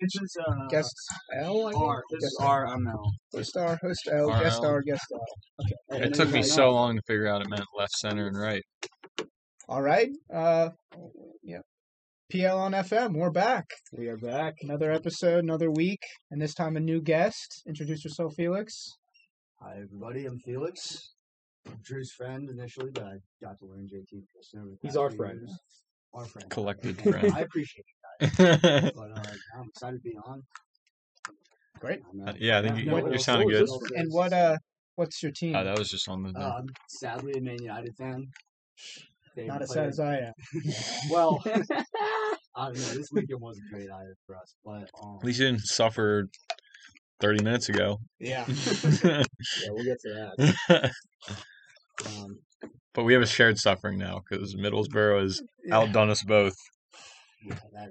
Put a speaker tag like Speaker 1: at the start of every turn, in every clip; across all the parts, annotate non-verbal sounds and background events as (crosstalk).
Speaker 1: This is uh,
Speaker 2: guest L. I think?
Speaker 1: R. This is
Speaker 2: Guest
Speaker 1: R. I'm L.
Speaker 2: Host R, host L,
Speaker 3: R,
Speaker 2: guest
Speaker 3: L.
Speaker 2: R, guest L.
Speaker 1: And
Speaker 3: It
Speaker 1: then
Speaker 3: took
Speaker 1: you
Speaker 3: me
Speaker 1: got
Speaker 3: so long to figure out it meant left, center, and right.
Speaker 2: All right. Uh, yeah. PL on FM. We're back.
Speaker 1: We are back.
Speaker 2: Another episode, another week, and this time a new guest. Introduce yourself, Felix.
Speaker 1: Hi everybody. I'm Felix. Drew's friend initially, but I got to learn JT. because over the
Speaker 4: He's
Speaker 1: past
Speaker 4: our
Speaker 1: few
Speaker 4: friend.
Speaker 1: years- Our
Speaker 4: (laughs)
Speaker 3: (laughs)
Speaker 1: friend.
Speaker 3: Collected
Speaker 1: Okay,
Speaker 3: friend.
Speaker 1: I appreciate
Speaker 3: yeah,
Speaker 1: it, but uh, I'm excited to be on.
Speaker 2: Great.
Speaker 1: I'm, uh,
Speaker 3: I think
Speaker 1: no,
Speaker 3: you,
Speaker 1: what
Speaker 3: you're
Speaker 1: else-
Speaker 3: sounding
Speaker 1: what
Speaker 3: good.
Speaker 1: else is-
Speaker 2: And what uh, what's your team?
Speaker 3: Oh, that was just on the.
Speaker 1: Uh, I'm sadly a Man United fan. They
Speaker 2: Not as
Speaker 1: played-
Speaker 2: sad as I am.
Speaker 1: Well, (laughs) I don't know. This weekend wasn't great either for us, but um,
Speaker 3: At least you didn't suffer 30 minutes ago.
Speaker 2: Yeah.
Speaker 3: (laughs)
Speaker 1: yeah, we'll get to that.
Speaker 3: but
Speaker 1: Um,
Speaker 3: we have a shared suffering now because Middlesbrough has
Speaker 2: Yeah.
Speaker 3: outdone us both.
Speaker 1: yeah, that.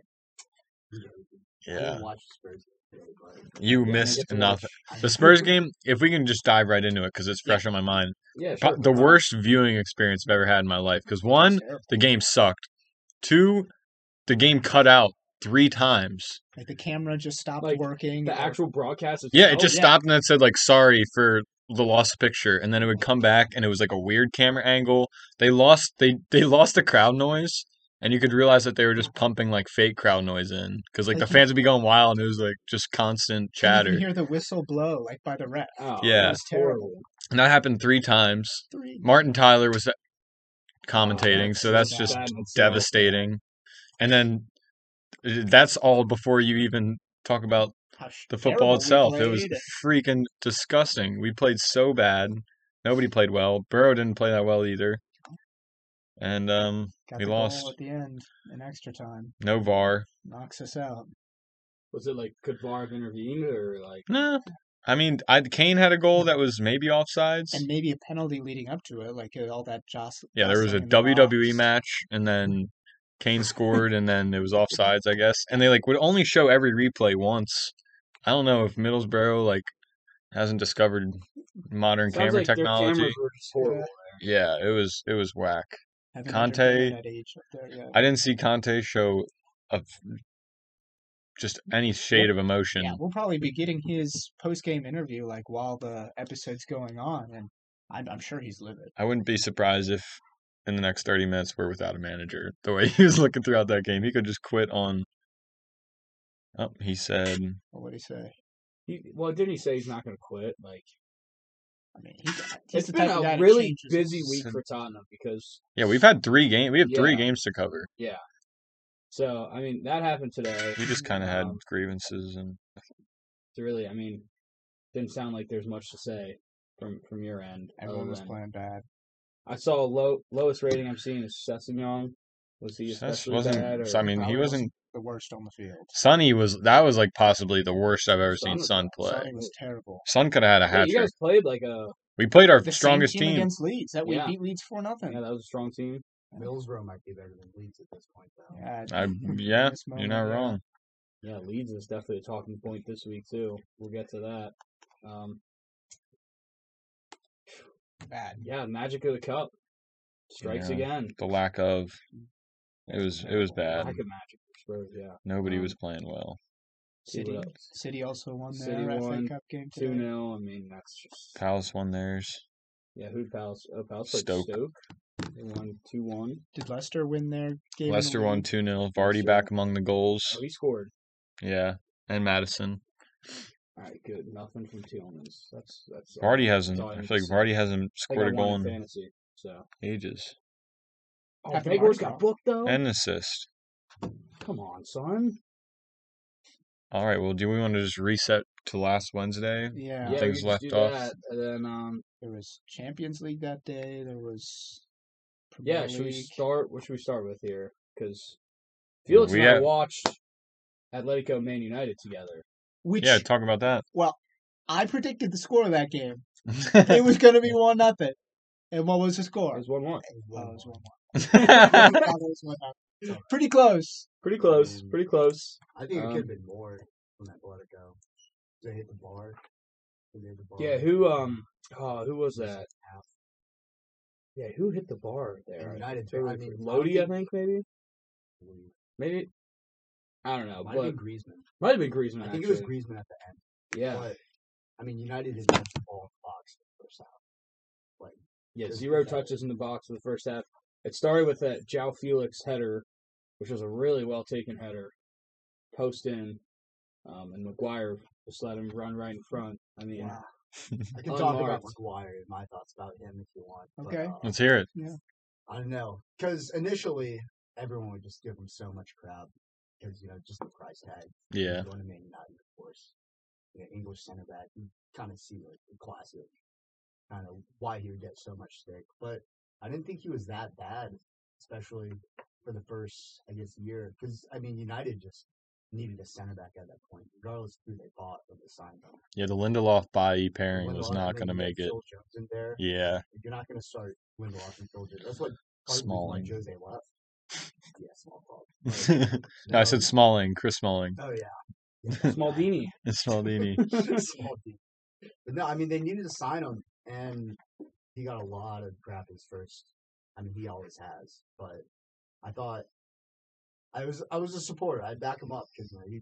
Speaker 1: Yeah,
Speaker 3: Yeah.
Speaker 1: Watch Spurs today, but
Speaker 3: You
Speaker 4: Yeah, I
Speaker 3: missed
Speaker 4: get to watch-
Speaker 3: nothing. The Spurs game, if we can just dive right into it because it's fresh on my mind.
Speaker 4: Yeah,
Speaker 3: Pro-
Speaker 4: sure.
Speaker 3: uh, The worst viewing experience I've ever had in my life because one, the game sucked. Two, the game cut out three times.
Speaker 2: Like the camera just stopped
Speaker 4: Like,
Speaker 2: working.
Speaker 4: The
Speaker 2: or-
Speaker 4: actual broadcast.
Speaker 3: Yeah, it
Speaker 4: itself?
Speaker 3: just
Speaker 2: yeah.
Speaker 3: stopped and then said like sorry for the lost picture, and then it would come back and it was like a weird camera angle. They lost they (laughs) they lost the crowd noise, and you could realize that they were just pumping like fake crowd noise in because like the
Speaker 2: Like you-
Speaker 3: fans would be going wild and it was like just constant
Speaker 2: Can't even
Speaker 3: chatter.
Speaker 2: hear the whistle blow like by the ref.
Speaker 4: Oh,
Speaker 3: Yeah.
Speaker 2: That was terrible.
Speaker 3: And that happened three times.
Speaker 2: Three.
Speaker 3: Martin Tyler was commentating,
Speaker 4: Oh, that's
Speaker 3: so
Speaker 4: so
Speaker 3: that's
Speaker 4: bad.
Speaker 3: just
Speaker 4: That's uh, so bad.
Speaker 3: devastating. And then uh, that's all before you even talk about
Speaker 2: Hush.
Speaker 3: the football
Speaker 2: Terrible we
Speaker 3: itself. It was
Speaker 2: played.
Speaker 3: freaking disgusting. We played so bad. Nobody played well. Burrow didn't play that well either. And um,
Speaker 2: Got
Speaker 3: we
Speaker 2: the goal
Speaker 3: lost.
Speaker 2: at the end in extra time.
Speaker 3: no VAR.
Speaker 2: Knocks us out.
Speaker 4: Was it like could VAR have intervened or like?
Speaker 3: Nah. I mean, I, Kane had a goal that was maybe offsides.
Speaker 2: And maybe a penalty leading up to it, like uh, all that jostling.
Speaker 3: Yeah, there was a
Speaker 2: jostling in the
Speaker 3: WWE
Speaker 2: box.
Speaker 3: match, and then Kane scored, and then it was offsides, I guess. And they like would only show every replay once. I don't know if Middlesbrough like hasn't discovered modern
Speaker 4: Sounds
Speaker 3: camera
Speaker 4: like their
Speaker 3: technology.
Speaker 4: cameras were just horrible.
Speaker 3: Yeah, it was it was whack.
Speaker 2: Haven't
Speaker 3: Conte-
Speaker 2: entered that age up there yet.
Speaker 3: I didn't see Conte show a, just any shade of emotion.
Speaker 2: Yeah, we'll probably be getting his post game interview like while the episode's going on, and I'm, I'm sure he's livid.
Speaker 3: I wouldn't be surprised if in the next 30 minutes we're without a manager. The way he was looking throughout that game, he could just quit on. Oh, he said.
Speaker 2: What would he say?
Speaker 4: He, well, didn't he say he's not going to quit? Like
Speaker 2: I mean, he, he's
Speaker 4: it's
Speaker 2: the
Speaker 4: been
Speaker 2: type of guy
Speaker 4: a
Speaker 2: that
Speaker 4: really
Speaker 2: changes-
Speaker 4: busy week
Speaker 3: Sin-
Speaker 4: for Tottenham because
Speaker 3: Yeah, we've had three games. We have three
Speaker 4: Yeah.
Speaker 3: games to cover.
Speaker 4: so I mean that happened today.
Speaker 3: We just kind of had
Speaker 4: Um,
Speaker 3: grievances, and
Speaker 4: it's really I mean didn't sound like there's much to say from from your end.
Speaker 2: Everyone
Speaker 4: other
Speaker 2: was
Speaker 4: than-
Speaker 2: playing bad.
Speaker 4: I saw low lowest rating I'm seeing is Sessegnon. Was he
Speaker 3: Sess
Speaker 4: especially
Speaker 3: wasn't.
Speaker 4: bad? Or
Speaker 3: I mean, he
Speaker 2: probably
Speaker 3: wasn't.
Speaker 2: The worst on the field.
Speaker 3: Sonny was. That was like possibly the worst I've ever seen Sun
Speaker 4: Son
Speaker 3: play.
Speaker 2: Sonny was terrible.
Speaker 3: Sun could have had a
Speaker 4: Hey,
Speaker 3: hat
Speaker 4: you
Speaker 3: trick.
Speaker 4: guys played like a
Speaker 3: We played our
Speaker 2: The same
Speaker 3: strongest
Speaker 2: team,
Speaker 3: team.
Speaker 2: against Leeds that we
Speaker 4: Yeah.
Speaker 2: beat Leeds for nothing.
Speaker 4: yeah that was a strong team.
Speaker 1: Middlesbrough might be better than Leeds at this point, though.
Speaker 2: Yeah, (laughs)
Speaker 3: I,
Speaker 2: in
Speaker 3: yeah,
Speaker 2: this
Speaker 3: you're
Speaker 2: moment,
Speaker 3: not
Speaker 2: yeah.
Speaker 3: wrong.
Speaker 4: Yeah, Leeds is definitely a talking point this week too. We'll get to that. Um,
Speaker 2: Bad.
Speaker 4: yeah, Magic of the Cup strikes
Speaker 3: Yeah.
Speaker 4: again.
Speaker 3: The lack of. It was. It
Speaker 4: Oh
Speaker 3: was bad.
Speaker 4: Lack of Magic for Spurs. Yeah,
Speaker 3: Nobody
Speaker 4: um,
Speaker 3: was playing well.
Speaker 4: See what
Speaker 2: City.
Speaker 4: else?
Speaker 2: City also won their
Speaker 4: City
Speaker 2: FA
Speaker 4: won
Speaker 2: Cup game
Speaker 4: two
Speaker 2: today.
Speaker 4: 0 I mean, that's just
Speaker 3: Palace won theirs.
Speaker 4: yeah. Who Palace? Oh, Palace played
Speaker 3: Stoke.
Speaker 4: Stoke. They won two one.
Speaker 2: Did Leicester win their game? in the
Speaker 3: Leicester won
Speaker 2: league?
Speaker 3: two 0 Vardy
Speaker 4: Leicester.
Speaker 3: back among the goals.
Speaker 4: Oh, he scored.
Speaker 3: Yeah, and Madison.
Speaker 4: All right, good. Nothing from Tielemans. That's that's. uh, all.
Speaker 3: Vardy hasn't.
Speaker 4: all
Speaker 3: I
Speaker 4: I
Speaker 3: feel like
Speaker 4: need to
Speaker 3: Vardy hasn't
Speaker 4: I think I
Speaker 3: scored
Speaker 4: won
Speaker 3: a goal
Speaker 4: in
Speaker 3: in
Speaker 4: fantasy. So
Speaker 3: ages.
Speaker 4: oh,
Speaker 2: Happy
Speaker 4: Begor's
Speaker 2: Mark,
Speaker 4: got booked though.
Speaker 3: And an assist.
Speaker 4: Come on, son.
Speaker 3: All right. Well, do we want to just reset to last Wednesday?
Speaker 2: Yeah,
Speaker 4: Yeah,
Speaker 3: Things
Speaker 4: we could
Speaker 3: left
Speaker 4: do
Speaker 3: off.
Speaker 4: That. And then um,
Speaker 2: there was Champions League that day. There was Premier
Speaker 4: Yeah, should we
Speaker 2: League.
Speaker 4: start? What should we start with here? Because Felix
Speaker 3: We
Speaker 4: and I
Speaker 3: have-
Speaker 4: watched Atletico Man United together.
Speaker 2: Which
Speaker 3: Yeah, talk about that.
Speaker 2: I predicted the score of that game. (laughs) It was going to be one nothing. And what was the
Speaker 4: It
Speaker 2: score?
Speaker 4: was one one.
Speaker 2: Oh, it was 1-1.
Speaker 3: I
Speaker 2: (laughs) Pretty close, 1-1. Pretty close.
Speaker 4: Pretty close.
Speaker 1: Mm.
Speaker 4: Pretty close.
Speaker 1: I think it could
Speaker 4: Um,
Speaker 1: have been more when that ball to go. They hit the bar. They hit the bar.
Speaker 4: Yeah. Who um? Oh, who was that?
Speaker 1: Half.
Speaker 4: Yeah, who hit the bar there?
Speaker 1: And United,
Speaker 4: They were-
Speaker 1: I mean,
Speaker 4: Lodi, I
Speaker 1: Lodi-
Speaker 4: think maybe. Maybe I don't know,
Speaker 1: Might
Speaker 4: but
Speaker 1: have been Griezmann.
Speaker 4: might have been Griezmann.
Speaker 1: I
Speaker 4: Actually.
Speaker 1: think it was Griezmann at the end.
Speaker 4: Yeah,
Speaker 1: But I mean, United had the ball in the box for the first half.
Speaker 4: yeah.
Speaker 1: just
Speaker 4: Zero
Speaker 1: look at it.
Speaker 4: touches in the box in the first half. It started with that Jao Felix header, which was a really well taken header, post in, um, and McGuire just let him run right in front. I mean,
Speaker 1: Wow. I can talk about
Speaker 4: Unmarked.
Speaker 1: McGuire and my thoughts about him if you want. but,
Speaker 2: Okay.
Speaker 1: uh,
Speaker 3: (laughs) Let's hear it.
Speaker 1: I don't know. Because initially, everyone would just give him so much crap. Because, you know, just the price tag. (laughs)
Speaker 3: Yeah.
Speaker 1: Going to Man United, of course. You know, English center back. You kind of see like the classic, kind of why he would get so much stick. But I didn't think he was that bad, especially for the first, I guess, year. Because, I mean, United just needed a center back at that point, regardless of who they bought when they signed them.
Speaker 3: Yeah, the Lindelof body pairing
Speaker 1: Lindelof,
Speaker 3: was
Speaker 1: and
Speaker 3: not going
Speaker 1: then
Speaker 3: to
Speaker 1: you get
Speaker 3: make it.
Speaker 1: Phil Jones in there.
Speaker 3: Yeah.
Speaker 1: You're not going to start Lindelof and Phil Jones. That's what
Speaker 3: Smalling.
Speaker 1: Smalling. Jose left.
Speaker 3: (laughs)
Speaker 1: Yeah, small ball.
Speaker 3: no, (laughs) I said Smalling, Chris Smalling, (laughs)
Speaker 1: Oh yeah.
Speaker 4: Smaldini.
Speaker 3: Smaldini.
Speaker 1: (laughs) Small team. But no, I mean they needed to sign him, and he got a lot of crap his first. I mean he always has, but I thought I was I was a supporter. I back him up because he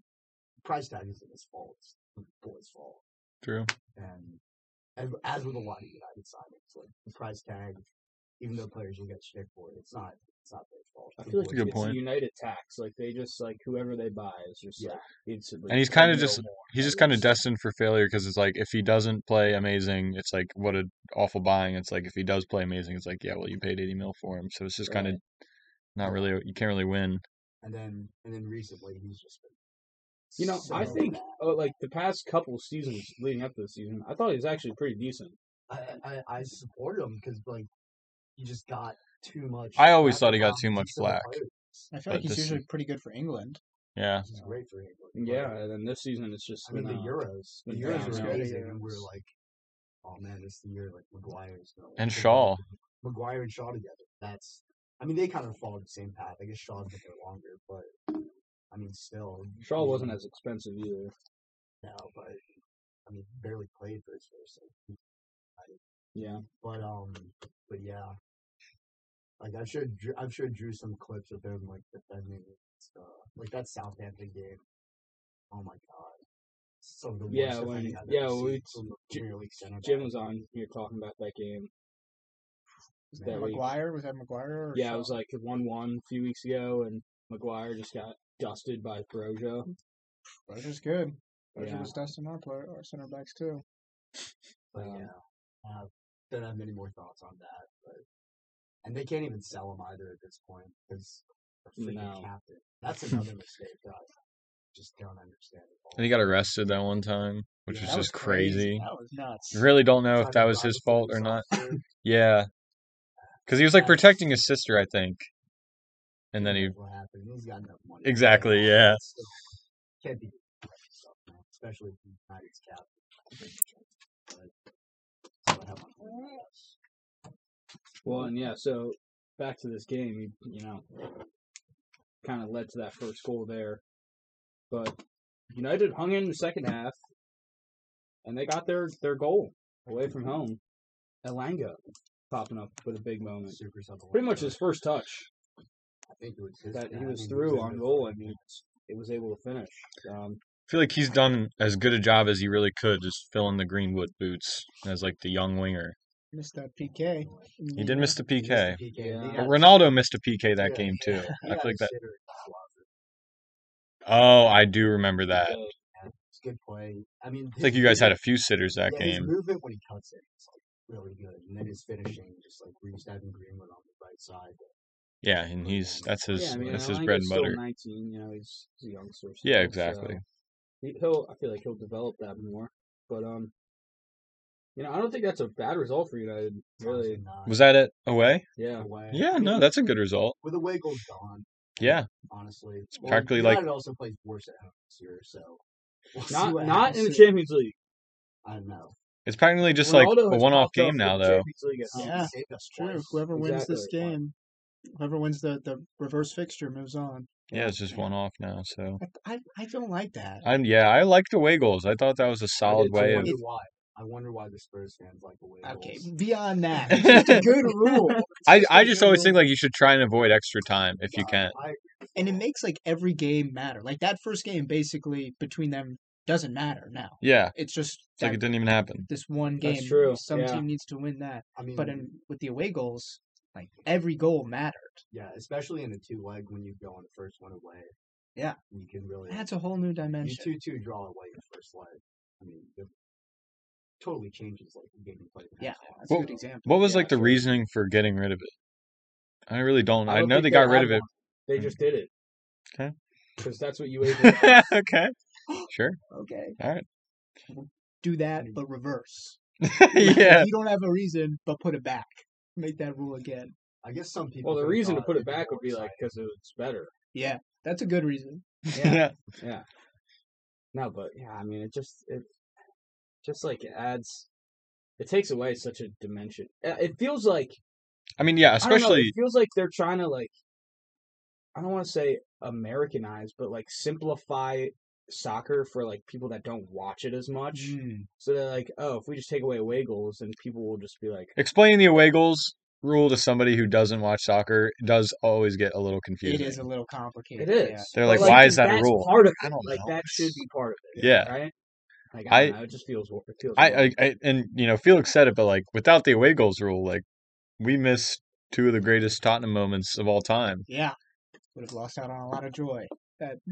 Speaker 1: price tag isn't his fault. It's the boy's fault,
Speaker 3: True.
Speaker 1: and as, as with a lot of United signings, like the price tag, even though players will get shit for it, it's not it's not their fault.
Speaker 4: I
Speaker 1: The
Speaker 4: feel like
Speaker 1: boy's
Speaker 3: That's a good
Speaker 4: it's
Speaker 3: point.
Speaker 4: a United tax. Like they just like whoever they buy is just
Speaker 1: Yeah.
Speaker 4: like instantly.
Speaker 3: And he's
Speaker 4: one
Speaker 3: kinda
Speaker 4: mil
Speaker 3: just-
Speaker 4: more.
Speaker 3: He's
Speaker 4: at
Speaker 3: just kind of
Speaker 4: least.
Speaker 3: destined for failure because it's like if he doesn't play amazing, it's like what an awful buying. It's like if he does play amazing, it's like yeah, well you paid eighty mil for him, so it's just kind of
Speaker 4: Right.
Speaker 3: not really you can't really win.
Speaker 1: and then and then recently he's just been.
Speaker 4: You know, I
Speaker 1: so
Speaker 4: think
Speaker 1: bad.
Speaker 4: oh, like the past couple seasons leading up to this season, I thought he was actually pretty decent.
Speaker 1: I I, I supported him because like he just got too much.
Speaker 3: I always
Speaker 1: flack
Speaker 3: thought he got
Speaker 1: around
Speaker 3: too much
Speaker 1: so many
Speaker 3: flack.
Speaker 1: players.
Speaker 2: I feel
Speaker 3: But
Speaker 2: like he's
Speaker 3: this-
Speaker 2: usually pretty good for England.
Speaker 3: Yeah,
Speaker 1: He's great for England. but,
Speaker 4: Yeah, and then this season it's just
Speaker 1: I mean
Speaker 4: been,
Speaker 1: the
Speaker 4: uh,
Speaker 1: Euros. The
Speaker 4: been
Speaker 1: Euros
Speaker 4: down
Speaker 1: were
Speaker 4: now.
Speaker 1: amazing,
Speaker 2: Yeah.
Speaker 1: and we were like, oh man, this is the year like Maguire's going.
Speaker 3: and Shaw.
Speaker 1: Maguire and Shaw together. That's. I mean, they kind of followed the same path. I guess Shaw's been there longer, but I mean, still.
Speaker 4: Shaw
Speaker 1: he's
Speaker 4: wasn't
Speaker 1: been
Speaker 4: as expensive either.
Speaker 1: now, but I mean, barely played for his first. like,
Speaker 4: Yeah,
Speaker 1: But um, but yeah, like I've showed Drew, I've showed Drew some clips of him like defending uh, like that Southampton game. Oh my god, some of the
Speaker 4: Yeah,
Speaker 1: worst
Speaker 4: when-
Speaker 1: defending I've
Speaker 4: yeah,
Speaker 1: ever seen
Speaker 4: we-
Speaker 1: from a
Speaker 4: J-
Speaker 1: Premier League center.
Speaker 4: Jim
Speaker 1: back.
Speaker 4: was on here talking about that game.
Speaker 1: Man,
Speaker 4: that week.
Speaker 2: Maguire was that Maguire? Or
Speaker 4: Yeah,
Speaker 2: Shaw?
Speaker 4: it was like one one a few weeks ago, and Maguire just got dusted by Brojo.
Speaker 2: Roger's good. Roger
Speaker 4: Yeah.
Speaker 2: was dusting our player, our center backs too.
Speaker 1: But
Speaker 4: Um,
Speaker 1: yeah, I have- don't have many more thoughts on that. But and they can't even sell him either at this point because they're freaking
Speaker 4: No.
Speaker 1: captain. That's another mistake that I just don't understand at all.
Speaker 3: And he got arrested that one time, which
Speaker 1: Yeah,
Speaker 3: was
Speaker 2: That
Speaker 3: just
Speaker 2: was crazy.
Speaker 3: crazy.
Speaker 2: That was nuts.
Speaker 3: Really don't know
Speaker 1: Trying
Speaker 3: if
Speaker 1: to
Speaker 3: that was
Speaker 1: drive
Speaker 3: his
Speaker 1: a
Speaker 3: fault or
Speaker 1: police
Speaker 3: not.
Speaker 1: (laughs) officer,
Speaker 3: Yeah, because he was like
Speaker 1: That's-
Speaker 3: protecting his sister, I think. And then he,
Speaker 1: knows what happened. He's got enough money.
Speaker 3: Exactly,
Speaker 1: But, uh,
Speaker 3: yeah.
Speaker 1: it's still- Can't be doing that stuff, man, especially if he's not his captain. But, so I have my own thoughts.
Speaker 4: Well, and yeah, so back to this game, you, you know, kind of led to that first goal there. But United hung in the second half, and they got their, their goal away from home. Elanga popping up with a big moment.
Speaker 1: Super sub
Speaker 4: Pretty much
Speaker 1: alert.
Speaker 4: his first touch
Speaker 1: I think it was his
Speaker 4: that he
Speaker 1: guy.
Speaker 4: was
Speaker 1: He
Speaker 4: through
Speaker 1: in
Speaker 4: on
Speaker 1: the-
Speaker 4: goal, and he, it was able to finish. Um,
Speaker 3: feel like he's done as good a job as he really could, just filling the Greenwood boots as like the young winger.
Speaker 2: Missed that Mm, PK.
Speaker 3: He did miss the
Speaker 1: He
Speaker 3: PK,
Speaker 1: missed the PK. They
Speaker 4: Yeah.
Speaker 3: but
Speaker 1: got-
Speaker 3: Ronaldo missed a PK that
Speaker 1: yeah,
Speaker 3: game too.
Speaker 1: (laughs)
Speaker 4: (laughs)
Speaker 1: he
Speaker 3: I
Speaker 1: got
Speaker 3: feel like that.
Speaker 1: shitter in the closet.
Speaker 3: Oh, I do remember that.
Speaker 4: so
Speaker 1: It's a good play. I mean,
Speaker 3: It's like you guys had a few sitters that
Speaker 1: yeah, His
Speaker 3: game.
Speaker 1: movement when he cuts it is like really good, and then his finishing, just like re-stabbing Greenwood on the right side.
Speaker 3: Yeah, and he's that's his
Speaker 4: yeah, I mean,
Speaker 3: that's his
Speaker 4: Elanga's
Speaker 3: bread and
Speaker 4: still
Speaker 3: butter.
Speaker 4: 19, you know, he's, he's a youngster. still,
Speaker 3: Yeah,
Speaker 4: so-
Speaker 3: exactly.
Speaker 4: he- he'll I feel like he'll develop that more. But um you know, I don't think that's a bad result for United, really.
Speaker 1: Honestly, not
Speaker 3: Was that it away?
Speaker 4: Yeah.
Speaker 1: away.
Speaker 3: Yeah, no, that's a good result.
Speaker 1: with away goals gone,
Speaker 3: Yeah,
Speaker 1: honestly. It's
Speaker 3: practically
Speaker 1: United
Speaker 3: like-
Speaker 1: also plays worse at home this year, so (laughs) we'll see
Speaker 4: Not
Speaker 1: what
Speaker 4: not in
Speaker 1: happens.
Speaker 4: the Champions League.
Speaker 1: I don't know.
Speaker 3: it's practically just
Speaker 4: Ronaldo
Speaker 3: like a
Speaker 4: has
Speaker 3: one-off
Speaker 4: popped up
Speaker 3: game
Speaker 4: in
Speaker 3: now,
Speaker 4: the
Speaker 3: though.
Speaker 4: Champions League at home.
Speaker 2: Yeah,
Speaker 1: saved us
Speaker 2: True.
Speaker 1: twice.
Speaker 2: Whoever wins this
Speaker 4: Exactly.
Speaker 2: game, whoever wins the, the reverse fixture moves on.
Speaker 3: Yeah, it's just one-off now. So
Speaker 2: I, I, I don't like that.
Speaker 3: I'm yeah, I liked away goals. I thought that was a
Speaker 4: did
Speaker 3: solid
Speaker 4: too.
Speaker 3: way of
Speaker 1: I wonder why. I wonder why the Spurs fans like away
Speaker 2: Uh, Okay,
Speaker 1: goals.
Speaker 2: beyond that,
Speaker 3: (laughs)
Speaker 2: it's just a good rule,
Speaker 3: I, I just always think like you should try and avoid extra time if you
Speaker 1: Uh,
Speaker 3: can.
Speaker 1: I,
Speaker 2: and it makes like every game matter. Like that first game, basically between them, doesn't matter now.
Speaker 3: Yeah,
Speaker 2: It's just
Speaker 3: it's like
Speaker 2: that
Speaker 3: it didn't even happen.
Speaker 2: this one game.
Speaker 4: That's true,
Speaker 2: Some
Speaker 4: yeah.
Speaker 2: team needs to win that.
Speaker 1: I mean,
Speaker 2: But in with the away goals, like every goal mattered.
Speaker 1: yeah, especially in a two leg when you go on the first one away.
Speaker 2: Yeah.
Speaker 1: you can really
Speaker 2: That's a whole new
Speaker 1: you
Speaker 2: dimension.
Speaker 1: two two draw away your first leg. I mean, it totally changes like the game you play.
Speaker 2: Yeah, that's a
Speaker 3: Well,
Speaker 2: good example.
Speaker 3: What was
Speaker 4: Yeah,
Speaker 3: like the
Speaker 4: sure.
Speaker 3: reasoning for getting rid of it? I really don't.
Speaker 4: I
Speaker 3: I,
Speaker 4: don't
Speaker 3: know
Speaker 4: think
Speaker 3: they
Speaker 4: they
Speaker 3: got rid
Speaker 4: had
Speaker 3: of it.
Speaker 4: They just did it.
Speaker 3: Okay.
Speaker 4: Because that's what (laughs)
Speaker 3: (laughs)
Speaker 4: UEFA does.
Speaker 3: okay, sure.
Speaker 2: Okay,
Speaker 3: All right. (laughs)
Speaker 2: do that,
Speaker 4: Mm.
Speaker 2: but
Speaker 4: (laughs)
Speaker 2: reverse.
Speaker 3: yeah.
Speaker 2: you don't have a reason, but put it back. Make that rule again.
Speaker 1: I guess some people.
Speaker 4: Well, the
Speaker 1: could've
Speaker 4: reason to
Speaker 1: thought
Speaker 4: put it
Speaker 1: it'd
Speaker 4: back would
Speaker 1: more
Speaker 4: be like
Speaker 1: exciting.
Speaker 4: because it's better.
Speaker 2: Yeah, that's a good reason.
Speaker 4: Yeah.
Speaker 3: yeah.
Speaker 4: No, but yeah, I mean, it just it just like adds, it takes away such a dimension. Uh, It feels like
Speaker 3: I mean, yeah,
Speaker 4: I don't know,
Speaker 3: especially
Speaker 4: it feels like they're trying to like I don't want to say Americanize, but like simplify soccer for like people that don't watch it as much.
Speaker 1: Mm-hmm.
Speaker 2: Mm.
Speaker 4: So they're like, oh, if we just take away away goals, then people will just be like,
Speaker 3: explaining the away goals rule to somebody who doesn't watch soccer does always get a little
Speaker 2: It
Speaker 3: confusing.
Speaker 2: is a little
Speaker 4: it
Speaker 2: complicated.
Speaker 4: is.
Speaker 2: yeah.
Speaker 3: They're
Speaker 4: But,
Speaker 3: like, why is that a
Speaker 4: that's
Speaker 3: rule?
Speaker 4: Part of
Speaker 3: I
Speaker 4: it.
Speaker 3: don't
Speaker 4: like
Speaker 3: know.
Speaker 4: that should be part of it,
Speaker 3: yeah.
Speaker 4: right? Like I,
Speaker 3: I-
Speaker 4: don't know, it just feels wor- it feels. wrong.
Speaker 3: I, I, I and you know Felix said it, but like without the away goals rule, like we missed two of the greatest Tottenham moments of all time.
Speaker 2: Yeah, would have lost out on a lot of joy.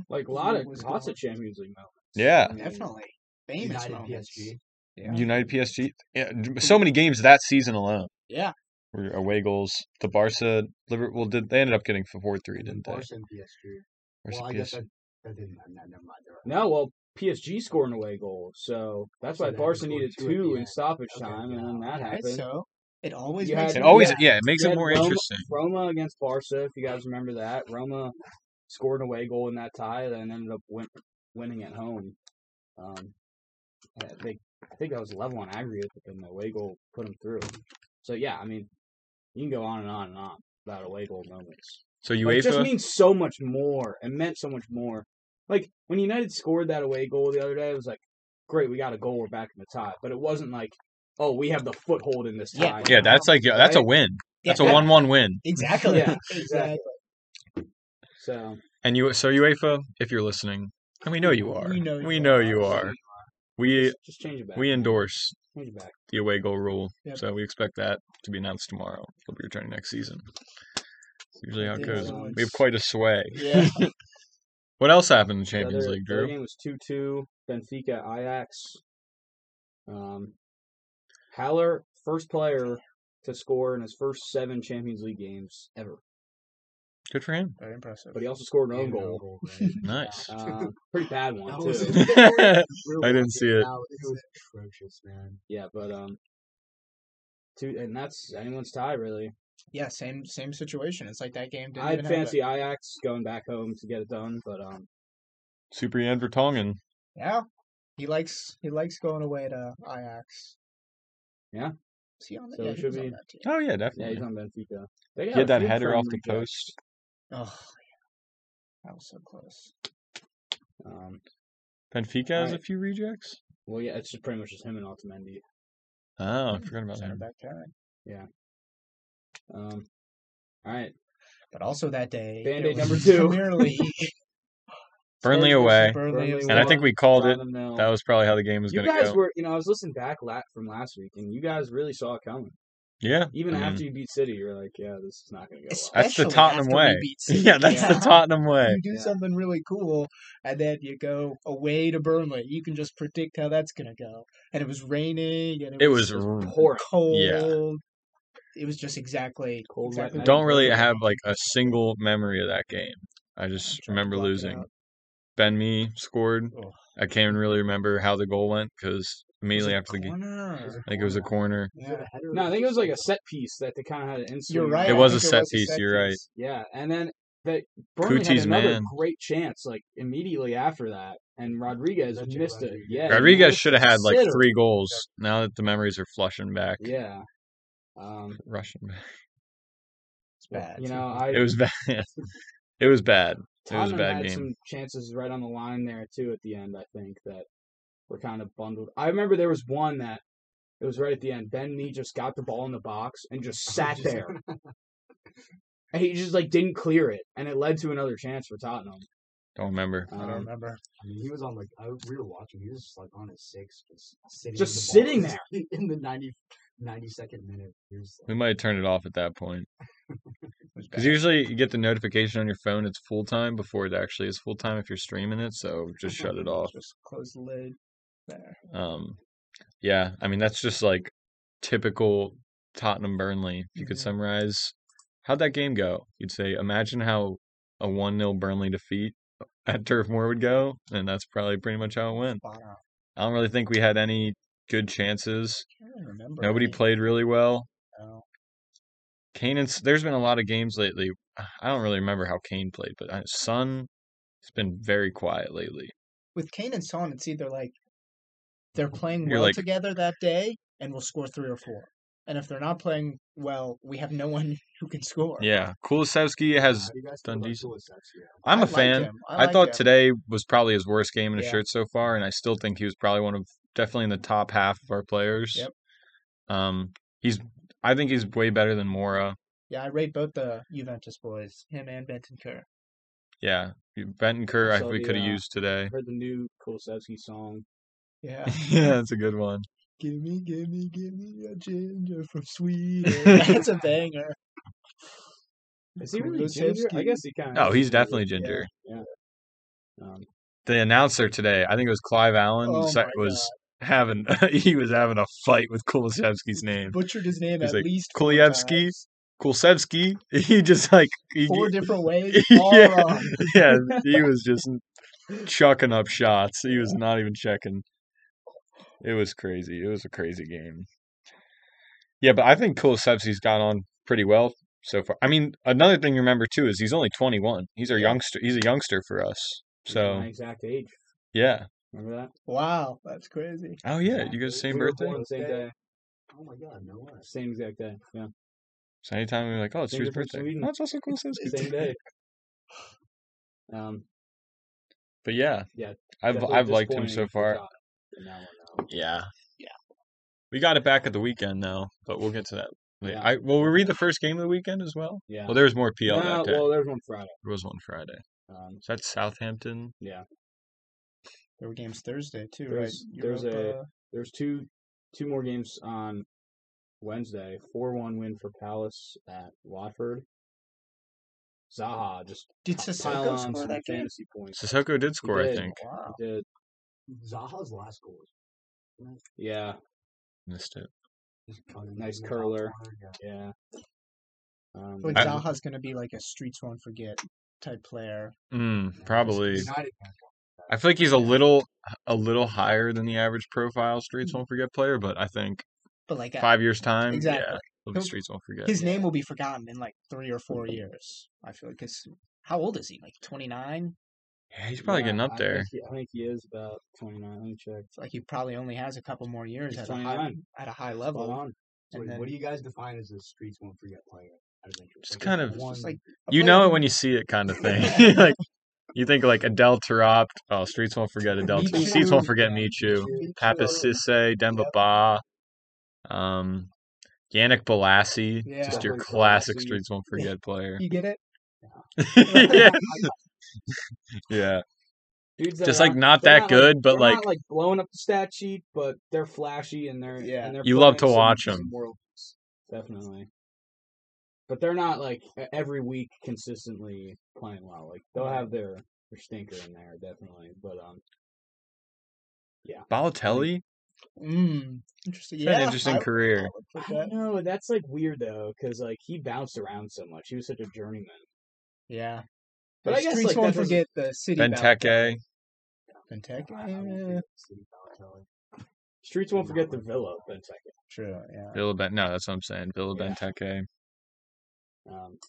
Speaker 4: like a lot of
Speaker 2: was
Speaker 4: lots
Speaker 2: going-
Speaker 4: of Champions League moments.
Speaker 3: Yeah,
Speaker 4: I mean,
Speaker 2: Definitely famous
Speaker 1: United
Speaker 2: moments.
Speaker 1: PSG.
Speaker 2: Yeah.
Speaker 3: United PSG, yeah, d- so many games that season alone
Speaker 2: Yeah,
Speaker 3: were away goals. The Barca, Liverpool did they ended up getting four three, didn't they?
Speaker 1: Barca and PSG.
Speaker 3: Versus
Speaker 1: Well, I
Speaker 3: PSG.
Speaker 1: guess that, that didn't. That, never mind. They're right.
Speaker 4: No, well, PSG scored an away goal, so that's
Speaker 1: So
Speaker 4: why
Speaker 1: they had to
Speaker 4: Barca
Speaker 1: score
Speaker 4: needed
Speaker 1: two at the
Speaker 4: two in
Speaker 1: end.
Speaker 4: stoppage
Speaker 1: Okay,
Speaker 4: time, and
Speaker 1: yeah.
Speaker 4: then that
Speaker 2: I guess
Speaker 4: happened.
Speaker 2: so. It always
Speaker 4: You
Speaker 2: makes
Speaker 4: had-
Speaker 3: It
Speaker 2: me
Speaker 3: always,
Speaker 2: laugh.
Speaker 3: yeah, it makes
Speaker 4: You
Speaker 3: it
Speaker 4: had
Speaker 3: more
Speaker 4: Roma,
Speaker 3: interesting.
Speaker 4: Roma against Barca, if you guys remember that. Roma scored an away goal in that tie, then ended up win- winning at home. Um, yeah, I think I think that was level on aggregate, but then the away goal put them through. So yeah, I mean, you can go on and on and on about away goal moments.
Speaker 3: So
Speaker 4: But it just
Speaker 3: UEFA,
Speaker 4: means so much more. It meant so much more. Like when United scored that away goal the other day, it was like, great, we got a goal, we're back in the tie. But it wasn't like, oh, we have the foothold in this
Speaker 2: Yeah.
Speaker 4: tie.
Speaker 3: yeah,
Speaker 4: now,
Speaker 3: that's like yeah, that's a
Speaker 4: right?
Speaker 3: win. That's a
Speaker 4: Yeah.
Speaker 3: one-one win.
Speaker 2: Exactly.
Speaker 4: Yeah, exactly. So
Speaker 3: And you, so UEFA, if you're listening, and we know you are,
Speaker 2: We know you
Speaker 3: we
Speaker 2: are.
Speaker 3: know you are. We
Speaker 4: just, just change it back.
Speaker 3: we endorse
Speaker 4: change it
Speaker 1: (laughs)
Speaker 4: back.
Speaker 3: the away goal rule.
Speaker 2: Yep.
Speaker 3: So we expect that to be announced tomorrow. He'll be returning next season. Usually how it
Speaker 2: Yeah,
Speaker 3: goes.
Speaker 2: so
Speaker 3: We have
Speaker 2: it's-
Speaker 3: quite a sway.
Speaker 2: Yeah.
Speaker 3: What else happened in the
Speaker 4: The
Speaker 3: Champions
Speaker 4: other-
Speaker 3: League,
Speaker 4: the other
Speaker 3: Drew?
Speaker 4: game was two two. Benfica Ajax. Um, Haller first player to score in his first seven Champions League games ever,
Speaker 3: Good for him.
Speaker 2: Very impressive.
Speaker 4: but he also scored an own
Speaker 1: And an own
Speaker 4: goal.
Speaker 1: goal,
Speaker 4: (laughs)
Speaker 1: right?
Speaker 3: Nice. (laughs)
Speaker 1: (laughs)
Speaker 4: Um, pretty bad one
Speaker 1: That
Speaker 4: too.
Speaker 1: was- (laughs)
Speaker 3: I
Speaker 1: We're
Speaker 3: didn't
Speaker 1: watching
Speaker 3: see it.
Speaker 1: now, It was atrocious, man.
Speaker 4: Yeah, but um, two and that's anyone's tie really.
Speaker 2: Yeah, same same situation. It's like that game didn't
Speaker 4: I'd
Speaker 2: even happen.
Speaker 4: fancy Ajax going back home to get it done, but um,
Speaker 3: Super Yan Vertonghen.
Speaker 2: Yeah, he likes he likes going away to Ajax.
Speaker 4: Yeah.
Speaker 2: Is he on that?
Speaker 4: So
Speaker 2: yeah,
Speaker 4: it
Speaker 2: he
Speaker 4: should
Speaker 2: was on
Speaker 4: be-
Speaker 2: that team.
Speaker 3: Oh yeah,
Speaker 4: yeah,
Speaker 3: definitely.
Speaker 4: he's on Benfica. They got
Speaker 3: He had
Speaker 4: a
Speaker 3: that
Speaker 4: few
Speaker 3: header
Speaker 4: Prem
Speaker 3: off the
Speaker 4: rejects.
Speaker 3: post.
Speaker 2: Oh yeah, that was so close.
Speaker 4: Um,
Speaker 3: Benfica
Speaker 4: All
Speaker 3: has a
Speaker 4: right.
Speaker 3: few rejects.
Speaker 4: well, yeah, it's just pretty much just him and Altamendi.
Speaker 3: Oh, I forgot about
Speaker 2: Center
Speaker 3: him.
Speaker 2: back pairing.
Speaker 4: Um, all right,
Speaker 2: But also that day, there
Speaker 4: Band-Aid number
Speaker 2: was
Speaker 4: two. (laughs)
Speaker 2: Premier League.
Speaker 3: Burnley
Speaker 4: Spurs
Speaker 3: away.
Speaker 2: Burnley
Speaker 4: Burnley
Speaker 3: And I
Speaker 2: upset.
Speaker 4: won.
Speaker 3: think we called it.
Speaker 4: Tottenham nil.
Speaker 3: That was probably how the game was
Speaker 4: you
Speaker 3: going
Speaker 4: guys
Speaker 3: to go.
Speaker 4: were, you know, I was listening back la- from last week, and you guys really saw it coming.
Speaker 3: Yeah.
Speaker 4: Even
Speaker 3: I
Speaker 2: Mm-hmm.
Speaker 3: (laughs) mean,
Speaker 4: after you beat City, you're like, yeah, this is not going to go well.
Speaker 3: That's the
Speaker 2: Especially
Speaker 3: Tottenham
Speaker 2: after we
Speaker 3: way. (laughs)
Speaker 2: beat City.
Speaker 3: Yeah, that's the
Speaker 4: (laughs)
Speaker 2: Yeah.
Speaker 3: Tottenham way.
Speaker 2: You do
Speaker 4: Yeah.
Speaker 2: something really cool, and then you go away to Burnley. You can just predict how that's gonna go. And it was raining, and it,
Speaker 3: It
Speaker 2: was,
Speaker 3: was
Speaker 4: Just
Speaker 3: r-
Speaker 4: pour it.
Speaker 2: cold. It was just exactly
Speaker 4: Cold, wet
Speaker 2: exactly
Speaker 4: night.
Speaker 3: don't really
Speaker 4: Burnley.
Speaker 3: have like a single memory of that game. I just
Speaker 2: Trying to
Speaker 3: remember
Speaker 2: block it
Speaker 3: losing.
Speaker 2: out.
Speaker 3: Ben Me scored.
Speaker 2: Oh.
Speaker 3: I can't even really remember how the goal went because
Speaker 2: It was
Speaker 3: immediately
Speaker 2: a
Speaker 3: after the game,
Speaker 1: It was
Speaker 2: corner.
Speaker 1: a
Speaker 3: I think it was a corner.
Speaker 1: corner. Was it a header or
Speaker 4: No, I think it was
Speaker 1: just
Speaker 4: like a set piece that they kind of had an insert.
Speaker 2: You're right.
Speaker 3: It
Speaker 2: I
Speaker 3: was a
Speaker 2: think it
Speaker 3: set
Speaker 2: was a
Speaker 3: piece,
Speaker 2: set
Speaker 3: you're right.
Speaker 2: piece.
Speaker 4: Yeah, and then that Burnley had
Speaker 3: Cooties,
Speaker 4: another
Speaker 3: man.
Speaker 4: great chance, like immediately after that, and Rodriguez
Speaker 1: Richard
Speaker 4: missed
Speaker 1: Rodriguez.
Speaker 4: it. Yeah, he
Speaker 3: Rodriguez
Speaker 4: missed
Speaker 3: should have
Speaker 4: a
Speaker 3: had like
Speaker 4: sitter.
Speaker 3: three goals. Now that the memories are flushing back,
Speaker 4: Yeah. Um,
Speaker 3: rushing back,
Speaker 2: It's bad.
Speaker 4: you know, I
Speaker 3: it was (laughs) bad. it was bad. It was a
Speaker 4: Tottenham
Speaker 3: bad
Speaker 4: had
Speaker 3: game.
Speaker 4: some chances right on the line there too at the end. I think that were kind of bundled. I remember there was one that It was right at the end. Ben Nee just got the ball in the box and just sat there. and he just like didn't clear it, and it led to another chance for Tottenham.
Speaker 3: Don't remember.
Speaker 2: I
Speaker 4: Um,
Speaker 2: don't remember.
Speaker 1: I mean, he was on like I, we were watching. He was just like on his six, just sitting,
Speaker 4: Just
Speaker 1: with the
Speaker 4: sitting
Speaker 1: ball. (laughs) in the 90, 92nd minute. He was
Speaker 3: We might have turned it off at that point.
Speaker 2: Was
Speaker 3: Because usually you get the notification on your phone it's full time before it actually is full time if you're streaming it, so just shut
Speaker 2: (laughs)
Speaker 3: it off.
Speaker 2: Just close the lid. There.
Speaker 3: Um, yeah, I mean that's just like typical Tottenham Burnley. If you could
Speaker 2: Mhm.
Speaker 3: summarize how'd that game go, you'd say imagine how a one 0 Burnley defeat at Turf Moor would go, and that's probably pretty much how it went.
Speaker 2: Spot on.
Speaker 3: I don't really think we had any good chances.
Speaker 2: can't really remember.
Speaker 3: Nobody
Speaker 2: any,
Speaker 3: played really well.
Speaker 2: no.
Speaker 3: Kane and S- there's been a lot of games lately. I don't really remember how Kane played, but uh, Son has been very quiet lately.
Speaker 2: With Kane and Son, it's either like they're playing
Speaker 3: You're
Speaker 2: well
Speaker 3: like-
Speaker 2: together that day and we'll score three or four. And if they're not playing well, we have no one (laughs) who can score.
Speaker 3: Yeah, Kulisevsky
Speaker 1: How
Speaker 3: has.
Speaker 1: do you guys
Speaker 3: done
Speaker 1: feel about
Speaker 3: decent.
Speaker 1: Pulisic? Yeah.
Speaker 3: I'm
Speaker 2: I
Speaker 3: a
Speaker 2: like
Speaker 3: fan.
Speaker 2: him.
Speaker 3: I,
Speaker 2: like
Speaker 3: thought
Speaker 2: him.
Speaker 3: today was probably his worst game in a
Speaker 2: Yeah.
Speaker 3: shirt so far, and I still think he was probably one of definitely in the top half of our players.
Speaker 2: Yep.
Speaker 3: Um, he's. I think he's way better than Mora.
Speaker 2: Yeah, I rate both the Juventus boys, him and Bentancur.
Speaker 3: Yeah, Bentancur.
Speaker 4: I
Speaker 3: I
Speaker 4: saw
Speaker 3: we
Speaker 4: the,
Speaker 3: could have
Speaker 4: uh,
Speaker 3: used today.
Speaker 4: I heard the new Kulisevsky song.
Speaker 2: (laughs)
Speaker 3: (laughs)
Speaker 2: Yeah.
Speaker 3: yeah, that's a good one.
Speaker 2: gimme, gimme, gimme a ginger from
Speaker 3: (laughs)
Speaker 2: Sweden. That's a banger.
Speaker 4: Is he really ginger? I
Speaker 2: Kulusevski.
Speaker 4: guess he kind of.
Speaker 3: Oh, he's definitely ginger.
Speaker 4: Um,
Speaker 3: the announcer today, I think it was Clive Allen,
Speaker 2: Oh
Speaker 3: sa-
Speaker 2: my
Speaker 3: was having (laughs) he was having a fight with Kulisevsky's name.
Speaker 2: Butchered his name
Speaker 3: He's
Speaker 2: at
Speaker 3: like,
Speaker 2: least four
Speaker 3: Kulievsky?
Speaker 2: times.
Speaker 3: Kulisevsky, he just like he,
Speaker 2: Four
Speaker 3: (laughs)
Speaker 2: different ways. All
Speaker 3: yeah,
Speaker 2: wrong.
Speaker 3: yeah, he was just chucking up shots. He was not even checking. It was crazy. It was a crazy game. Yeah, but I think Kulisevsky's gone on pretty well so far. I mean, another thing to remember too is he's only 21. He's our
Speaker 2: Yeah.
Speaker 3: youngster. He's a youngster for us.
Speaker 4: he's
Speaker 3: So
Speaker 4: my exact age.
Speaker 3: yeah.
Speaker 4: Remember that?
Speaker 2: Wow, that's crazy.
Speaker 3: Oh yeah, you guys same
Speaker 4: We were
Speaker 3: birthday.
Speaker 4: born the same
Speaker 1: Okay.
Speaker 4: day,
Speaker 1: Oh my god, no way.
Speaker 4: same exact day. Yeah,
Speaker 3: So anytime we're like, oh, it's
Speaker 4: Same
Speaker 3: Drew's
Speaker 4: difference in
Speaker 3: birthday.
Speaker 4: Sweden.
Speaker 3: That's also cool.
Speaker 4: same
Speaker 3: (laughs)
Speaker 4: day. Um,
Speaker 3: But yeah,
Speaker 4: Yeah,
Speaker 3: I've
Speaker 4: definitely
Speaker 3: I've liked him so
Speaker 4: disappointing for
Speaker 3: far.
Speaker 4: Tottenham in that one, though.
Speaker 3: Yeah,
Speaker 2: Yeah.
Speaker 3: We got it back at the weekend though, but we'll get to that. Later.
Speaker 4: Yeah.
Speaker 3: I will we read the first game of the weekend as well.
Speaker 4: Yeah.
Speaker 3: Well, there was more PL
Speaker 4: No,
Speaker 3: that day.
Speaker 4: well, there's one Friday.
Speaker 3: there was one Friday.
Speaker 4: Um,
Speaker 3: Is that Southampton?
Speaker 4: yeah,
Speaker 2: There were games Thursday too,
Speaker 4: There's-
Speaker 2: right?
Speaker 4: there's a-
Speaker 2: Europa.
Speaker 4: there's two two more games on Wednesday. Four one win for Palace at Watford. Zaha just
Speaker 2: Did
Speaker 4: pi-
Speaker 2: Sissoko
Speaker 4: pile on
Speaker 2: score
Speaker 4: some
Speaker 2: that game?
Speaker 4: fantasy points.
Speaker 3: Sissoko did score, I
Speaker 4: did.
Speaker 3: think.
Speaker 2: Wow.
Speaker 4: He did.
Speaker 1: Zaha's last goal was
Speaker 4: Yeah,
Speaker 3: Missed it.
Speaker 1: just cutting
Speaker 4: Nice
Speaker 1: in the top
Speaker 4: curler.
Speaker 1: corner, yeah.
Speaker 4: yeah. Um,
Speaker 2: But
Speaker 3: I-
Speaker 2: Zaha's going to be like a streets won't forget type player.
Speaker 3: Mm, probably.
Speaker 1: United
Speaker 3: I feel like he's a little a little higher than the average profile
Speaker 4: Mm-hmm.
Speaker 3: Streets Won't Forget player, but I think
Speaker 2: But like uh,
Speaker 3: five years time,
Speaker 2: Exactly.
Speaker 3: yeah, he'll be
Speaker 2: He'll-
Speaker 3: Streets Won't Forget.
Speaker 2: his name will be forgotten in like three or four
Speaker 3: Mm-hmm.
Speaker 2: years. I feel like because how old is he? Like twenty nine.
Speaker 3: Yeah, he's probably
Speaker 4: yeah,
Speaker 3: getting up
Speaker 4: I
Speaker 3: there.
Speaker 4: Think he, I think he is about 29. Let me check.
Speaker 2: It's like he probably only has a couple more years
Speaker 4: He's
Speaker 2: at a, high,
Speaker 4: 29.
Speaker 2: at a high
Speaker 4: Spot
Speaker 2: level.
Speaker 4: on.
Speaker 1: So
Speaker 2: And
Speaker 1: wait, what
Speaker 2: then-
Speaker 1: do you guys define as the streets won't forget player? out of interest?
Speaker 3: Just
Speaker 1: Like,
Speaker 3: kind
Speaker 1: if
Speaker 3: of-
Speaker 2: It's just like a
Speaker 3: You
Speaker 2: player
Speaker 3: know it
Speaker 2: who-
Speaker 3: when you see it, kind of thing. (laughs) like you think like Adele Tarop. Oh, Streets won't forget Adele.
Speaker 2: Michu.
Speaker 3: Streets won't forget
Speaker 2: Yeah,
Speaker 3: Michu.
Speaker 2: Michu.
Speaker 3: Pappas Sisse, Demba Ba, um, Yannick Balassi.
Speaker 2: Yeah.
Speaker 3: Just your
Speaker 4: Definitely
Speaker 3: classic
Speaker 4: Balassi.
Speaker 3: Streets won't forget
Speaker 2: (laughs)
Speaker 3: player. (laughs)
Speaker 2: You get it?
Speaker 3: yeah. yeah,
Speaker 4: Dudes that
Speaker 3: just
Speaker 4: are
Speaker 3: like not
Speaker 4: they're
Speaker 3: that
Speaker 4: not, like-
Speaker 3: good, but
Speaker 4: they're
Speaker 3: like
Speaker 4: not like blowing up the stat sheet, but they're flashy and they're
Speaker 2: Yeah.
Speaker 4: And they're
Speaker 3: You love
Speaker 4: putting
Speaker 3: to
Speaker 4: some-
Speaker 3: watch
Speaker 4: some
Speaker 3: 'em.
Speaker 4: world- definitely. But they're not like e- every week consistently playing well. Like they'll have their, their stinker in there definitely, but um,
Speaker 3: Balotelli.
Speaker 2: Mm. Interesting.
Speaker 3: It's
Speaker 2: Yeah.
Speaker 3: an interesting
Speaker 2: I-
Speaker 3: career.
Speaker 2: I would put
Speaker 4: I
Speaker 2: that-
Speaker 4: don't know. That's like weird though, because like he bounced around so much. He was such a journeyman.
Speaker 2: Yeah.
Speaker 4: But
Speaker 2: But
Speaker 4: I guess,
Speaker 2: streets
Speaker 4: like,
Speaker 2: won't
Speaker 4: that doesn't-
Speaker 2: forget the city.
Speaker 3: Benteke.
Speaker 2: Benteke. Eh,
Speaker 1: I- I won't
Speaker 2: yeah.
Speaker 1: forget the city Balotelli.
Speaker 4: Streets won't forget the Villa Benteke.
Speaker 2: True. Yeah.
Speaker 3: Villa Ben. No, that's what I'm saying. Villa
Speaker 4: Yeah.
Speaker 3: Benteke.
Speaker 4: Um,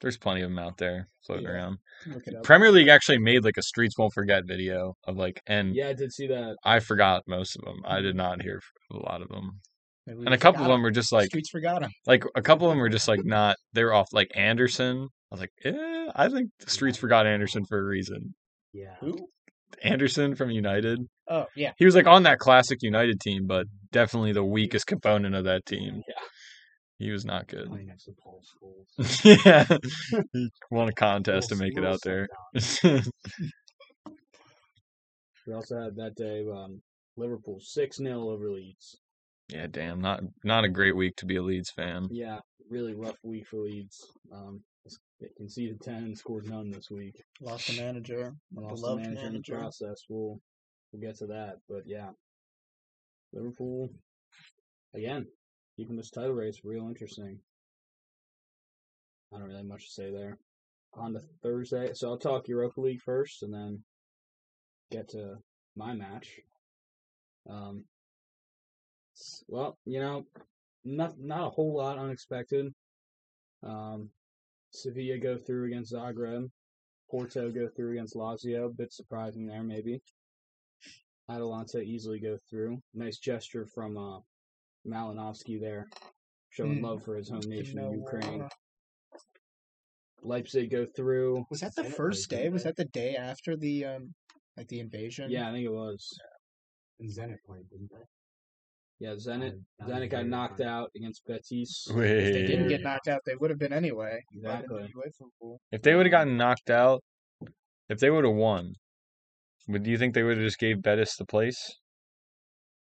Speaker 3: There's plenty of them out there floating
Speaker 2: Yeah.
Speaker 3: around.
Speaker 2: Look it up.
Speaker 3: Premier League actually made like a Streets Won't Forget video of like, and
Speaker 4: yeah, I did see that.
Speaker 3: I forgot most of them. I did not hear a lot of them,
Speaker 2: Maybe we
Speaker 3: and a couple of
Speaker 2: forgot
Speaker 3: them were just like,
Speaker 2: streets forgot him.
Speaker 3: like a couple of them were just like not. They were off. Like Anderson, I was like, eh, I think the streets forgot Anderson for a reason.
Speaker 1: Yeah.
Speaker 2: Who?
Speaker 3: Anderson from United,
Speaker 2: Oh yeah.
Speaker 3: he was like on that classic United team, but definitely the weakest component of that team.
Speaker 4: Yeah.
Speaker 3: He was not good.
Speaker 1: Playing next to Paul Scholes.
Speaker 3: (laughs) yeah. He won a contest to
Speaker 1: Little-
Speaker 3: make it
Speaker 1: little
Speaker 3: out there. (laughs)
Speaker 1: step
Speaker 4: We also had that day um, Liverpool six 0 over Leeds.
Speaker 3: yeah, damn. Not not a great week to be a Leeds fan.
Speaker 4: Yeah, really rough week for Leeds. Um, they conceded ten and scored none this week.
Speaker 2: Lost a manager. a
Speaker 4: Lost the
Speaker 2: beloved
Speaker 4: manager, in the
Speaker 2: manager.
Speaker 4: process. We'll we'll get to that, but yeah, Liverpool again keeping this title race real interesting. I don't really have much to say there. On to Thursday, so I'll talk Europa League first, and then get to my match. Um, s- well, you know, not not a whole lot unexpected. Um, Sevilla go through against Zagreb. Porto go through against Lazio. bit surprising there, maybe. Atalanta easily go through. Nice gesture from uh, Malinowski there, showing
Speaker 2: Hmm.
Speaker 4: love for his home nation,
Speaker 2: No,
Speaker 4: Ukraine.
Speaker 2: uh,
Speaker 4: Leipzig go through.
Speaker 2: Was that the
Speaker 1: Senate
Speaker 2: first
Speaker 1: played,
Speaker 2: day?
Speaker 1: didn't
Speaker 2: Was
Speaker 1: they?
Speaker 2: that the day after the um like the invasion?
Speaker 4: Yeah, I think it was.
Speaker 1: And Zenit played, didn't they?
Speaker 4: Yeah, Zenit.
Speaker 1: Down- down
Speaker 4: Zenit
Speaker 1: there.
Speaker 4: got knocked out against Betis.
Speaker 2: If they didn't
Speaker 3: Wait.
Speaker 2: get knocked out, they would have been anyway. Right in the
Speaker 4: Exactly.
Speaker 2: UEFA pool.
Speaker 3: If they would have gotten knocked out, if they would have won, would do you think they would have just gave Bettis the place?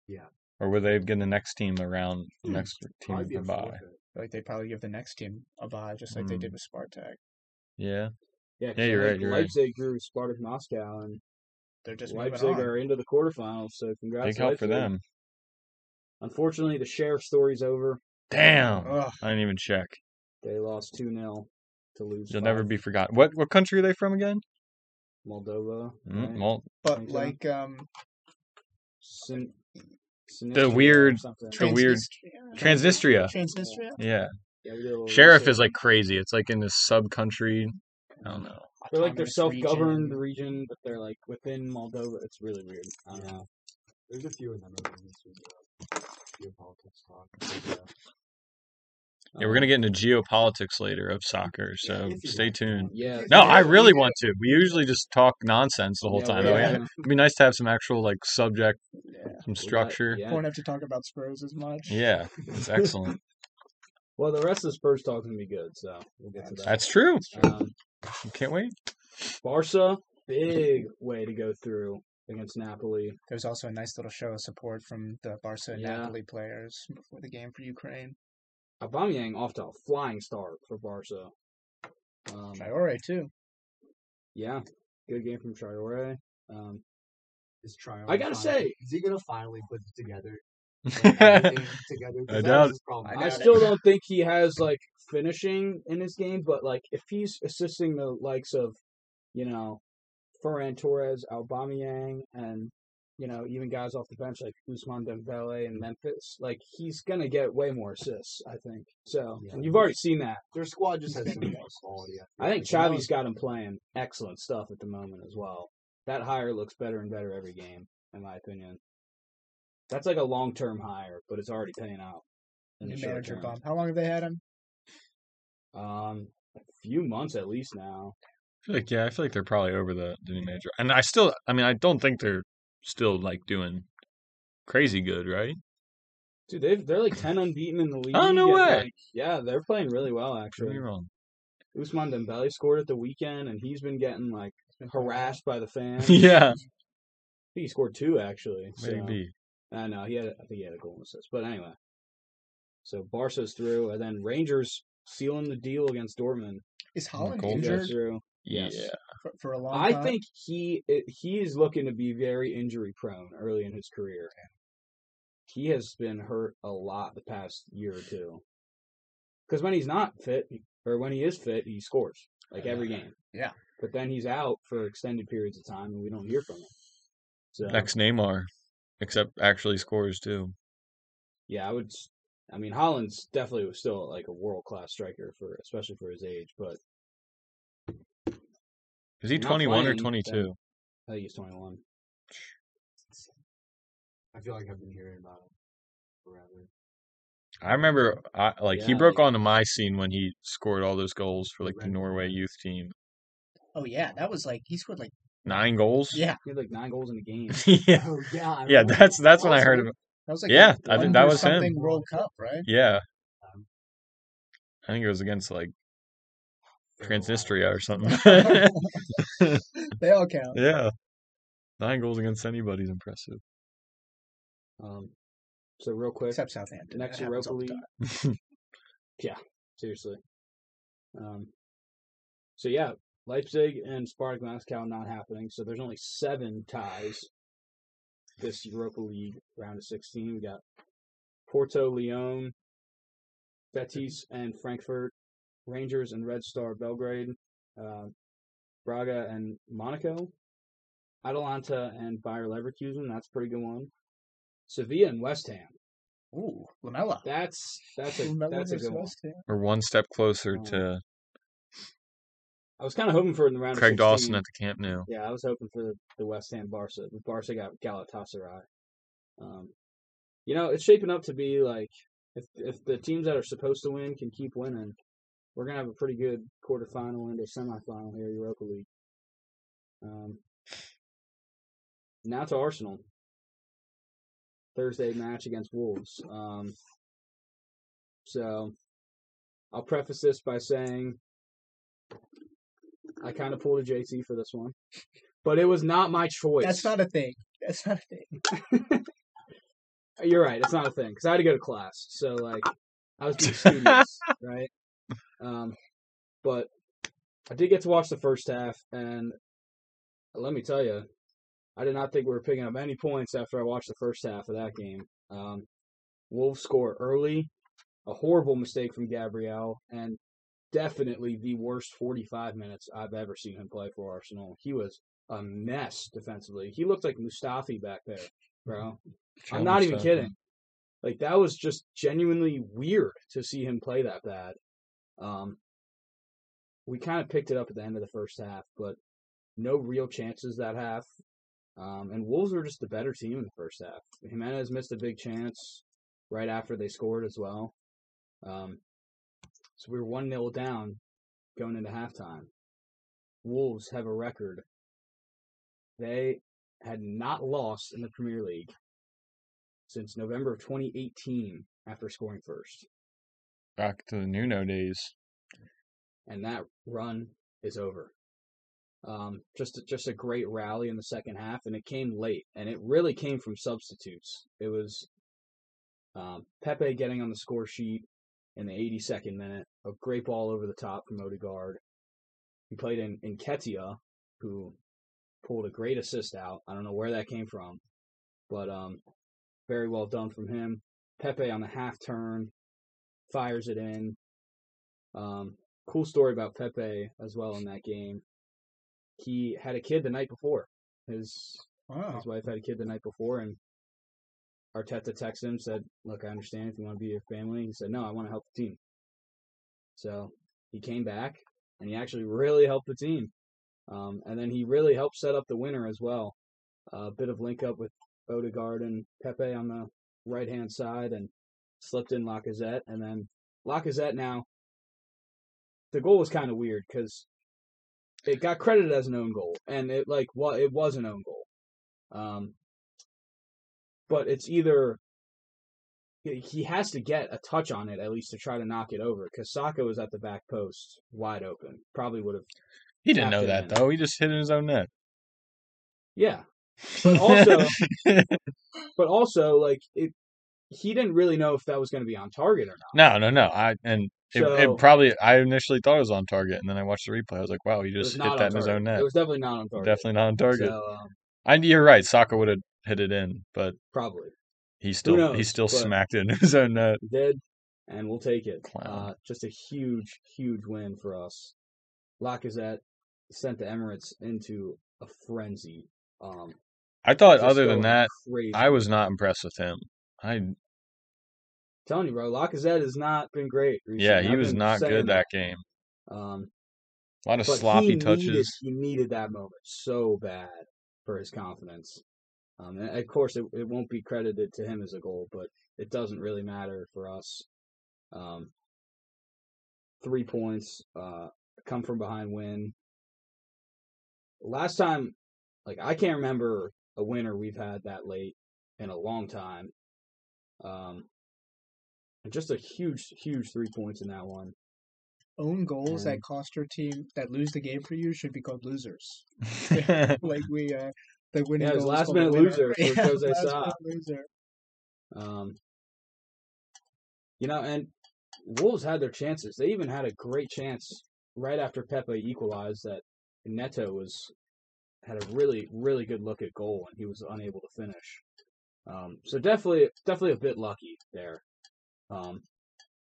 Speaker 1: Yeah.
Speaker 3: Or would they have given the next team around the
Speaker 1: Hmm.
Speaker 3: next team
Speaker 1: Might be
Speaker 3: the
Speaker 1: a
Speaker 3: bye?
Speaker 1: forfeit.
Speaker 2: Like they probably give the next team a bye, just like they
Speaker 3: Mm.
Speaker 2: did with Spartak.
Speaker 3: Yeah.
Speaker 4: 'cause
Speaker 3: Yeah,
Speaker 4: I
Speaker 3: you're
Speaker 4: think
Speaker 3: right, you're right.
Speaker 4: Leipzig drew Spartak Moscow, and
Speaker 2: They're just
Speaker 4: Leipzig
Speaker 2: moving on.
Speaker 4: are into the quarterfinals. So congrats,
Speaker 3: Big help for
Speaker 4: Leipzig.
Speaker 3: them.
Speaker 4: Unfortunately, the sheriff story's over.
Speaker 3: Damn.
Speaker 2: Ugh.
Speaker 3: I didn't even check.
Speaker 4: They lost two 0 to lose.
Speaker 3: You'll never be forgotten. What what country are they from again?
Speaker 4: Moldova.
Speaker 3: Mm,
Speaker 4: right?
Speaker 3: well,
Speaker 2: But
Speaker 4: Think so?
Speaker 2: like um,
Speaker 4: Sin-
Speaker 3: The weird-
Speaker 4: Something.
Speaker 3: The weird-
Speaker 2: Transnistria?
Speaker 3: Transnistria.
Speaker 2: Transnistria.
Speaker 3: Yeah.
Speaker 4: Yeah, we did a little
Speaker 3: Sheriff
Speaker 4: research.
Speaker 3: is like crazy. It's like in this sub country. I don't know.
Speaker 4: they're like they're
Speaker 2: Autonomous
Speaker 4: self-governed region.
Speaker 2: region.
Speaker 4: but they're like within Moldova. It's really weird. I don't know.
Speaker 1: There's a few of them over in this Geopolitics talk. uh, Yeah.
Speaker 3: Yeah, we're gonna get into geopolitics later of soccer, so
Speaker 1: Uh-huh. If you
Speaker 3: stay
Speaker 1: want.
Speaker 3: tuned.
Speaker 4: Um, Yeah.
Speaker 3: No, I really want to. We usually just talk nonsense the whole
Speaker 4: Yeah,
Speaker 3: time.
Speaker 4: we're
Speaker 3: though.
Speaker 4: gonna-
Speaker 3: It'd be nice to have some actual like subject,
Speaker 2: Yeah.
Speaker 3: some
Speaker 4: we got-
Speaker 3: structure.
Speaker 4: yeah.
Speaker 2: Won't have to talk about Spurs as much.
Speaker 3: Yeah, it's excellent.
Speaker 4: Well, the rest of the Spurs talk is gonna be good, so we'll get to that.
Speaker 3: That's true.
Speaker 4: Um,
Speaker 3: You can't wait.
Speaker 4: Barca, big way to go through against Napoli.
Speaker 2: There was also a nice little show of support from the Barca and
Speaker 4: Yeah.
Speaker 2: Napoli players before the game for Ukraine.
Speaker 4: Aubameyang off to a flying start for Barca. Um,
Speaker 2: Traore too.
Speaker 4: yeah, good game from Traore. Um,
Speaker 1: Is Traore
Speaker 4: I gotta
Speaker 1: finally-
Speaker 4: say-
Speaker 1: is he gonna finally put it
Speaker 4: (laughs)
Speaker 1: together? Like, everything together?
Speaker 3: (laughs)
Speaker 1: 'Cause
Speaker 3: I
Speaker 1: that was
Speaker 3: doubt
Speaker 1: his problem.
Speaker 2: I
Speaker 4: I
Speaker 2: doubt it.
Speaker 4: still don't think he has like finishing in his game, but like if he's assisting the likes of, you know, Ferran Torres, Aubameyang, and you know even guys off the bench like Usman Dembele and Memphis, like he's gonna get way more assists, I think. So
Speaker 1: Yeah.
Speaker 4: and you've already seen that.
Speaker 1: Their squad just has so much quality. feel
Speaker 4: I think
Speaker 1: like. You know,
Speaker 4: Chavi's got him playing excellent stuff at the moment as well. That hire looks better and better every game, in my opinion. That's like a long term hire, but it's already paying out. in the
Speaker 2: New
Speaker 4: short
Speaker 2: manager
Speaker 4: term.
Speaker 2: bump. How long have they had him?
Speaker 4: Um, a few months at least now.
Speaker 3: I feel like yeah, I feel like they're probably over the, the new major. And I still, I mean, I don't think they're still like doing crazy good, right?
Speaker 4: Dude, they've, they're like 10 unbeaten in the league.
Speaker 3: Oh, no
Speaker 4: and,
Speaker 3: way.
Speaker 4: like, yeah, they're playing really well,
Speaker 3: Don't get
Speaker 4: actually.
Speaker 3: me wrong.
Speaker 4: Usman Dembele scored at the weekend, and he's been getting, like, harassed by the fans. I think
Speaker 3: (laughs) yeah,
Speaker 4: he scored two, actually. So.
Speaker 3: maybe.
Speaker 4: I know. He had, I think he had a goal and assist. But anyway. So Barca's through, and then Rangers sealing the deal against Dortmund.
Speaker 2: Is
Speaker 3: Oh,
Speaker 2: Holland
Speaker 3: goal.
Speaker 4: They go
Speaker 2: injured
Speaker 4: Through. Yes.
Speaker 3: Yeah.
Speaker 2: for, for a long
Speaker 4: I
Speaker 2: time?
Speaker 4: think he it, he is looking to be very injury prone early in his career. He has been hurt a lot the past year or two. Because when he's not fit, or when he is fit, he scores like every game.
Speaker 2: Uh, Yeah.
Speaker 4: But then he's out for extended periods of time, and we don't hear from him. So
Speaker 3: Next Neymar, except actually scores too.
Speaker 4: yeah, I would. s- I mean, Holland's definitely was still like a world class striker for, especially for his age. But
Speaker 3: Is he
Speaker 4: Not
Speaker 3: twenty one or
Speaker 4: playing,
Speaker 3: twenty two?
Speaker 4: I think he's twenty one.
Speaker 1: I feel like I've been hearing about him forever. (laughs)
Speaker 3: I remember, I, like he
Speaker 4: Yeah,
Speaker 3: broke
Speaker 4: like-
Speaker 3: onto my scene when he scored all those goals for like the
Speaker 1: Right.
Speaker 3: Norway youth team.
Speaker 2: Oh yeah, that was like he scored like
Speaker 3: Nine goals.
Speaker 2: yeah.
Speaker 4: He had like nine goals in the game.
Speaker 3: yeah,
Speaker 1: Oh yeah, I
Speaker 3: (laughs) yeah.
Speaker 1: remember
Speaker 3: That's that's when I
Speaker 1: Also,
Speaker 3: heard of.
Speaker 2: That was like
Speaker 3: Yeah,
Speaker 2: a
Speaker 3: I think
Speaker 2: one
Speaker 3: that
Speaker 2: or
Speaker 3: was him.
Speaker 2: something World Cup, right?
Speaker 3: Yeah.
Speaker 4: um
Speaker 3: I think it was against like Transnistria
Speaker 4: (laughs)
Speaker 3: or something.
Speaker 2: They all count.
Speaker 3: (laughs) yeah. Nine goals against anybody's impressive. (laughs)
Speaker 4: Um, so real quick,
Speaker 2: Except Southampton.
Speaker 4: next
Speaker 2: That happens
Speaker 4: Europa
Speaker 2: all the
Speaker 4: League.
Speaker 2: time.
Speaker 4: Seriously. Um, so yeah, Leipzig and Spartak Moscow not happening. So there's only seven ties this Europa League round of 16. We got Porto, Lyon, Betis, and Frankfurt, Rangers and Red Star Belgrade, uh, Braga and Monaco, Atalanta and Bayer Leverkusen. That's a pretty good one. Sevilla and West Ham.
Speaker 2: Ooh, Lamella.
Speaker 4: That's that's a
Speaker 2: Lamella
Speaker 4: that's a
Speaker 2: versus
Speaker 4: good one.
Speaker 2: West Ham.
Speaker 3: We're one step closer
Speaker 4: Um,
Speaker 3: to
Speaker 4: I was kind of hoping for it in the round
Speaker 3: Craig
Speaker 4: of 16.
Speaker 3: Dawson at the Camp Nou.
Speaker 4: Yeah, I was hoping for the, the West Ham Barca. But Barca got Galatasaray. Um, you know, it's shaping up to be like if if the teams that are supposed to win can keep winning, we're gonna have a pretty good quarterfinal into semifinal here, Europa League. Um, now to Arsenal. Thursday match against Wolves. Um, so I'll preface this by saying I kind of pulled a JT for this one, but it was not my choice.
Speaker 2: That's not a thing. (laughs) That's not a thing.
Speaker 4: You're right. It's not a thing because I had to go to class, so like I was being studious, right? Um, but I did get to watch the first half, and let me tell you, I did not think we were picking up any points after I watched the first half of that game. Um, Wolves score early, a horrible mistake from Gabriel, and definitely the worst 45 minutes I've ever seen him play for Arsenal. He was a mess defensively. He looked like Mustafi back there, bro. I'm not
Speaker 3: uh,
Speaker 4: even kidding. Like that was just genuinely weird to see him play that bad. Um, we kind of picked it up at the end of the first half, but no real chances that half. Um, and Wolves were just the better team in the first half. Jimenez missed a big chance right after they scored as well. Um, so we were one 0 down going into halftime. Wolves have a record. They had not lost in the Premier League since November of 2018 after scoring first.
Speaker 3: Back to the Nuno days.
Speaker 4: And that run is over. Um, just just a great rally in the second half, and it came late, and it really came from substitutes. It was um, Pepe getting on the score sheet in the 82nd minute, a great ball over the top from Odegaard. He played in, in Ketia, who pulled a great assist out. I don't know where that came from, but um, very well done from him. Pepe on the half turn fires it in. Um, cool story about Pepe as well in that game. He had a kid the night before. His
Speaker 2: Wow.
Speaker 4: his wife had a kid the night before, and Arteta texted him said, "Look, I understand if you want to be your family." He said, "No, I want to help the team." So he came back, and he actually really helped the team. Um, and then he really helped set up the winner as well. A bit of link up with Odegaard and Pepe on the right hand side, and slipped in Lacazette, and then Lacazette now. The goal was kind of weird because it got credited as an own goal, and it like well, it was an own goal. Um, but it's either he- he has to get a touch on it at least to try to knock it over because Saka was at the back post, wide open. Probably would have.
Speaker 3: He didn't know
Speaker 4: Tapped
Speaker 3: that
Speaker 4: it in.
Speaker 3: though. He just hit in his own net.
Speaker 4: Yeah,
Speaker 3: (laughs)
Speaker 4: But also- but also like it, he didn't really know if that was going to be on target or not.
Speaker 3: no, no, no. I and it,
Speaker 4: So-
Speaker 3: it probably. I initially thought it was on target, and then I watched the replay. I was like, wow, he
Speaker 4: It
Speaker 3: just
Speaker 4: was
Speaker 3: hit
Speaker 4: not
Speaker 3: that
Speaker 4: on
Speaker 3: in his
Speaker 4: target.
Speaker 3: own net.
Speaker 4: It was definitely not on target.
Speaker 3: Definitely not on target.
Speaker 4: So, um,
Speaker 3: I, you're right. Saka would have hit it in, but
Speaker 4: probably
Speaker 3: he still he
Speaker 4: knows,
Speaker 3: still
Speaker 4: but-
Speaker 3: smacked it in his own net.
Speaker 4: He did, and we'll take it.
Speaker 3: Clown.
Speaker 4: Uh, just a huge, huge win for us. Lacazette sent the Emirates into a frenzy. Um,
Speaker 3: I thought
Speaker 4: just
Speaker 3: other
Speaker 4: going
Speaker 3: than that,
Speaker 4: crazy.
Speaker 3: I was not impressed with him. I
Speaker 4: telling you, bro, Lacazette has not been great. Recently.
Speaker 3: yeah, he
Speaker 4: I've
Speaker 3: was
Speaker 4: been
Speaker 3: not
Speaker 4: saying
Speaker 3: good that game.
Speaker 4: that. Um,
Speaker 3: A lot of
Speaker 4: but he
Speaker 3: sloppy
Speaker 4: Needed, (laughs)
Speaker 3: touches.
Speaker 4: he needed that moment so bad for his confidence. Um, and of course, it, it won't be credited to him as a goal, but it doesn't really matter for us. Um, three points, uh, come from behind win. Last time, like I can't remember a winner we've had that late in a long time. Um, and just a huge, huge three points in that one.
Speaker 2: Own goals that
Speaker 4: And-
Speaker 2: cost your team that lose the game for you should be called losers. (laughs) Like we, uh, the winning
Speaker 4: Yeah, it was
Speaker 2: goal is
Speaker 4: last
Speaker 2: called a
Speaker 4: minute
Speaker 2: winner.
Speaker 4: loser for
Speaker 2: (laughs) Yeah,
Speaker 4: Jose
Speaker 2: last
Speaker 4: Sa.
Speaker 2: minute loser.
Speaker 4: Um, you know, and Wolves had their chances. They even had a great chance right after Pepe equalized that Neto was had a really really good look at goal and he was unable to finish. Um, so definitely definitely a bit lucky there. Um,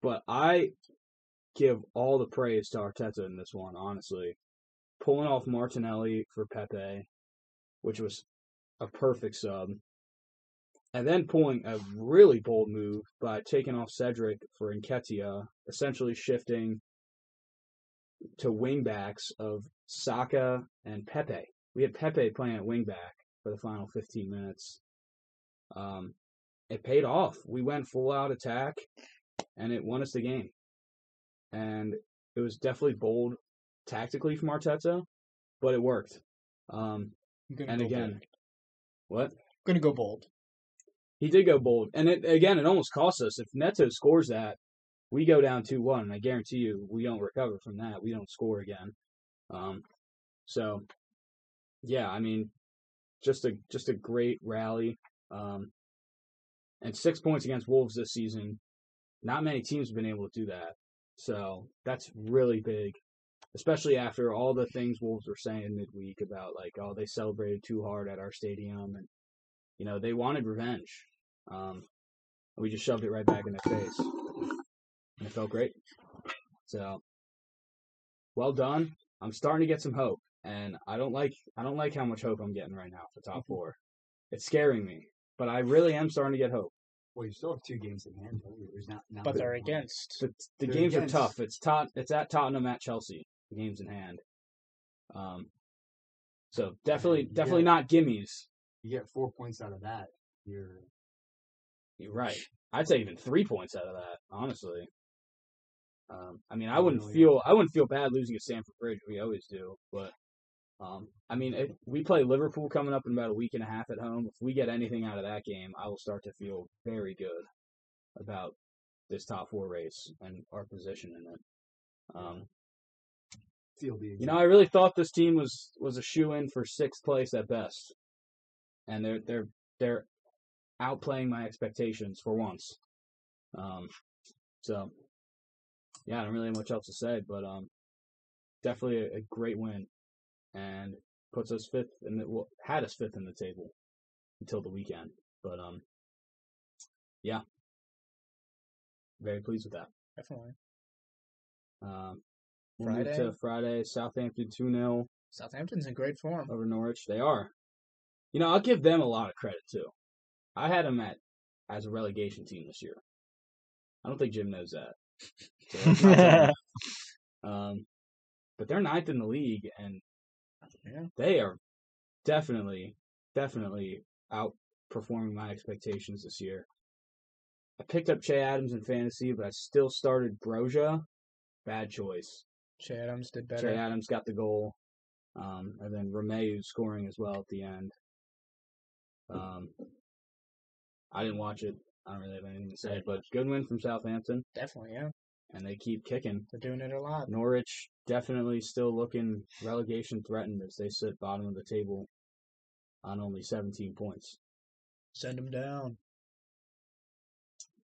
Speaker 4: but I give all the praise to Arteta in this one, honestly. Pulling off Martinelli for Pepe, which was a perfect sub. And then pulling a really bold move by taking off Cedric for Enketia, essentially shifting to wingbacks of Saka and Pepe. We had Pepe playing at wingback for the final 15 minutes. Um, it paid off. We went full out attack, and it won us the game. And it was definitely bold tactically from Arteta, but it worked. Um,
Speaker 2: I'm gonna
Speaker 4: and
Speaker 2: go
Speaker 4: again,
Speaker 2: bold.
Speaker 4: what?
Speaker 2: gonna go bold.
Speaker 4: He did go bold, and it again, it almost cost us. If Neto scores that, we go down two one. I guarantee you, we don't recover from that. We don't score again. Um, so, yeah, I mean, just a just a great rally, um, and six points against Wolves this season. Not many teams have been able to do that, so that's really big, especially after all the things Wolves were saying midweek about like, oh, they celebrated too hard at our stadium, and you know they wanted revenge. Um, and we just shoved it right back in their face. And it felt great. So well done. I'm starting to get some hope. And I don't like I don't like how much hope I'm getting right now for top four. It's scaring me. But I really am starting to get hope.
Speaker 1: Well, you still have two games in hand. Though. There's not, not
Speaker 2: But
Speaker 1: really
Speaker 2: they're
Speaker 1: one.
Speaker 2: against.
Speaker 4: The, the
Speaker 1: They're
Speaker 4: games
Speaker 1: against-
Speaker 4: are tough. It's tot it's at Tottenham at Chelsea. The games in hand. Um so definitely
Speaker 1: Yeah.
Speaker 4: definitely not gimmies.
Speaker 1: You get four points out of that. You're
Speaker 4: You're right. I'd say even three points out of that, honestly. Um, I mean, I
Speaker 1: Oh,
Speaker 4: wouldn't
Speaker 1: no, yeah.
Speaker 4: feel I wouldn't feel bad losing at Stamford Bridge. We always do, but um, I mean, if we play Liverpool coming up in about a week and a half at home. If we get anything out of that game, I will start to feel very good about this top four race and our position in it. Um,
Speaker 1: still the
Speaker 4: you know, I really thought this team was was a shoe in for sixth place at best, and they're they're they're outplaying my expectations for once. Um, so yeah, I don't really have much else to say, but um, definitely a, a great win, and puts us fifth in the well, had us fifth in the table until the weekend. But um, yeah, very pleased with that.
Speaker 2: Definitely.
Speaker 4: Um, we'll move
Speaker 2: Friday?
Speaker 4: to Friday, Southampton two 0
Speaker 2: Southampton's in great form.
Speaker 4: over Norwich. They are, you know, I'll give them a lot of credit too. I had them at as a relegation team this year. I don't think Jim knows that. So let's not tell
Speaker 3: (laughs)
Speaker 4: him that. um, but they're ninth in the league, and
Speaker 2: Yeah.
Speaker 4: they are definitely, definitely outperforming my expectations this year. I picked up Che Adams in fantasy, but I still started Broja. Bad choice.
Speaker 2: Che Adams did better.
Speaker 4: Che Adams got the goal, um, and then Romeu scoring as well at the end. Um, I didn't watch it. I don't really have anything to say, but good win from Southampton,
Speaker 2: Definitely, yeah.
Speaker 4: and they keep kicking.
Speaker 2: They're doing it a lot.
Speaker 4: Norwich definitely still looking relegation threatened as they sit bottom of the table on only 17 points.
Speaker 2: Send them down.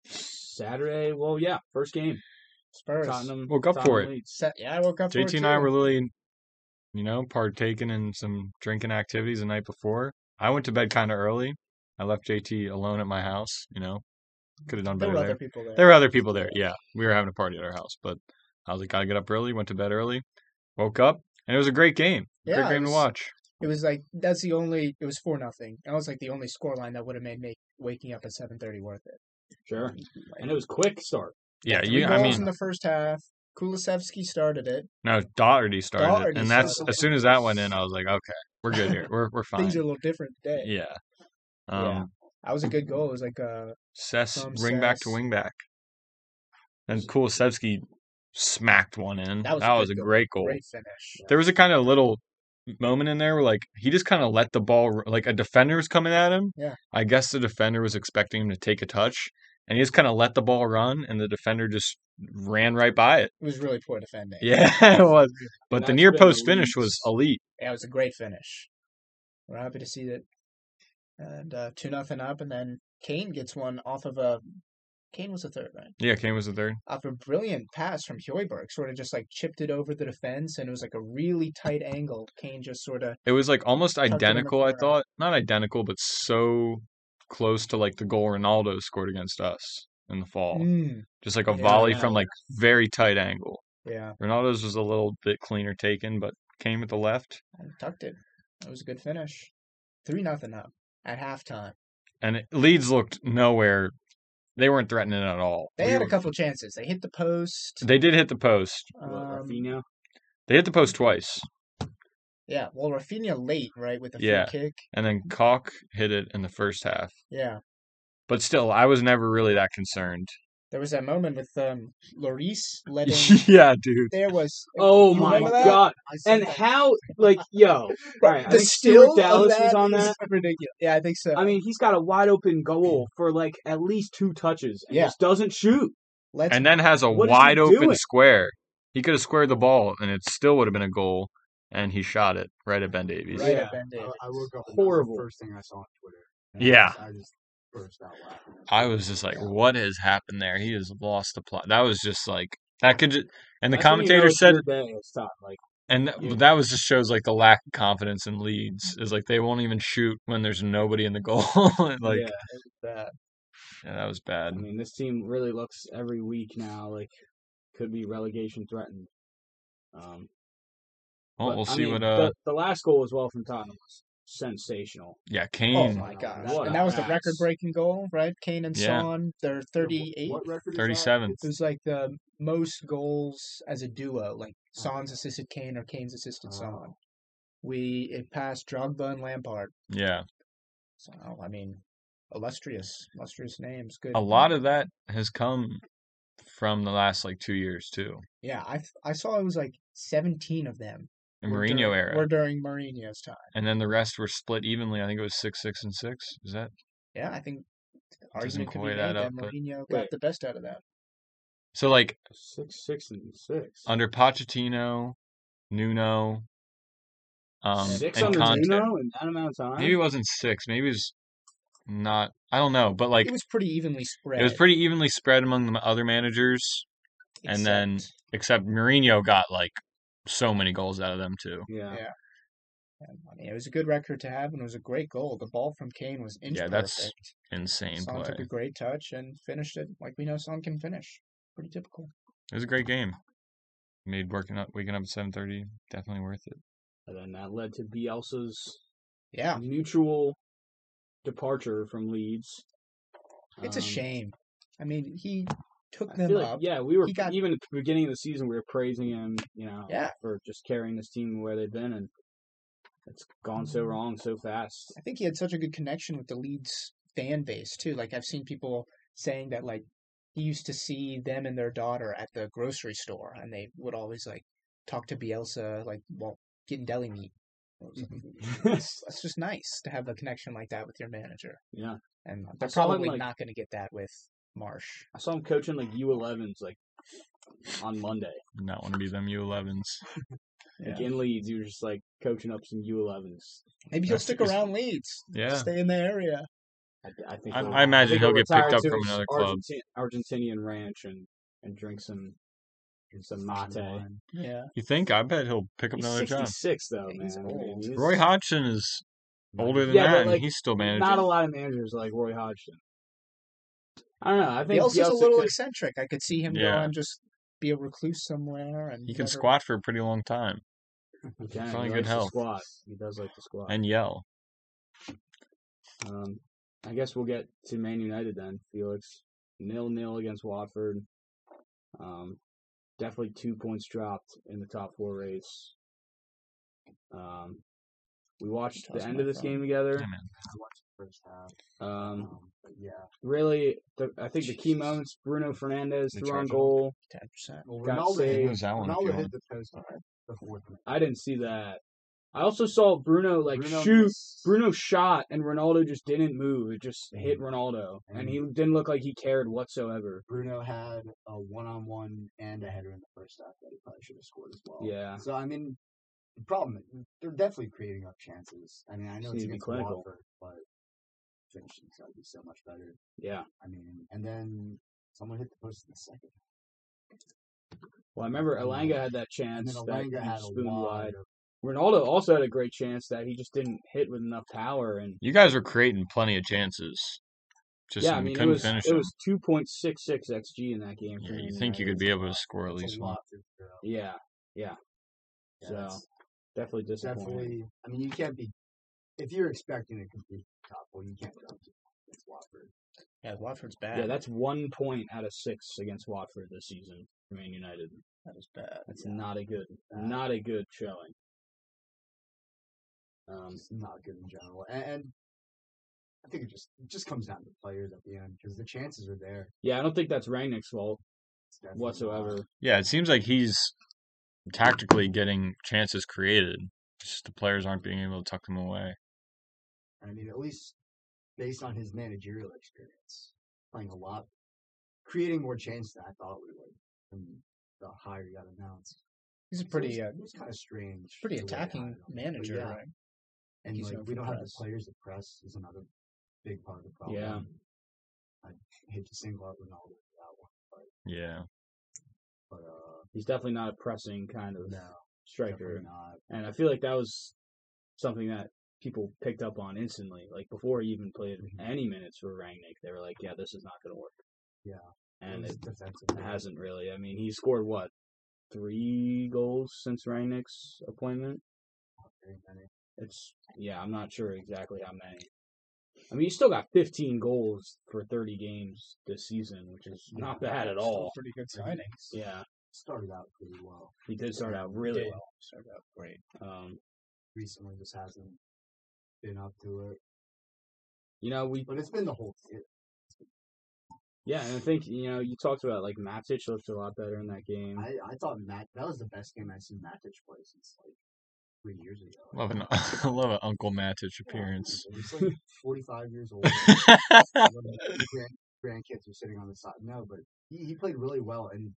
Speaker 4: Saturday, well, yeah, first game.
Speaker 2: Spurs.
Speaker 4: Tottenham
Speaker 3: Woke up for
Speaker 4: Tottenham
Speaker 3: it.
Speaker 4: leads.
Speaker 2: Set. Yeah, I woke up. for it
Speaker 3: JT and I
Speaker 2: too.
Speaker 3: were literally, you know, partaking in some drinking activities the night before. I went to bed kind of early. I left JT alone at my house. You know, could have done
Speaker 2: There
Speaker 3: better
Speaker 2: were
Speaker 3: there.
Speaker 2: other people there.
Speaker 3: There were other people there. Yeah, we were having a party at our house, but I was like, gotta get up early. Went to bed early. Woke up, and it was a great game.
Speaker 2: Yeah,
Speaker 3: great
Speaker 2: it
Speaker 3: game
Speaker 2: was-
Speaker 3: to watch.
Speaker 2: It was like that's the only. It was four nothing. That was like the only scoreline that would have made make, waking up at seven thirty worth it.
Speaker 4: Sure. And it was quick start.
Speaker 3: Yeah,
Speaker 2: Three
Speaker 3: you. I
Speaker 2: goals
Speaker 3: mean,
Speaker 2: in the first half. Kulisevsky started it.
Speaker 3: no, Doherty started, it,
Speaker 2: Doherty
Speaker 3: and that's
Speaker 2: started
Speaker 3: as soon as that went in, I was like, okay, we're good here. We're we're
Speaker 2: (laughs)
Speaker 3: fine.
Speaker 2: Things are a little different today.
Speaker 3: yeah. Um,
Speaker 4: Yeah.
Speaker 2: That was a good goal. It was like uh,
Speaker 3: Sess
Speaker 2: From
Speaker 3: wing back to
Speaker 2: Sess.
Speaker 3: wing back. And
Speaker 4: Was-
Speaker 3: Kulisevsky smacked one in.
Speaker 2: That
Speaker 3: That
Speaker 2: was
Speaker 3: was,
Speaker 2: a good
Speaker 3: a
Speaker 2: goal.
Speaker 3: great goal.
Speaker 2: great finish.
Speaker 3: There was a kind of little moment in there where like he just kind of let the ball like a defender was coming at him.
Speaker 2: Yeah.
Speaker 3: I guess the defender was expecting him to take a touch and he just kind of let the ball run, and the defender just ran right by it. (laughs)
Speaker 2: It was really poor defending. (laughs)
Speaker 3: Yeah, it (laughs) was. But the
Speaker 4: That's
Speaker 3: near
Speaker 4: been
Speaker 3: post
Speaker 4: the
Speaker 3: finish was
Speaker 4: least-
Speaker 3: elite.
Speaker 2: Yeah, it was a great finish. We're happy to see that. And uh, two nothing up, and then Kane gets one off of a. Kane was the third, right?
Speaker 3: Yeah, Kane was the third.
Speaker 2: Off a brilliant pass from Hoiberg, sort of just like chipped it over the defense, and it was like a really tight angle. Kane just sort of
Speaker 3: It was like almost
Speaker 2: in the
Speaker 3: identical, I
Speaker 2: corner.
Speaker 3: thought. Not identical, but so close to like the goal Ronaldo scored against us in the fall.
Speaker 2: Mm,
Speaker 3: Just like a
Speaker 2: Yeah,
Speaker 3: volley
Speaker 2: yeah,
Speaker 3: from
Speaker 2: yeah.
Speaker 3: like very tight angle.
Speaker 2: yeah,
Speaker 3: Ronaldo's was a little bit cleaner taken, but came with the left.
Speaker 2: and tucked it. It was a good finish. Three nothing up at halftime.
Speaker 3: And it, Leeds looked nowhere. They weren't threatening at all.
Speaker 2: They
Speaker 3: We
Speaker 2: had a
Speaker 3: were-
Speaker 2: couple chances. They hit the post.
Speaker 3: They did hit the post.
Speaker 4: What,
Speaker 2: Um,
Speaker 4: Rafinha?
Speaker 3: They hit the post twice,
Speaker 2: yeah, well, Rafinha late, right, with a free
Speaker 3: Yeah.
Speaker 2: kick.
Speaker 3: and then Cock hit it in the first half.
Speaker 2: Yeah,
Speaker 3: But still, I was never really that concerned.
Speaker 2: there was that moment with um, Lloris letting
Speaker 4: (laughs)
Speaker 3: (laughs) yeah, dude.
Speaker 2: there was.
Speaker 4: Oh
Speaker 2: you
Speaker 4: my
Speaker 2: remember that?
Speaker 4: god!
Speaker 1: I said
Speaker 4: And
Speaker 1: that.
Speaker 4: how, like, yo, all right, I
Speaker 2: (laughs) the
Speaker 4: think Stuart
Speaker 2: still
Speaker 4: Dallas was on
Speaker 2: is
Speaker 4: that.
Speaker 2: Ridiculous. Yeah, I think so.
Speaker 4: I mean, he's got a wide open
Speaker 2: (clears throat)
Speaker 4: goal for like at least two touches. And
Speaker 2: Yeah.
Speaker 4: just doesn't shoot.
Speaker 2: Let's
Speaker 3: And then has a
Speaker 4: what is he
Speaker 3: wide open
Speaker 4: doing?
Speaker 3: square. He could have squared the ball, and it still would have been a goal. And he shot it right at Ben Davies.
Speaker 2: right
Speaker 4: Yeah.
Speaker 2: up end
Speaker 1: I, I woke up. and that was
Speaker 4: Horrible.
Speaker 1: The first thing I saw on Twitter.
Speaker 3: Yeah.
Speaker 1: I just burst out laughing.
Speaker 3: I was just like, "What has happened there? He has lost the plot." That was just like that could. Just, and the
Speaker 4: That's when you know
Speaker 3: commentator
Speaker 4: it's
Speaker 3: said,
Speaker 4: your day, it's time, like,
Speaker 3: and th-
Speaker 4: Yeah.
Speaker 3: that was just shows like the lack of confidence in Leeds is like they won't even shoot when there's nobody in the goal. (laughs) And, like,
Speaker 4: yeah.
Speaker 3: yeah.
Speaker 2: that.
Speaker 3: that was bad.
Speaker 4: I mean, this team really looks every week now like could be relegation threatened. Um,
Speaker 3: Well,
Speaker 4: but,
Speaker 3: we'll
Speaker 4: I
Speaker 3: see
Speaker 4: mean,
Speaker 3: what. Uh,
Speaker 4: the, the last goal as well from Tottenham was sensational.
Speaker 3: yeah,
Speaker 2: Oh
Speaker 3: Kane.
Speaker 2: my god!
Speaker 4: What
Speaker 2: and
Speaker 4: a
Speaker 2: that was the
Speaker 4: pass.
Speaker 2: record-breaking goal, right? Kane and
Speaker 3: Yeah.
Speaker 2: Son, they're
Speaker 1: What-
Speaker 2: 38.
Speaker 1: What record? is that?
Speaker 3: 37.
Speaker 2: It was like the most goals as a duo, like Son's assisted Kane or Kane's assisted Son.
Speaker 1: Oh.
Speaker 2: We it passed Drogba and Lampard.
Speaker 3: Yeah,
Speaker 2: So I mean, illustrious, illustrious names. Good.
Speaker 3: a lot of that has come from the last like two years too.
Speaker 2: Yeah, I I saw it was like 17 of them.
Speaker 3: The
Speaker 2: were
Speaker 3: Mourinho
Speaker 2: during,
Speaker 3: era,
Speaker 2: Were during Mourinho's time.
Speaker 3: and then the rest were split evenly. I think it was six, six, and six. Is that
Speaker 2: Yeah, I think
Speaker 3: Doesn't
Speaker 2: argument could be
Speaker 3: quite
Speaker 2: made
Speaker 3: add
Speaker 2: that
Speaker 3: up, but-
Speaker 2: Mourinho got
Speaker 4: Wait.
Speaker 2: the best out of that.
Speaker 3: so? Like
Speaker 4: Six, six, and six.
Speaker 3: under Pochettino, Nuno, um,
Speaker 4: six
Speaker 3: and
Speaker 4: under
Speaker 3: Conte.
Speaker 4: Nuno in that amount of time.
Speaker 3: Maybe it wasn't six. Maybe it was not. I don't know. But like
Speaker 2: it was pretty evenly spread.
Speaker 3: it was pretty evenly spread among the other managers, and then-
Speaker 2: except-
Speaker 3: except Mourinho got like so many goals out of them too.
Speaker 4: yeah.
Speaker 2: Yeah. I mean, it was a good record to have, and it was a great goal. The ball from Kane was inch
Speaker 3: Yeah, that's
Speaker 2: perfect.
Speaker 3: Insane
Speaker 2: Son
Speaker 3: play.
Speaker 2: took a great touch and finished it like we know Son can finish. Pretty typical.
Speaker 3: It was a great game. Made working up, waking up at seven thirty, definitely worth it.
Speaker 4: And then that led to Bielsa's
Speaker 2: Yeah,
Speaker 4: mutual departure from Leeds.
Speaker 2: it's
Speaker 4: Um,
Speaker 2: a shame. I mean, he took
Speaker 4: I
Speaker 2: them
Speaker 4: feel like,
Speaker 2: up.
Speaker 4: yeah, we were
Speaker 2: He got-
Speaker 4: even at the beginning of the season we were praising him, you know,
Speaker 2: Yeah.
Speaker 4: for just carrying this team where they've been, and it's gone so
Speaker 2: Mm-hmm.
Speaker 4: wrong so fast.
Speaker 2: I think he had such a good connection with the Leeds fan base too. Like I've seen people saying that like he used to see them and their daughter at the grocery store, and they would always like talk to Bielsa like while getting deli meat. I was
Speaker 3: Mm-hmm.
Speaker 2: like, that's, that's just nice to have a connection like that with your manager,
Speaker 4: yeah,
Speaker 2: and they're
Speaker 4: saw him,
Speaker 2: probably
Speaker 4: like-
Speaker 2: not going to get that with Marsh.
Speaker 4: I saw him coaching like U11s like on Monday
Speaker 3: Did Not want to be them U elevens.
Speaker 4: like, in Leeds. He was just like coaching up some U11s.
Speaker 2: Maybe he'll
Speaker 3: That's-
Speaker 2: stick
Speaker 3: it's-
Speaker 2: around Leeds,
Speaker 3: Yeah,
Speaker 2: stay in the area.
Speaker 4: I, I think
Speaker 3: I-
Speaker 4: he'll-
Speaker 3: I imagine
Speaker 4: think
Speaker 3: he'll get picked
Speaker 4: retire
Speaker 3: up
Speaker 4: to
Speaker 3: from
Speaker 4: his
Speaker 3: another club.
Speaker 4: Argenti- Argentinian ranch and and drink some some mate.
Speaker 2: Yeah,
Speaker 3: you think? I bet he'll pick up
Speaker 4: He's
Speaker 3: another job.
Speaker 4: 66 though, man.
Speaker 2: He's
Speaker 4: I mean,
Speaker 2: old.
Speaker 4: he's-
Speaker 3: Roy Hodgson is older than
Speaker 4: Yeah, but,
Speaker 3: that,
Speaker 4: like,
Speaker 3: and he's still managing.
Speaker 4: Not a lot of managers like Roy Hodgson. I don't know. I think
Speaker 2: Bielsa's
Speaker 4: Bielsa
Speaker 2: a little
Speaker 4: could-
Speaker 2: eccentric. I could see him go
Speaker 3: Yeah.
Speaker 2: and just be a recluse somewhere, and
Speaker 3: He can
Speaker 2: never-
Speaker 3: squat for a pretty long time
Speaker 4: he can. he
Speaker 3: Probably good
Speaker 4: likes to
Speaker 3: health.
Speaker 4: Squat. He does like to squat.
Speaker 3: and yell.
Speaker 4: um, I guess we'll get to Man United then. Felix nil nil against Watford. Um, definitely two points dropped in the top four race. Um, we watched the
Speaker 2: Toss
Speaker 4: end
Speaker 2: my
Speaker 4: of this
Speaker 2: phone.
Speaker 4: game together.
Speaker 3: Damn it.
Speaker 1: I watched the first half.
Speaker 4: Um,
Speaker 1: Um, but yeah.
Speaker 4: really, the, I think the key
Speaker 2: Jesus.
Speaker 4: moments: Bruno Fernandez
Speaker 3: They
Speaker 4: threw on
Speaker 3: charge him?
Speaker 4: goal.
Speaker 2: 10%.
Speaker 1: Well,
Speaker 4: Got
Speaker 1: Ronaldo,
Speaker 4: saved.
Speaker 3: Who's that one? if you
Speaker 1: Ronaldo
Speaker 3: want?
Speaker 1: hit the post the fourth minute.
Speaker 4: I didn't see that. I also saw Bruno like
Speaker 1: Bruno
Speaker 4: shoot.
Speaker 1: missed-
Speaker 4: Bruno shot and Ronaldo just didn't move. It just hit Ronaldo, and he didn't look like he cared whatsoever.
Speaker 1: Bruno had a one-on-one and a header in the first half that he probably should have scored as well.
Speaker 4: Yeah.
Speaker 1: So I mean, the problem they're definitely creating up chances. I mean, I know
Speaker 4: Just need
Speaker 1: it's
Speaker 4: to be
Speaker 1: against
Speaker 4: clinical.
Speaker 1: Watford, but finishing's got to be so much better.
Speaker 4: Yeah.
Speaker 1: I mean, and then someone hit the post in the second,
Speaker 4: Well, I remember
Speaker 1: And then-
Speaker 4: Elanga had that
Speaker 1: and
Speaker 4: chance
Speaker 1: then
Speaker 4: that
Speaker 1: Alanga
Speaker 4: he
Speaker 1: had a
Speaker 4: spooned wide.
Speaker 1: wide. of-
Speaker 4: Ronaldo also had a great chance that he just didn't hit with enough power, and
Speaker 3: You guys were creating plenty of chances. Just
Speaker 4: yeah, I
Speaker 3: you
Speaker 4: mean it
Speaker 3: couldn't
Speaker 4: was
Speaker 3: finish
Speaker 4: it
Speaker 3: them.
Speaker 4: was two point six six xg in that game. for
Speaker 3: Yeah, you
Speaker 4: Man
Speaker 3: think you
Speaker 4: United.
Speaker 3: could be able to score at
Speaker 1: It's
Speaker 3: least
Speaker 1: a
Speaker 3: one.
Speaker 1: lot to throw.
Speaker 4: Yeah,
Speaker 1: Yeah,
Speaker 4: So,
Speaker 1: that's
Speaker 4: definitely disappointing.
Speaker 1: definitely. I mean, you can't be if you're expecting a complete top four, you can't go against Watford.
Speaker 2: Yeah, Watford's bad.
Speaker 4: Yeah, that's one point out of six against Watford this season for Man United.
Speaker 2: that is bad.
Speaker 4: That's
Speaker 1: Yeah.
Speaker 4: not a good,
Speaker 1: Uh,
Speaker 4: not a good showing. Um,
Speaker 1: It's not good in general, and, and I think it just it just comes down to players at the end because the chances are there.
Speaker 4: yeah, I don't think that's Rangnick's fault
Speaker 1: It's definitely
Speaker 4: whatsoever.
Speaker 1: not.
Speaker 3: Yeah, it seems like he's tactically getting chances created. It's Just the players aren't being able to tuck them away.
Speaker 1: I mean, at least based on his managerial experience, playing a lot, creating more chances than I thought we would. And the higher he got announced,
Speaker 2: He's a
Speaker 1: So it
Speaker 2: pretty
Speaker 1: was-
Speaker 2: uh,
Speaker 1: it was kind of strange.
Speaker 2: pretty
Speaker 1: the way they
Speaker 2: attacking
Speaker 1: hired him. But
Speaker 2: manager,
Speaker 1: yeah,
Speaker 2: right?
Speaker 1: and
Speaker 2: He's
Speaker 1: like
Speaker 2: known
Speaker 1: we
Speaker 2: for
Speaker 1: don't have the
Speaker 2: press.
Speaker 1: players to press is another big part of the problem.
Speaker 4: Yeah.
Speaker 1: I hate to single out Ronaldo for that one,
Speaker 3: Yeah.
Speaker 1: but uh,
Speaker 4: He's definitely not a pressing kind of
Speaker 1: no,
Speaker 4: striker,
Speaker 1: definitely not.
Speaker 4: and I feel like that was something that people picked up on instantly. Like before he even played
Speaker 1: Mhm.
Speaker 4: any minutes for Rangnick, they were like, "Yeah, this is not going to work,"
Speaker 1: Yeah,
Speaker 4: and
Speaker 1: It
Speaker 4: it
Speaker 1: was defensive.
Speaker 4: hasn't really. I mean, he scored what three goals since Rangnick's appointment.
Speaker 1: not very many.
Speaker 4: It's yeah, I'm not sure exactly how many. I mean, you still got 15 goals for 30 games this season, which is not bad at all.
Speaker 2: Still pretty good signings.
Speaker 4: Yeah,
Speaker 1: Started out pretty well.
Speaker 4: he did start out really
Speaker 2: Did.
Speaker 4: well.
Speaker 2: Started out great.
Speaker 4: Um,
Speaker 1: Recently, just hasn't been up to it.
Speaker 4: you know, we
Speaker 1: But it's been the whole. It,
Speaker 4: yeah, and I think you know you talked about like Matic looked a lot better in that game.
Speaker 1: I I thought Matt that was the best game I've seen Matic play since like three years ago.
Speaker 3: Love an (laughs) I love an Uncle
Speaker 4: (laughs)
Speaker 3: Matic appearance.
Speaker 1: He's like 45 years old.
Speaker 3: (laughs)
Speaker 1: His grand, grandkids are sitting on the side. No, but he, he played really well, and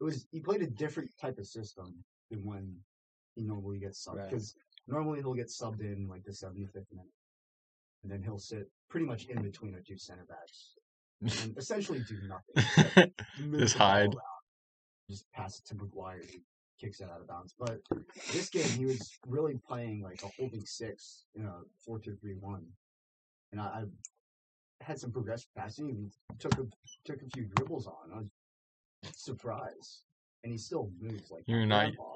Speaker 1: it was he played a different type of system than when he normally gets subbed.
Speaker 4: Right.
Speaker 1: Because normally he'll get subbed in like the 75th minute, and then he'll sit pretty much in between our two center backs and essentially do nothing. move
Speaker 3: Just
Speaker 1: the ball
Speaker 3: hide.
Speaker 1: around, Just pass it to McGuire. He kicks it out of bounds. But
Speaker 3: (laughs)
Speaker 1: this game, he was really playing like a holding six in a 4 2 3 1. And I, I had some progressive passing and took a, took a few dribbles on. I was surprised. And he still moves like
Speaker 3: You're
Speaker 1: a
Speaker 3: not
Speaker 1: grandpa,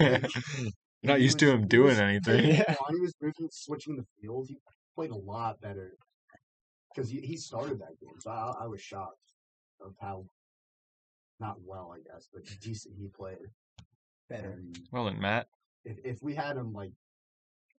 Speaker 3: You're (laughs)
Speaker 1: like, like,
Speaker 3: not (laughs)
Speaker 1: he
Speaker 3: used to
Speaker 1: was-
Speaker 3: him
Speaker 1: he
Speaker 3: doing (laughs)
Speaker 1: was-
Speaker 3: anything.
Speaker 1: Yeah. He was moving, switching the field. He played a lot better because he, he started that game. So I, I was shocked of how not well, I guess, but decent he played.
Speaker 2: Better.
Speaker 1: And
Speaker 3: Well then Matt.
Speaker 1: if, if we had him like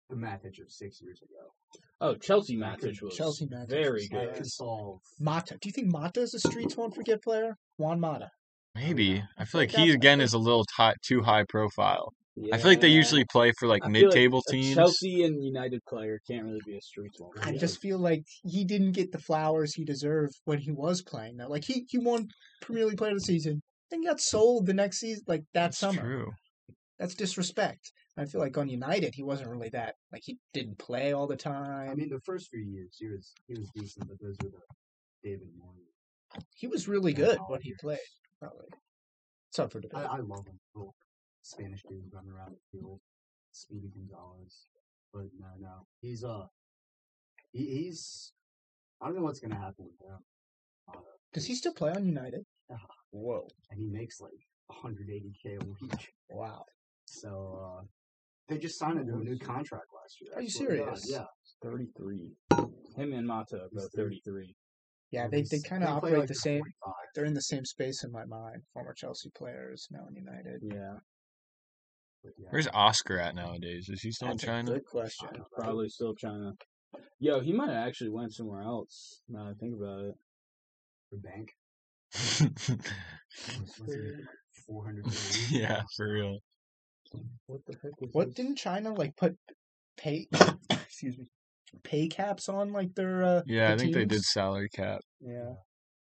Speaker 1: the Matic of six years ago,
Speaker 4: Oh, Chelsea
Speaker 1: I could-
Speaker 4: Matic was
Speaker 2: Chelsea Matic
Speaker 4: very
Speaker 2: was-
Speaker 1: that
Speaker 4: good.
Speaker 2: Yeah.
Speaker 1: could solve.
Speaker 2: Mata. Do you think Mata is a streets won't forget player? Juan Mata.
Speaker 3: Maybe. I feel
Speaker 2: like
Speaker 3: like he
Speaker 2: that's- I
Speaker 3: again
Speaker 2: feel
Speaker 3: is a little ti too high profile. I feel like they
Speaker 4: Yeah.
Speaker 3: usually play for like
Speaker 4: I feel
Speaker 3: mid table
Speaker 4: a
Speaker 3: teams.
Speaker 4: Chelsea and United player can't really be a street one.
Speaker 2: I just feel like he didn't get the flowers he deserved when he was playing. Though, like he he won Premier League Player of the Season, then got sold the next season, like that
Speaker 3: It's
Speaker 2: summer.
Speaker 3: true.
Speaker 2: That's disrespect. I feel like on United, he wasn't really that. Like he didn't play all the time.
Speaker 1: I mean, the first few years he was he was decent, but those were the David Moyes.
Speaker 2: he was really
Speaker 1: Yeah,
Speaker 2: good
Speaker 1: all
Speaker 2: when he
Speaker 1: years.
Speaker 2: played. Probably. It's up for debate.
Speaker 1: I, I love him. Little Spanish dude running around the field, Speedy Gonzalez. But no, no, he's uh, he, he's. I don't know what's gonna happen with him. Uh,
Speaker 2: Does he still play on United?
Speaker 1: Uh-huh.
Speaker 2: Whoa!
Speaker 1: and he makes like 180k a week.
Speaker 2: Wow!
Speaker 1: So uh, they just signed him to a new contract last year.
Speaker 2: Are you
Speaker 1: I swear to God,
Speaker 2: serious?
Speaker 1: Yeah.
Speaker 4: Thirty-three. Him and Mata are both
Speaker 1: He's
Speaker 4: thirty-three.
Speaker 2: Yeah,
Speaker 1: And
Speaker 2: they,
Speaker 1: he's-
Speaker 2: they kind of
Speaker 1: play,
Speaker 2: operate
Speaker 1: like,
Speaker 2: the
Speaker 1: to
Speaker 2: same.
Speaker 1: 45.
Speaker 2: They're in the same space in my mind. Former Chelsea players, now in United.
Speaker 4: Yeah,
Speaker 1: But yeah,
Speaker 3: Where's Oscar at nowadays? Is he still
Speaker 2: That's
Speaker 3: in China?
Speaker 2: a good question.
Speaker 1: I don't know.
Speaker 4: probably still China. Yo, he might have actually went somewhere else. Now that I think about it.
Speaker 1: The bank.
Speaker 3: yeah, (laughs)
Speaker 1: Four hundred.
Speaker 3: for real.
Speaker 4: What the heck was
Speaker 2: What
Speaker 4: this?
Speaker 2: didn't China like put pay? excuse me, pay caps on like their. Uh,
Speaker 3: Yeah,
Speaker 2: the
Speaker 3: I think they did
Speaker 2: teams?
Speaker 3: salary cap.
Speaker 2: Yeah.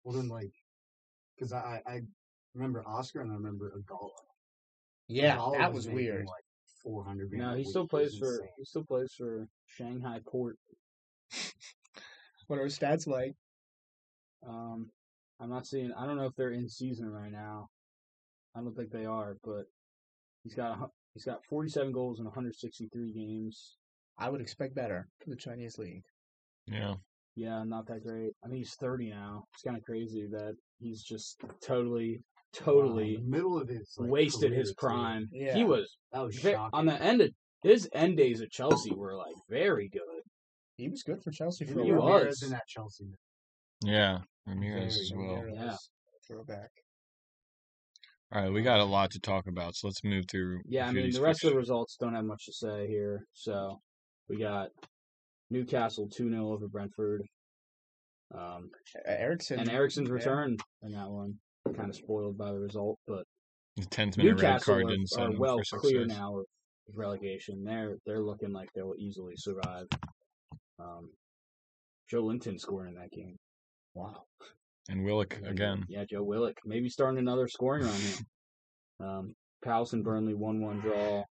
Speaker 1: Well, then, like, because I, I I remember Oscar and I remember Agala.
Speaker 2: Yeah,
Speaker 1: Agala
Speaker 2: that was
Speaker 1: making,
Speaker 2: weird.
Speaker 1: Like four hundred.
Speaker 4: No, he still plays for he still plays for Shanghai Port.
Speaker 2: What are his stats like?
Speaker 4: Um, I'm not seeing. I don't know if they're in season right now. I don't think they are, but he's got a, hu- he's got 47 goals in 163 games.
Speaker 2: I would expect better for the Chinese league.
Speaker 3: Yeah.
Speaker 4: Yeah, not that great. I think he's 30 now. It's kind of crazy that he's just totally, totally
Speaker 1: middle of his like,
Speaker 4: wasted
Speaker 1: career,
Speaker 4: his
Speaker 1: too.
Speaker 4: prime.
Speaker 2: Yeah.
Speaker 4: He was
Speaker 1: That was
Speaker 4: ve-
Speaker 1: shocking.
Speaker 4: on the end of his end days at Chelsea were like very good.
Speaker 2: He was good for Chelsea for
Speaker 1: Maybe
Speaker 2: a
Speaker 4: He
Speaker 2: while.
Speaker 1: Ramirez
Speaker 4: was.
Speaker 1: in that Chelsea.
Speaker 3: Yeah. Ramirez as
Speaker 1: Very
Speaker 3: well.
Speaker 2: Ramirez,
Speaker 4: Yeah.
Speaker 2: Throwback.
Speaker 3: All right, we got a lot to talk about, so let's move through.
Speaker 4: Yeah,
Speaker 3: a
Speaker 4: I
Speaker 3: few
Speaker 4: mean
Speaker 3: these
Speaker 4: the rest of the
Speaker 3: fixtures.
Speaker 4: results don't have much to say here. So we got Newcastle 2-0 over Brentford. Um,
Speaker 2: Uh, Erickson.
Speaker 4: and Ericsson's
Speaker 2: yeah.
Speaker 4: return in that one kind of spoiled by the result, but
Speaker 3: the tenth minute red
Speaker 4: Newcastle
Speaker 3: card
Speaker 4: are,
Speaker 3: didn't set
Speaker 4: are
Speaker 3: him
Speaker 4: well
Speaker 3: for success.
Speaker 4: clear now of relegation. They're they're looking like they will easily survive. Um, Joe Linton scoring in that game. Wow.
Speaker 3: And Willick again.
Speaker 4: Yeah, Joe Willick maybe starting another scoring run here. Um, Palace and Burnley one-one draw.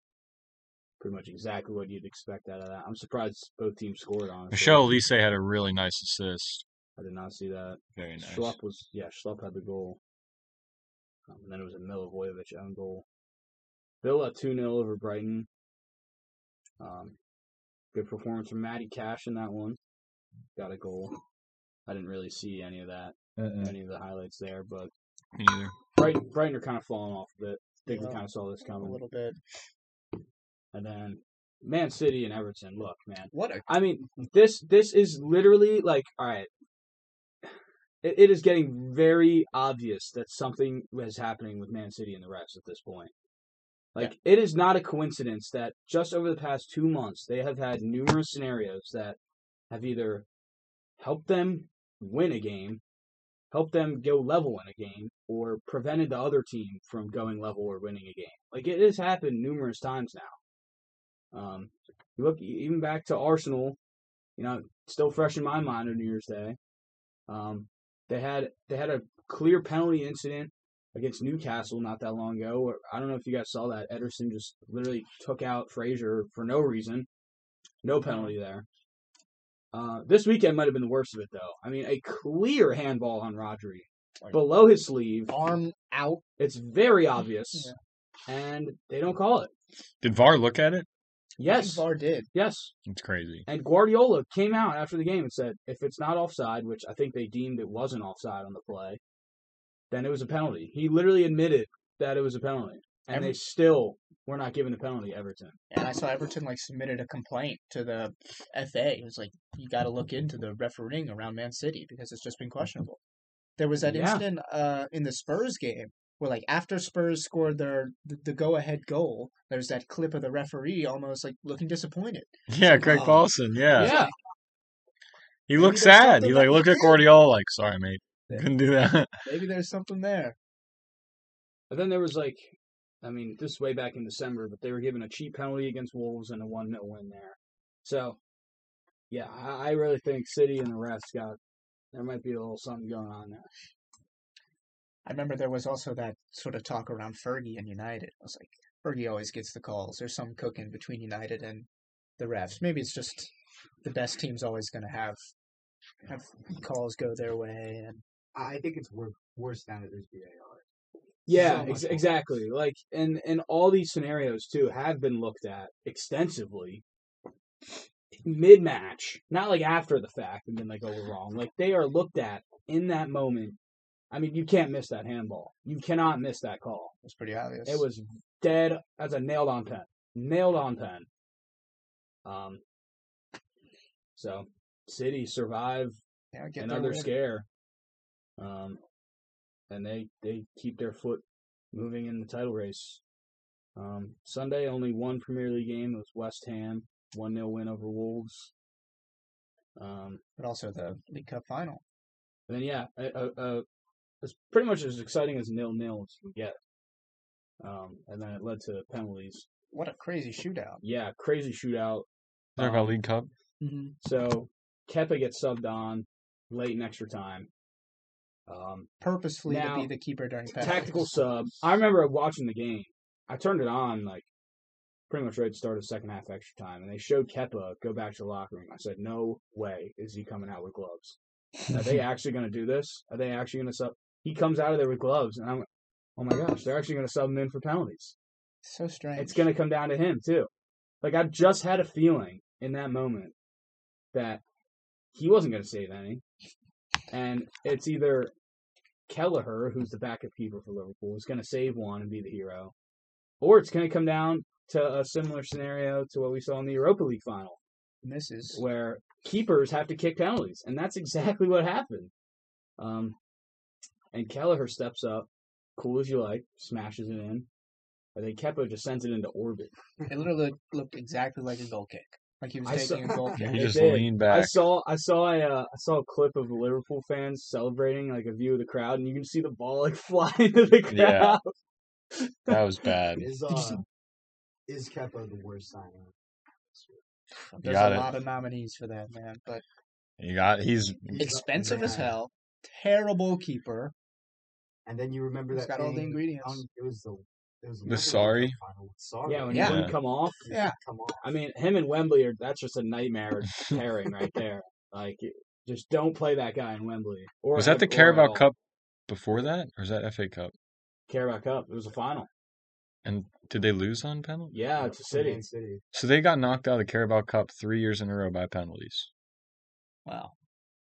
Speaker 4: Pretty much exactly what you'd expect out of that. I'm surprised both teams scored. Honestly,
Speaker 3: Michelle Elise had a really nice assist.
Speaker 4: I did not see that.
Speaker 3: Very nice.
Speaker 4: Schlupp was yeah, Schlupp had the goal. Um, and then it was a Milivojevic own goal. Villa two 0 over Brighton. Um, good performance from Matty Cash in that one. Got a goal. I didn't really see any of that,
Speaker 3: Mm.
Speaker 4: any of the highlights there, but
Speaker 3: Me neither.
Speaker 4: Brighton, Brighton are kind of falling off a bit. I think we
Speaker 2: Yeah.
Speaker 4: kind of saw this
Speaker 2: A
Speaker 4: coming.
Speaker 2: little bit.
Speaker 4: And then Man City and Everton. Look, man.
Speaker 2: What a
Speaker 4: I mean, this this is literally like all right. It, it is getting very obvious that something is happening with Man City and the refs at this point. Like it is not a coincidence that just over the past two months they have had numerous scenarios that have either helped them win a game, helped them go level in a game, or prevented the other team from going level or winning a game. Like it has happened numerous times now. Um, you look even back to Arsenal, you know, still fresh in my mind on New Year's Day. Um, they had they had a clear penalty incident against Newcastle not that long ago. Where, I don't know if you guys saw that. Ederson just literally took out Frazier for no reason, no penalty there. Uh, this weekend might have been the worst of it though. I mean, a clear handball on Rodri
Speaker 2: Right.
Speaker 4: below his sleeve.
Speaker 2: arm out.
Speaker 4: It's very obvious, and they don't call it.
Speaker 3: Did VAR look at it?
Speaker 4: Yes,
Speaker 2: VAR did.
Speaker 4: yes.
Speaker 3: It's crazy.
Speaker 4: And Guardiola came out after the game and said, if it's not offside, which I think they deemed it wasn't offside on the play, then it was a penalty. He literally admitted that it was a penalty. And they
Speaker 2: Every-
Speaker 4: still were not given a penalty, Everton.
Speaker 2: And I saw Everton like submitted a complaint to the FA. It was like you got to look into the refereeing around Man City because it's just been questionable. There was that
Speaker 4: Yeah.
Speaker 2: incident uh, in the Spurs game where like after Spurs scored their the, the go ahead goal, there's that clip of the referee almost like looking disappointed.
Speaker 3: Yeah, Craig
Speaker 2: Wow.
Speaker 3: Paulson. Yeah.
Speaker 4: Yeah.
Speaker 3: He looked
Speaker 2: there's
Speaker 3: sad.
Speaker 2: something
Speaker 3: He like
Speaker 2: that
Speaker 3: looked
Speaker 2: he
Speaker 3: at
Speaker 2: did.
Speaker 3: Guardiola like, sorry mate.
Speaker 2: Yeah.
Speaker 3: Couldn't do that.
Speaker 2: Maybe there's something there.
Speaker 4: And then there was like, I mean, this is way back in December, but they were given a cheap penalty against Wolves and a 1 0 win there. So, yeah, I, I really think City and the refs got, there might be a little something going on there.
Speaker 2: I remember there was also that sort of talk around Fergie and United. I was like, Fergie always gets the calls. There's some cooking between United and the refs. Maybe it's just the best team's always going to have have calls go their way. And
Speaker 1: I I think it's wor- worse now that there's VAR.
Speaker 4: Yeah,
Speaker 1: So much
Speaker 4: ex-
Speaker 1: more.
Speaker 4: exactly. Like, and and all these scenarios too have been looked at extensively mid match, not like after the fact and then like, oh, we're wrong. Like they are looked at in that moment. I mean, you can't miss that handball. You cannot miss that call.
Speaker 2: it's pretty obvious.
Speaker 4: It was dead as a nailed on pen, nailed on pen. Um, so City survive
Speaker 2: yeah, get their
Speaker 4: another
Speaker 2: win.
Speaker 4: scare, um, and they they keep their foot moving in the title race. Um, Sunday, only one Premier League game. It was West Ham, 1 0 win over Wolves. Um,
Speaker 2: but also the League Cup final.
Speaker 4: and then, yeah, uh, uh, uh, it's pretty much as exciting as nil nil as you can get. Um, and then it led to penalties.
Speaker 2: What a crazy shootout.
Speaker 4: Yeah, crazy shootout. Um,
Speaker 3: Talk about League Cup.
Speaker 2: Mm-hmm.
Speaker 4: So Kepa gets subbed on late in extra time. Um,
Speaker 2: Purposefully
Speaker 4: Now,
Speaker 2: to be the keeper during (laughs) penalties.
Speaker 4: tactical sub. I remember watching the game. I turned it on like pretty much right at the start of second half extra time, and they showed Keppa go back to the locker room. I said, "No way is he coming out with gloves. Are they actually going to do this? Are they actually going to sub?" He comes out of there with gloves, and I'm, oh my gosh, they're actually going to sub him in for penalties.
Speaker 2: So strange.
Speaker 4: It's going to come down to him too. Like I just had a feeling in that moment that he wasn't going to save any, and it's either Kelleher, who's the backup keeper for Liverpool, is going to save one and be the hero, or it's going to come down to a similar scenario to what we saw in the Europa League final, (laughs)
Speaker 2: misses.
Speaker 4: where keepers have to kick penalties, and that's (laughs) exactly what happened. Um, and Kelleher steps up, cool as you like, smashes it in. And then Keppo just sends it into orbit.
Speaker 2: It literally looked, looked exactly like a goal kick. Like he was
Speaker 4: I saw-
Speaker 2: taking a goal
Speaker 3: Yeah,
Speaker 4: (laughs)
Speaker 2: kick.
Speaker 3: he
Speaker 4: They
Speaker 3: just
Speaker 4: did.
Speaker 3: leaned
Speaker 4: I
Speaker 3: back.
Speaker 4: saw I saw a uh, I saw a clip of the Liverpool fans celebrating like a view of the crowd, and you can see the ball like (laughs) fly into the crowd.
Speaker 3: Yeah. (laughs) That was
Speaker 1: (laughs)
Speaker 3: bad.
Speaker 1: Is
Speaker 2: Did you
Speaker 1: uh
Speaker 2: see-
Speaker 1: is Kepa the worst signing?
Speaker 2: There's
Speaker 3: got
Speaker 2: a
Speaker 3: it.
Speaker 2: lot of nominees for that, man. But
Speaker 3: You got he's
Speaker 1: He's
Speaker 2: expensive
Speaker 1: up
Speaker 2: as
Speaker 1: there.
Speaker 2: hell. Terrible keeper.
Speaker 1: And then you remember
Speaker 2: He's
Speaker 1: that
Speaker 2: got all the
Speaker 1: thing
Speaker 2: ingredients.
Speaker 1: on- it was the it was
Speaker 3: The
Speaker 1: Liverpool
Speaker 3: sorry?
Speaker 1: final with sorry.
Speaker 4: Yeah, when
Speaker 2: Yeah.
Speaker 4: he wouldn't come off.
Speaker 1: It
Speaker 2: Yeah.
Speaker 1: come off.
Speaker 4: I mean, him and Wembley are that's just a nightmare pairing right there. Like, just don't play that guy in Wembley. Or
Speaker 3: was that the
Speaker 4: or at
Speaker 3: Carabao
Speaker 4: all.
Speaker 3: Cup before that, or is that FA Cup?
Speaker 4: Carabao Cup. It was a final.
Speaker 3: And did they lose on penalty?
Speaker 4: Yeah, it's a city.
Speaker 1: Man City.
Speaker 3: So they got knocked out of the Carabao Cup three years in a row by penalties.
Speaker 2: Wow.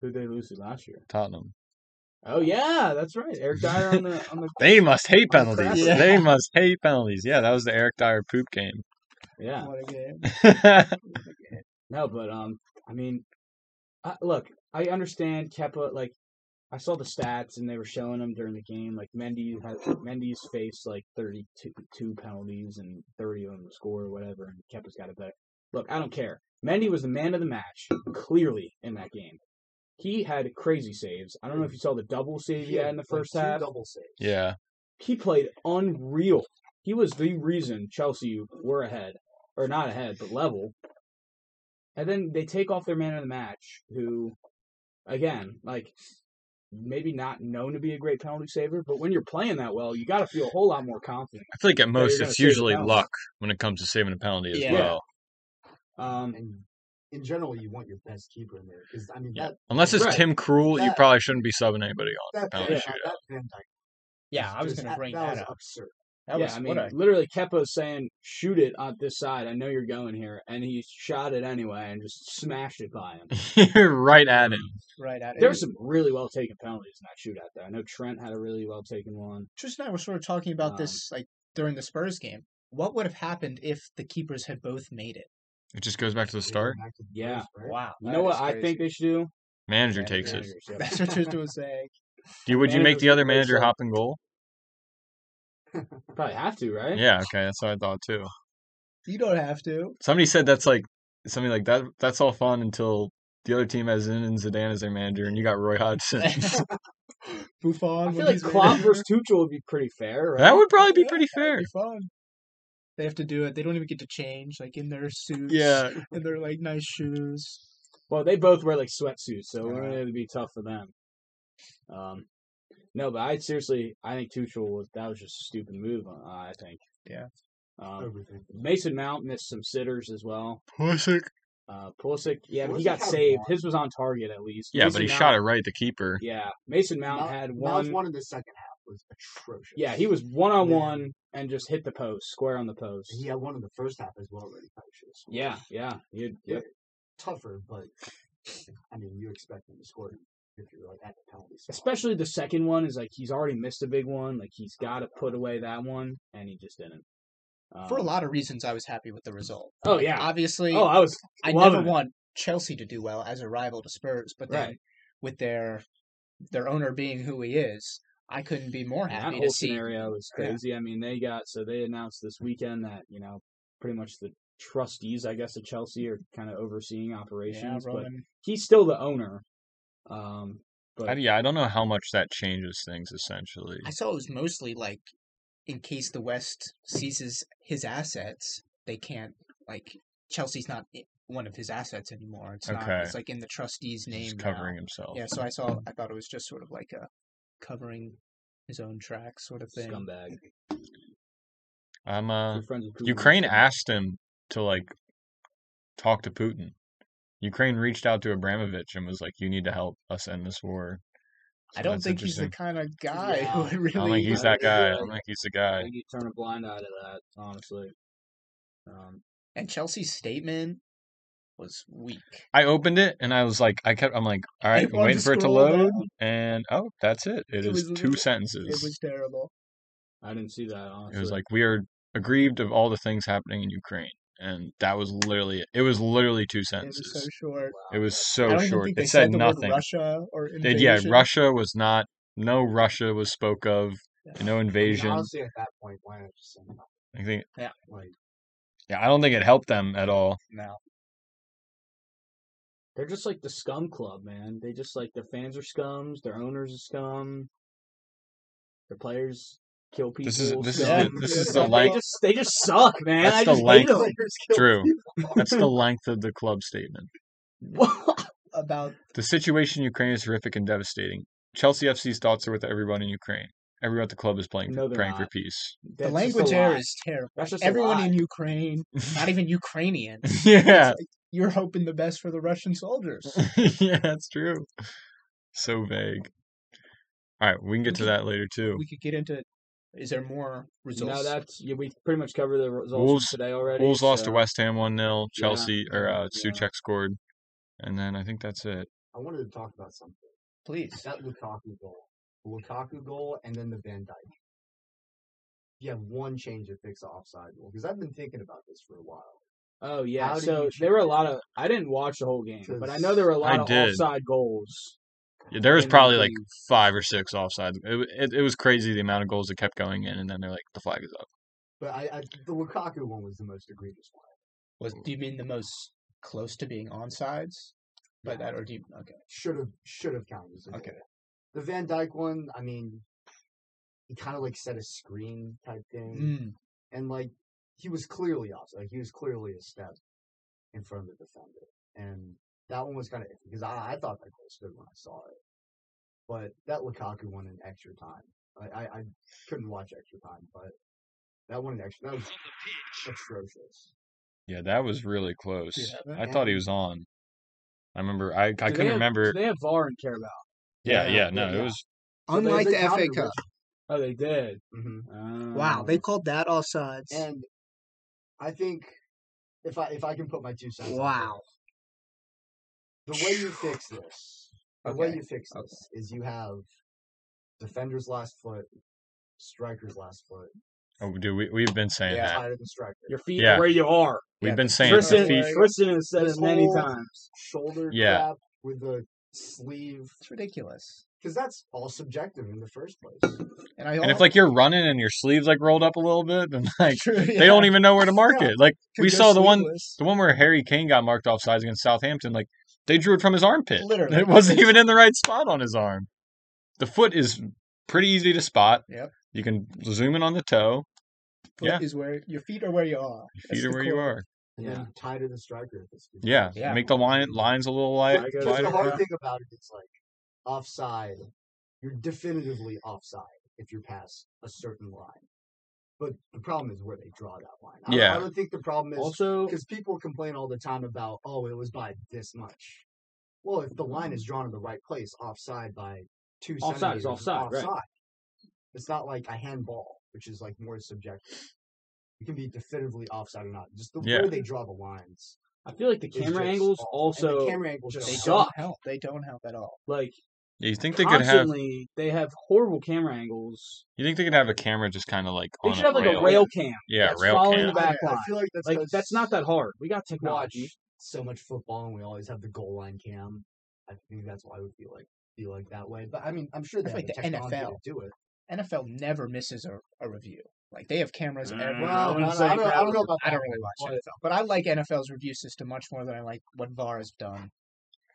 Speaker 4: Who they lose to last year?
Speaker 3: Tottenham.
Speaker 4: Oh yeah, that's right. Eric Dyer on the on the.
Speaker 3: (laughs) They must hate
Speaker 4: On the
Speaker 3: penalties.
Speaker 2: crapper.
Speaker 3: They must hate penalties. Yeah, that was the Eric Dyer poop game. (laughs)
Speaker 4: Yeah.
Speaker 2: What a game.
Speaker 4: No, but um, I mean, I, look, I understand Kepa. Like, I saw the stats and they were showing him during the game. Like Mendy had Mendy's faced like 32 two penalties and 30 of them were scored or whatever, and Kepa's got it better. Look, I don't care. Mendy was the man of the match clearly in that game. He had crazy saves. I don't know if you saw the double save he had in the
Speaker 1: like
Speaker 4: first
Speaker 1: two
Speaker 4: half.
Speaker 1: double saves.
Speaker 3: yeah.
Speaker 4: He played unreal. He was the reason Chelsea were ahead, or not ahead, but level. And then they take off their man of the match, who, again, like maybe not known to be a great penalty saver, but when you're playing that well, you got to feel a whole lot more confident.
Speaker 3: I feel like at most
Speaker 4: gonna
Speaker 3: it's
Speaker 4: save a
Speaker 3: usually
Speaker 4: penalty.
Speaker 3: luck when it comes to saving a penalty as
Speaker 2: Yeah.
Speaker 3: well.
Speaker 4: Um,
Speaker 1: And in general, you want your best keeper in there because I mean
Speaker 3: Yeah.
Speaker 1: that
Speaker 3: Unless it's
Speaker 4: Right.
Speaker 3: Tim Krul, you
Speaker 1: That-
Speaker 3: probably shouldn't be subbing anybody on for
Speaker 1: that
Speaker 3: penalty
Speaker 1: Van,
Speaker 4: Yeah.
Speaker 1: Dijk-
Speaker 3: shootout.
Speaker 1: that Van Dijk
Speaker 2: Yeah, I was
Speaker 1: just-
Speaker 2: going to bring
Speaker 1: that
Speaker 2: that,
Speaker 1: was
Speaker 2: up.
Speaker 1: absurd.
Speaker 2: That
Speaker 4: yeah,
Speaker 2: was
Speaker 4: I mean,
Speaker 2: what a
Speaker 4: literally, Kepa's saying, "Shoot it on this side. I know you're going here," and he shot it anyway and just smashed it
Speaker 2: (laughs)
Speaker 4: by him.
Speaker 3: (laughs) right at him.
Speaker 2: right at it.
Speaker 4: There were some really well taken penalties in that shootout, though. I know Trent had a really well taken one.
Speaker 2: Trish and I were sort of talking about
Speaker 4: Um,
Speaker 2: this like during the Spurs game. What would have happened if the keepers had both made it?
Speaker 3: It just goes back to the
Speaker 1: They go
Speaker 3: start.
Speaker 1: back to the
Speaker 4: Yeah.
Speaker 1: first, right?
Speaker 2: Wow.
Speaker 4: You
Speaker 2: that
Speaker 4: know what
Speaker 2: Uh, is
Speaker 4: I
Speaker 2: crazy. (laughs)
Speaker 4: think they should do?
Speaker 3: Manager takes it.
Speaker 4: Managers, yeah.
Speaker 2: That's what
Speaker 1: (laughs)
Speaker 2: Trish was saying.
Speaker 3: Do you, would you make
Speaker 4: Managers
Speaker 3: the other
Speaker 4: replace
Speaker 3: manager
Speaker 4: Sol-
Speaker 3: hop and goal?
Speaker 4: Probably have to, right?
Speaker 3: Yeah, okay, that's what I thought too.
Speaker 2: You don't have (laughs) to.
Speaker 3: Somebody said that's like something like that. That's all fun until the other team has in and Zidane as their manager, and you got
Speaker 2: (laughs)
Speaker 3: Roy Hodgson.
Speaker 2: Buffon.
Speaker 4: I
Speaker 2: when
Speaker 4: feel like
Speaker 2: he's
Speaker 4: Klopp
Speaker 2: made it.
Speaker 4: versus Tuchel would be pretty fair, right?
Speaker 3: (laughs) that would probably be
Speaker 2: Yeah,
Speaker 3: pretty
Speaker 2: that'd
Speaker 3: fair.
Speaker 2: (laughs) be fun. They have to do it. They don't even get to change, like in their suits.
Speaker 3: Yeah,
Speaker 2: And their like nice shoes.
Speaker 4: Well, they both wear like sweatsuits, so
Speaker 2: Yeah.
Speaker 4: it would be tough for them. Um, no, but I seriously, I think Tuchel was that was just a stupid move. Uh, I think.
Speaker 2: Yeah.
Speaker 4: Um,
Speaker 1: Everything.
Speaker 4: Mason Mount missed some sitters as well.
Speaker 3: Pusick.
Speaker 4: Uh, Pulisic, yeah, but he
Speaker 1: Pulisic
Speaker 4: got
Speaker 1: had
Speaker 4: saved.
Speaker 1: one.
Speaker 4: His was on target at least.
Speaker 3: Yeah,
Speaker 4: Mason
Speaker 3: but he
Speaker 4: Mount,
Speaker 3: shot it right. The keeper.
Speaker 4: Yeah, Mason Mount
Speaker 1: Mount-
Speaker 4: had
Speaker 1: Mount's
Speaker 4: one.
Speaker 1: one in the second half was atrocious.
Speaker 4: Yeah, he was one on one and just hit the post, square on the post.
Speaker 1: He had one in the first half as well, really atrocious.
Speaker 4: Yeah, yeah, he had- yep.
Speaker 1: tougher, but I mean, you expect him to score if you're like at the penalty spot.
Speaker 4: especially the second one is like he's already missed a big one. Like he's got to put away that one, and he just didn't. Um,
Speaker 2: For a lot of reasons, I was happy with the result.
Speaker 4: Oh yeah.
Speaker 2: Obviously,
Speaker 4: Oh, I was.
Speaker 2: I
Speaker 4: loving
Speaker 2: never
Speaker 4: it.
Speaker 2: want Chelsea to do well as a rival to Spurs, but then
Speaker 4: Right.
Speaker 2: with their their owner being who he is, I couldn't be more
Speaker 4: That
Speaker 2: happy
Speaker 4: whole
Speaker 2: to see.
Speaker 4: scenario
Speaker 1: (laughs)
Speaker 4: is
Speaker 2: Yeah.
Speaker 4: crazy. I mean, they got so they announced this weekend that you know pretty much the trustees, I guess, of Chelsea are kind of overseeing
Speaker 2: Yeah,
Speaker 4: operations, but
Speaker 2: Roman.
Speaker 4: he's still the owner. Um,
Speaker 3: I,
Speaker 4: but
Speaker 3: yeah, I don't know how much that changes things essentially.
Speaker 2: I saw it was mostly like in case the West seizes his assets, they can't like Chelsea's not i- one of his assets anymore. It's not.
Speaker 3: Okay.
Speaker 2: It's like in the trustee's name.
Speaker 3: He's
Speaker 2: now.
Speaker 3: covering himself.
Speaker 2: Yeah. So I saw. I thought it was just sort of like a covering his own track sort of thing.
Speaker 4: Scumbag.
Speaker 3: I'm uh
Speaker 4: You're friends with Putin.
Speaker 3: Ukraine asked him to like talk to Putin. Ukraine reached out to Abramovich and was like, "You need to help us end this war." So
Speaker 2: I don't
Speaker 3: that's
Speaker 2: think he's the
Speaker 3: interesting.
Speaker 2: kind of guy
Speaker 4: (laughs)
Speaker 1: Yeah.
Speaker 2: who would really.
Speaker 3: I don't think he's
Speaker 4: guy.
Speaker 3: that
Speaker 1: (laughs)
Speaker 3: guy. I don't think he's the
Speaker 4: I
Speaker 3: guy.
Speaker 4: think you turn a blind eye to that, honestly. Um,
Speaker 2: And Chelsea's statement was weak.
Speaker 3: I opened it and I was like, I kept, I'm like, all right, I'm
Speaker 2: wanted
Speaker 3: waiting
Speaker 2: to
Speaker 3: for it to
Speaker 2: scroll
Speaker 3: load,
Speaker 2: down.
Speaker 3: and oh, that's it. It
Speaker 2: It
Speaker 3: is
Speaker 2: was
Speaker 3: two
Speaker 2: literally- It
Speaker 3: sentences.
Speaker 2: was terrible.
Speaker 4: I didn't see that, honestly.
Speaker 3: It was like we are aggrieved of all the things happening in Ukraine, and that was literally it. It was literally two
Speaker 2: It was so
Speaker 3: sentences.
Speaker 2: short.
Speaker 3: It was
Speaker 2: I
Speaker 3: so
Speaker 2: don't even
Speaker 3: short.
Speaker 2: think they
Speaker 3: It said
Speaker 2: the
Speaker 3: nothing.
Speaker 2: word Russia or
Speaker 3: They-
Speaker 2: invasion.
Speaker 3: yeah, Russia was not. No Russia was spoke of. No
Speaker 1: I mean,
Speaker 3: invasion.
Speaker 1: honestly, at that point, why not just send it out?
Speaker 3: I think.
Speaker 1: Like,
Speaker 3: Yeah, I don't think it helped them
Speaker 4: (laughs)
Speaker 3: at all.
Speaker 2: No.
Speaker 4: They're just like the scum club, man. They just like their fans are scums, their owners are scum, their players kill people.
Speaker 3: This is this is
Speaker 4: scum.
Speaker 3: the, this is the
Speaker 4: Like, They
Speaker 3: length.
Speaker 4: just they just suck, man.
Speaker 3: That's
Speaker 4: I
Speaker 3: the
Speaker 4: just hate
Speaker 3: length.
Speaker 4: 'em.
Speaker 3: True. That's
Speaker 4: (laughs)
Speaker 3: the length of the club statement.
Speaker 2: About
Speaker 3: The situation in Ukraine is horrific and devastating. Chelsea FC's thoughts are with everyone in Ukraine. Everyone at the club is playing
Speaker 4: No, they're
Speaker 3: praying for
Speaker 4: not.
Speaker 3: peace.
Speaker 2: the
Speaker 4: That's just a
Speaker 2: language there
Speaker 4: lie.
Speaker 2: is terrible.
Speaker 4: That's just a
Speaker 2: Everyone
Speaker 4: lie.
Speaker 2: in Ukraine, not even
Speaker 4: (laughs)
Speaker 2: Ukrainians.
Speaker 3: (laughs) yeah, (laughs)
Speaker 2: You're hoping the best for the Russian soldiers.
Speaker 3: yeah, that's true. So vague. All right, we can get to that later too.
Speaker 2: we could get into. Is there more
Speaker 4: You
Speaker 2: results?
Speaker 4: know that's yeah, we pretty much covered the results from
Speaker 3: Wolves-
Speaker 4: today already.
Speaker 3: Wolves lost to
Speaker 4: so-
Speaker 3: West Ham one 0 Chelsea or uh,
Speaker 4: yeah.
Speaker 3: Suchek scored, and then I think that's it.
Speaker 1: I wanted to talk about something.
Speaker 2: Please.
Speaker 1: That Lukaku goal, the Lukaku goal, and then the Van Dyke. You have one change to fix the offside rule because I've been thinking about this for a while.
Speaker 4: Oh yeah,
Speaker 1: How do
Speaker 4: so
Speaker 1: you
Speaker 4: there were a lot of. I didn't watch the whole game, but I know there were a lot
Speaker 3: I
Speaker 4: of
Speaker 3: did.
Speaker 4: offside goals.
Speaker 3: Yeah, there was
Speaker 4: in that
Speaker 3: probably like
Speaker 4: game.
Speaker 3: five or six offsides. It, wa- it, it was crazy the amount of goals that kept going in, and then they're like, the flag is up.
Speaker 1: But I, I the Lukaku one was the most egregious one.
Speaker 2: Was do you mean the most close to being onsides? By that, or do you? Okay.
Speaker 1: Should have should have counted as a goal.
Speaker 2: Okay.
Speaker 1: The Van Dyke one, I mean, he kind of like set a screen type thing,
Speaker 2: Mm,
Speaker 1: and like he was clearly off. Like he was clearly a step in front of the defender, and that one was kind of because I, I thought that goal stood when I saw it, but that Lukaku one in extra time. I, I, I couldn't watch extra time, but that one in extra that was atrocious.
Speaker 3: Yeah, that was really close.
Speaker 2: Yeah.
Speaker 3: I thought he was on. I remember. I I
Speaker 4: Do they
Speaker 3: couldn't
Speaker 4: have-
Speaker 3: remember.
Speaker 4: do They have VAR and Carabao.
Speaker 3: yeah,
Speaker 2: Yeah,
Speaker 3: yeah, no,
Speaker 4: yeah.
Speaker 3: it was.
Speaker 1: So they-
Speaker 2: Unlike
Speaker 1: they
Speaker 2: the FA
Speaker 1: countered
Speaker 2: Cup.
Speaker 4: Oh, they did.
Speaker 1: hmm
Speaker 2: Wow,
Speaker 4: Oh.
Speaker 2: they called that offsides.
Speaker 1: And I think if I if I can put my two cents, on
Speaker 2: Wow.
Speaker 1: this, the way you fix this, the
Speaker 3: Oh,
Speaker 1: way
Speaker 2: Okay,
Speaker 1: you fix
Speaker 2: okay.
Speaker 1: this is you have defender's last foot, striker's last foot,
Speaker 3: Oh, dude, we we've been saying
Speaker 2: Yeah.
Speaker 3: that.
Speaker 1: tighter than striker,
Speaker 4: your feet
Speaker 3: Yeah.
Speaker 4: are where you are.
Speaker 3: We've
Speaker 2: Yeah,
Speaker 3: been
Speaker 2: the
Speaker 3: saying
Speaker 2: first
Speaker 3: the
Speaker 4: Tristan,
Speaker 2: in-
Speaker 3: FIFA.
Speaker 4: Tristan has said
Speaker 1: This
Speaker 4: it many
Speaker 1: whole-
Speaker 4: times.
Speaker 1: shoulder
Speaker 3: Yeah.
Speaker 1: clap with the sleeve,
Speaker 2: It's ridiculous.
Speaker 1: because that's all subjective in the first place.
Speaker 2: And I
Speaker 3: And
Speaker 2: (laughs)
Speaker 3: if like you're running and your sleeves like rolled up a little bit, then like they don't even know where to mark
Speaker 2: Yeah.
Speaker 3: it. Like we saw the one the one where Harry Kane got marked offsides against Southampton. Like they drew it from his armpit.
Speaker 2: Literally.
Speaker 3: It wasn't even in the right spot on his arm. The foot is pretty easy to spot.
Speaker 2: Yep.
Speaker 3: You can zoom in on the toe.
Speaker 2: Foot
Speaker 3: Yeah.
Speaker 2: is where your feet are where you are.
Speaker 3: Your
Speaker 2: That's
Speaker 3: feet are
Speaker 2: the
Speaker 3: where you
Speaker 2: core.
Speaker 3: are.
Speaker 1: And
Speaker 4: Yeah.
Speaker 1: then tighter than striker. If it's
Speaker 3: Yeah.
Speaker 2: Yeah.
Speaker 3: Make the line lines a little
Speaker 4: I
Speaker 3: li-
Speaker 4: guess-
Speaker 1: Because the
Speaker 3: wider.
Speaker 1: hard
Speaker 4: yeah.
Speaker 1: thing about it is like offside. You're definitively offside if you're past a certain line. But the problem is where they draw that line. I, yeah.
Speaker 3: Yeah.
Speaker 1: I don't think the problem is
Speaker 4: Also,
Speaker 1: because people complain all the time about oh it was by this much. Well, if the line is drawn in the right place, offside by two
Speaker 4: Offside is
Speaker 1: centimeters, it's
Speaker 4: offside, right.
Speaker 1: It's not like a handball, which is like more subjective. It can be definitively offside or not. Just the
Speaker 3: Yeah.
Speaker 1: way they draw the lines.
Speaker 4: I feel like the
Speaker 1: It's
Speaker 4: camera
Speaker 1: just
Speaker 4: angles
Speaker 1: awful. and
Speaker 4: also
Speaker 1: the camera angles
Speaker 4: just
Speaker 2: They
Speaker 1: don't
Speaker 2: don't
Speaker 4: Suck.
Speaker 2: help. They don't help at all.
Speaker 4: like
Speaker 3: Yeah, you think they could have?
Speaker 4: constantly they have horrible camera angles.
Speaker 3: You think they could have a camera just kind of like
Speaker 4: They
Speaker 3: on
Speaker 4: should have like a rail cam.
Speaker 3: Yeah,
Speaker 4: that's
Speaker 3: rail
Speaker 4: following
Speaker 3: cam.
Speaker 4: the
Speaker 1: help.
Speaker 4: back
Speaker 1: I- I
Speaker 4: line.
Speaker 1: feel like that's,
Speaker 4: Like
Speaker 1: 'cause
Speaker 4: that's not that hard. We got
Speaker 1: we watch
Speaker 4: technology.
Speaker 1: so much football and we always have the goal line cam. I think that's why we feel like feel like that way. But I mean, I'm sure
Speaker 2: That's
Speaker 1: they have
Speaker 2: like the
Speaker 1: the technology
Speaker 2: NFL.
Speaker 1: to do it.
Speaker 2: NFL never misses a, a review. Like they have cameras
Speaker 3: Mm,
Speaker 4: Uh,
Speaker 2: every.
Speaker 4: Well,
Speaker 1: Well, I
Speaker 4: wouldn't
Speaker 1: don't,
Speaker 4: say
Speaker 1: I don't, I
Speaker 4: that
Speaker 1: don't know about
Speaker 2: I
Speaker 1: that.
Speaker 2: don't really watch
Speaker 1: But-
Speaker 2: NFL, but I like NFL's review system much more than I like what VAR has done.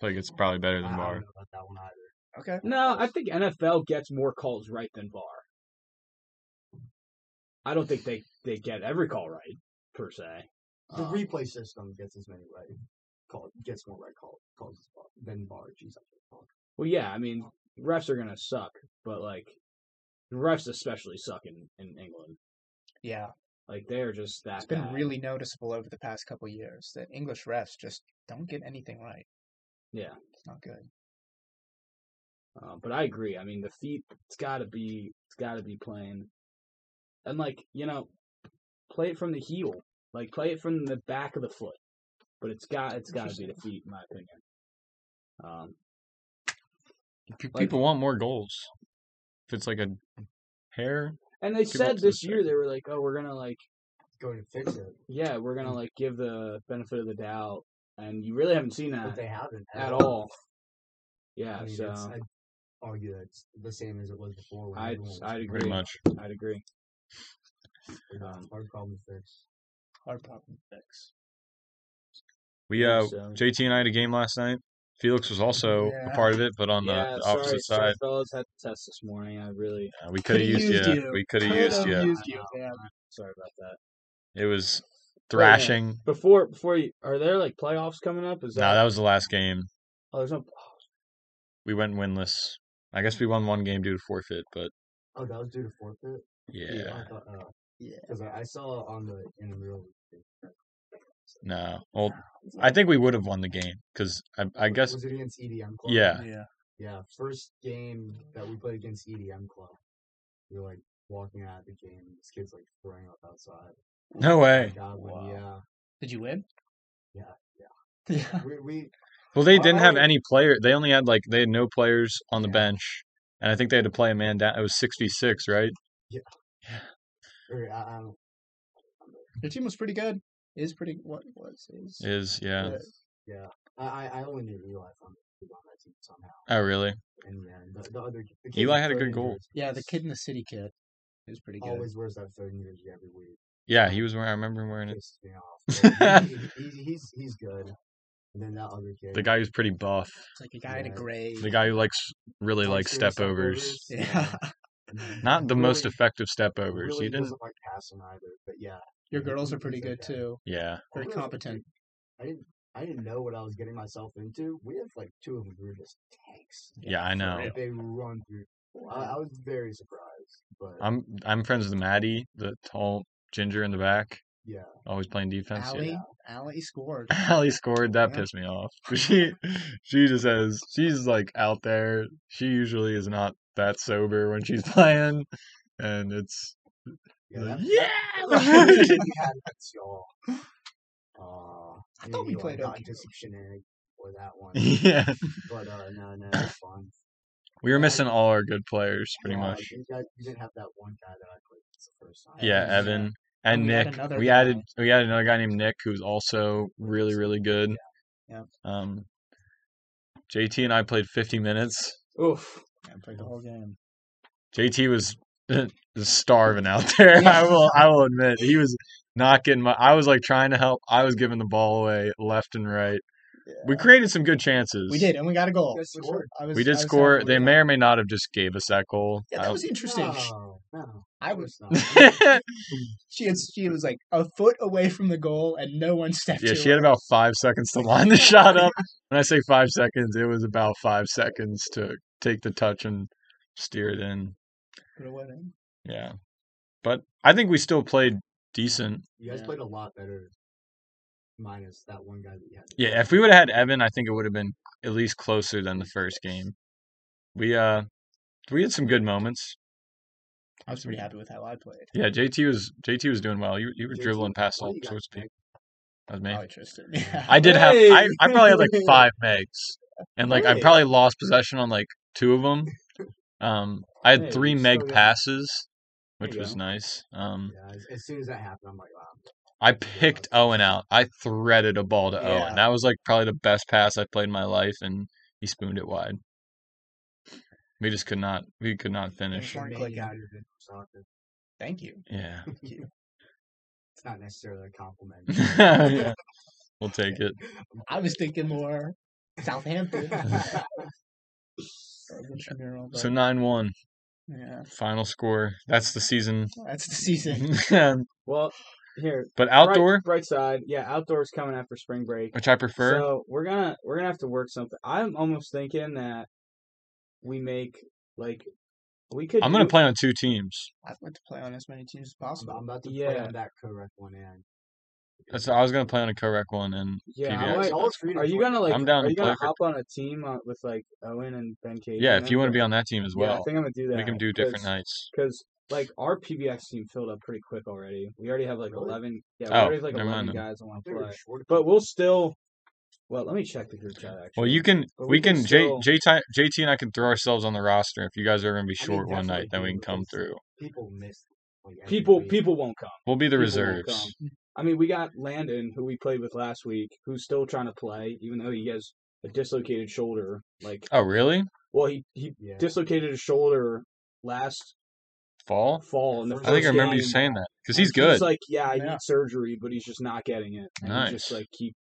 Speaker 3: Like it's probably better
Speaker 1: I,
Speaker 3: than
Speaker 1: I
Speaker 3: VAR.
Speaker 1: don't know about that one either.
Speaker 2: Okay.
Speaker 4: No, I think NFL gets more calls right than VAR. I don't think they they get every call right per se.
Speaker 1: The
Speaker 2: Um,
Speaker 1: replay system gets as many right call gets more right call calls as bar, than bar. Jeez, I can't talk.
Speaker 4: Well, yeah, I mean refs are gonna suck, but like refs especially suck in in England.
Speaker 2: yeah,
Speaker 4: Like they're just that.
Speaker 2: it's been
Speaker 4: bad.
Speaker 2: really noticeable over the past couple years that English refs just don't get anything right.
Speaker 4: yeah.
Speaker 2: It's not good.
Speaker 4: Um, but I agree. I mean, the feet it's got to be it's got to be playing, and like you know, play it from the heel, like play it from the back of the foot. But it's got it's got to be the feet, in my opinion. Um,
Speaker 3: P-
Speaker 4: Like-
Speaker 3: People want more goals. If it's like a hair,
Speaker 4: and they
Speaker 3: People
Speaker 4: said
Speaker 3: to
Speaker 4: this
Speaker 3: say.
Speaker 4: year they were like, oh, we're gonna like
Speaker 1: Going to fix it,
Speaker 4: yeah, we're
Speaker 1: Mm.
Speaker 4: gonna like give the benefit of the doubt, and you really haven't seen
Speaker 1: but
Speaker 4: that
Speaker 1: they haven't
Speaker 4: at all. Yeah,
Speaker 1: I mean,
Speaker 4: so
Speaker 1: it's, I'd argue that it's the same as it was before. when
Speaker 4: I'd
Speaker 1: everyone was
Speaker 4: I'd
Speaker 3: pretty
Speaker 4: agree.
Speaker 3: much.
Speaker 4: I'd agree.
Speaker 1: It's a hard problem to fix.
Speaker 2: Hard problem to fix.
Speaker 3: We uh,
Speaker 4: So-
Speaker 3: JT and I had a game last night. Felix was also a
Speaker 2: Yeah.
Speaker 3: part of it, but on
Speaker 4: yeah,
Speaker 3: the, the
Speaker 4: sorry,
Speaker 3: opposite
Speaker 4: sorry,
Speaker 3: side.
Speaker 4: fellas, had to test this morning. I really
Speaker 3: Uh, we could have used,
Speaker 2: used
Speaker 3: you.
Speaker 2: you.
Speaker 3: We could have
Speaker 2: Could've
Speaker 3: used you.
Speaker 2: used you. Yeah.
Speaker 4: sorry about that.
Speaker 3: It was
Speaker 4: Wait a minute.
Speaker 3: thrashing.
Speaker 4: Before before you are there like playoffs coming up? Is
Speaker 3: No,
Speaker 4: that,
Speaker 3: that was the last game.
Speaker 4: oh there's no
Speaker 3: We went winless. I guess we won one game due to forfeit, but
Speaker 1: Oh, that was due to forfeit.
Speaker 3: yeah,
Speaker 1: I thought, uh,
Speaker 2: Yeah.
Speaker 1: because I, I saw on the in the real.
Speaker 3: no. Well, I think we would have won the game because I, I guess
Speaker 1: was it against EDM Club?
Speaker 3: yeah.
Speaker 1: yeah. First game that we played against EDM Club, we were like walking out of the game. and This kid's like throwing up outside.
Speaker 3: No way.
Speaker 1: God, when-
Speaker 2: Wow. Did you win? (laughs)
Speaker 1: Yeah, yeah.
Speaker 2: Yeah.
Speaker 1: yeah, we we
Speaker 3: Well, they didn't have
Speaker 1: I-
Speaker 3: any player. They only had like they had no players on the
Speaker 1: Yeah.
Speaker 3: bench, and I think they had to play a man down. It was six v six, right?
Speaker 1: or, uh, um, I, I don't,
Speaker 2: Your team was pretty good. Is pretty what was is.
Speaker 3: Is yeah.
Speaker 2: But
Speaker 1: I I I only knew Eli from from on that team somehow.
Speaker 3: Oh, really?
Speaker 1: And then the, the other the kid
Speaker 3: Eli
Speaker 1: in
Speaker 3: had a
Speaker 1: third
Speaker 3: good goal.
Speaker 1: years
Speaker 2: yeah, the kid in the city kid is pretty good.
Speaker 1: always wears that third jersey every week.
Speaker 3: Yeah, he was wearing. I remember him wearing it.
Speaker 1: Pisses me off. But
Speaker 3: (laughs)
Speaker 1: (laughs) he, he, he- he's he's good. And then that other kid,
Speaker 3: The guy who's pretty buff.
Speaker 2: It's like a guy in a
Speaker 1: Yeah.
Speaker 2: gray.
Speaker 3: The guy who likes really
Speaker 1: Tom
Speaker 3: likes
Speaker 1: Stewart,
Speaker 3: step overs.
Speaker 1: stepovers,
Speaker 2: Yeah. (laughs)
Speaker 3: Not the most
Speaker 1: Really-
Speaker 3: effective step overs.
Speaker 1: Really
Speaker 3: he didn't.
Speaker 1: doesn't like passing either, but yeah,
Speaker 2: Your
Speaker 1: Yeah,
Speaker 2: girls
Speaker 1: he-
Speaker 2: are pretty
Speaker 1: he's
Speaker 2: good
Speaker 1: okay.
Speaker 2: too.
Speaker 3: Yeah.
Speaker 1: I
Speaker 2: Very
Speaker 1: really-
Speaker 2: competent.
Speaker 1: I didn't. I didn't know what I was getting myself into. We have like two of them who are just tanks.
Speaker 3: Yeah, I
Speaker 2: for
Speaker 3: know.
Speaker 2: real.
Speaker 1: Like, they run through. I, I was very surprised, but
Speaker 3: I'm I'm friends with Maddie, the tall ginger in the back,
Speaker 1: yeah,
Speaker 3: always playing defense. Yeah.
Speaker 2: Allie, Allie
Speaker 3: (laughs)
Speaker 2: scored.
Speaker 3: Allie scored. That
Speaker 2: Yeah.
Speaker 3: pissed me off. (laughs) She she just has she's like out there. She usually is not that sober when she's (laughs) playing, and it's
Speaker 1: yeah.
Speaker 3: like,
Speaker 1: That,
Speaker 3: yeah. (laughs)
Speaker 1: that- we had that, y'all. Uh,
Speaker 2: I thought we played
Speaker 1: got
Speaker 2: okay.
Speaker 1: into some shenanigans for that
Speaker 3: (laughs)
Speaker 1: one,
Speaker 3: yeah.
Speaker 1: but uh, no, no, it's fun.
Speaker 3: We were missing all our good players pretty
Speaker 1: Yeah,
Speaker 3: much.
Speaker 1: You, guys, you didn't have that one guy that I played against the first time.
Speaker 3: Yeah,
Speaker 2: Evan, yeah.
Speaker 3: Evan and
Speaker 2: And we had
Speaker 3: Nick.
Speaker 2: another
Speaker 3: we
Speaker 2: guy.
Speaker 3: added we added another guy named Nick who's also really really good.
Speaker 2: Yeah.
Speaker 3: Um, JT and I played 50 minutes.
Speaker 4: oof.
Speaker 2: I played the whole game.
Speaker 3: JT was eh, starving out (laughs) there. I will I will admit he was not getting my I was like trying to help. I was giving the ball away left and right. We created some good chances.
Speaker 2: We did, and we got a goal.
Speaker 1: You guys
Speaker 2: which
Speaker 1: scored.
Speaker 2: I was,
Speaker 3: We
Speaker 2: I
Speaker 3: did
Speaker 2: was
Speaker 3: score.
Speaker 2: happy
Speaker 3: They
Speaker 2: with.
Speaker 3: may or may not have just gave us that goal.
Speaker 2: Yeah,
Speaker 3: I
Speaker 2: that was interesting. She-
Speaker 1: No, no,
Speaker 2: I
Speaker 1: it
Speaker 2: was.
Speaker 1: was not.
Speaker 3: don't-
Speaker 2: She had, she was like a foot away from the goal, and no one stepped.
Speaker 3: yeah,
Speaker 2: to
Speaker 3: she had
Speaker 2: her.
Speaker 3: about five seconds to line the shot
Speaker 1: (laughs)
Speaker 3: up. When I say five seconds, it was about five seconds to take the touch and steer it in.
Speaker 2: Could've went in.
Speaker 3: Yeah, but I think we still played decent.
Speaker 1: You guys
Speaker 4: Yeah.
Speaker 1: played a lot better, minus that one guy that you had.
Speaker 3: Yeah, if we would have had Evan, I think it would have been at least closer than the first game. We uh we had some good moments.
Speaker 2: I was pretty happy with how I played.
Speaker 3: Yeah, JT was JT was doing well. You you were
Speaker 1: JT,
Speaker 3: dribbling past
Speaker 1: what
Speaker 3: all
Speaker 1: do you got,
Speaker 3: sorts of people.
Speaker 1: Nick?
Speaker 3: That was me.
Speaker 2: Probably Tristan. Yeah. (laughs)
Speaker 3: I did have I,
Speaker 4: Hey!
Speaker 3: I probably had like
Speaker 4: (laughs)
Speaker 3: five megs. And like I
Speaker 4: Hey.
Speaker 3: probably lost possession on like two of them. Um I had
Speaker 4: Hey,
Speaker 3: three
Speaker 4: you
Speaker 3: meg
Speaker 4: still got-
Speaker 3: passes,
Speaker 4: There
Speaker 3: which
Speaker 4: you
Speaker 3: was
Speaker 4: go.
Speaker 3: nice. Um
Speaker 1: Yeah, as, as soon as that happened, I'm like, wow.
Speaker 3: I picked Owen out. I threaded a ball to
Speaker 2: Yeah.
Speaker 3: Owen. That was like probably the best pass I've played in my life, and he spooned it wide. We just could not. We could not finish.
Speaker 2: Sure,
Speaker 1: One main
Speaker 2: clicking.
Speaker 1: guy who did soccer.
Speaker 2: Thank you.
Speaker 4: (laughs)
Speaker 3: Yeah. (laughs)
Speaker 1: It's not necessarily a compliment.
Speaker 3: (laughs)
Speaker 1: (laughs)
Speaker 3: Yeah. We'll take it.
Speaker 2: I was thinking more
Speaker 1: (laughs)
Speaker 2: Southampton.
Speaker 1: yeah,
Speaker 2: Or intramural, but
Speaker 3: So nine one.
Speaker 2: Yeah,
Speaker 3: Final score. That's the season.
Speaker 2: that's the
Speaker 3: Mm-hmm.
Speaker 2: season.
Speaker 3: (laughs) but
Speaker 4: Well, here
Speaker 3: outdoor,
Speaker 4: bright, bright side. Yeah, outdoors coming after spring break.
Speaker 3: which I prefer.
Speaker 4: So we're gonna we're gonna have to work something. I'm almost thinking that we make like we could.
Speaker 3: I'm gonna
Speaker 4: do-
Speaker 3: play on two teams.
Speaker 2: I'd like to play on as many teams as
Speaker 1: I'm,
Speaker 2: possible.
Speaker 1: I'm about to play
Speaker 4: Yeah.
Speaker 1: on that correct one end.
Speaker 3: That's I was gonna play on a co-rec one, and
Speaker 4: Yeah,
Speaker 3: PBS.
Speaker 4: I might-
Speaker 1: Y'all free to
Speaker 4: are you
Speaker 1: play.
Speaker 4: gonna like?
Speaker 3: I'm
Speaker 4: Are
Speaker 3: down to
Speaker 4: you gonna
Speaker 3: play for-
Speaker 4: hop on a team uh, with like Owen and Ben Cage?
Speaker 3: yeah, if you want to be on that team as
Speaker 4: yeah, I
Speaker 3: well,
Speaker 4: think I'm gonna do that.
Speaker 3: we can do different nights.
Speaker 4: because like our PBX team filled up pretty quick already. We already have like
Speaker 1: Really?
Speaker 4: eleven. Yeah, we
Speaker 3: Oh,
Speaker 4: already have like
Speaker 3: never mind
Speaker 4: eleven
Speaker 3: then.
Speaker 4: guys that want
Speaker 1: They
Speaker 4: to
Speaker 1: were
Speaker 4: play.
Speaker 1: short of
Speaker 4: But
Speaker 1: people.
Speaker 4: we'll still. Well, let me check the group chat. Actually,
Speaker 3: Well, you can.
Speaker 4: But
Speaker 3: we
Speaker 4: we can
Speaker 3: can.
Speaker 4: still-
Speaker 3: J, J, JT and I can throw ourselves on the roster. If you guys are gonna be
Speaker 1: I mean,
Speaker 3: short one
Speaker 1: definitely
Speaker 3: night, then we
Speaker 1: do,
Speaker 3: can come
Speaker 1: because
Speaker 3: through.
Speaker 1: people miss. Like, every
Speaker 3: (laughs)
Speaker 4: people
Speaker 1: week.
Speaker 4: people won't come.
Speaker 3: We'll be the
Speaker 4: people won't
Speaker 3: reserves.
Speaker 4: come. I mean, we got Landon, who we played with last week, who's still trying to play, even though he has a dislocated shoulder. Like,
Speaker 3: Oh, really?
Speaker 4: well, he he
Speaker 1: Yeah.
Speaker 4: dislocated his shoulder last
Speaker 3: Fall?
Speaker 4: fall in the
Speaker 1: I
Speaker 4: first
Speaker 3: I think I remember you
Speaker 4: game.
Speaker 3: saying that because
Speaker 4: And
Speaker 3: he's good.
Speaker 4: He's
Speaker 3: (laughs)
Speaker 4: like, yeah, I
Speaker 2: Yeah.
Speaker 4: need surgery, but he's just not getting it. And he just
Speaker 3: Nice.
Speaker 4: like keep.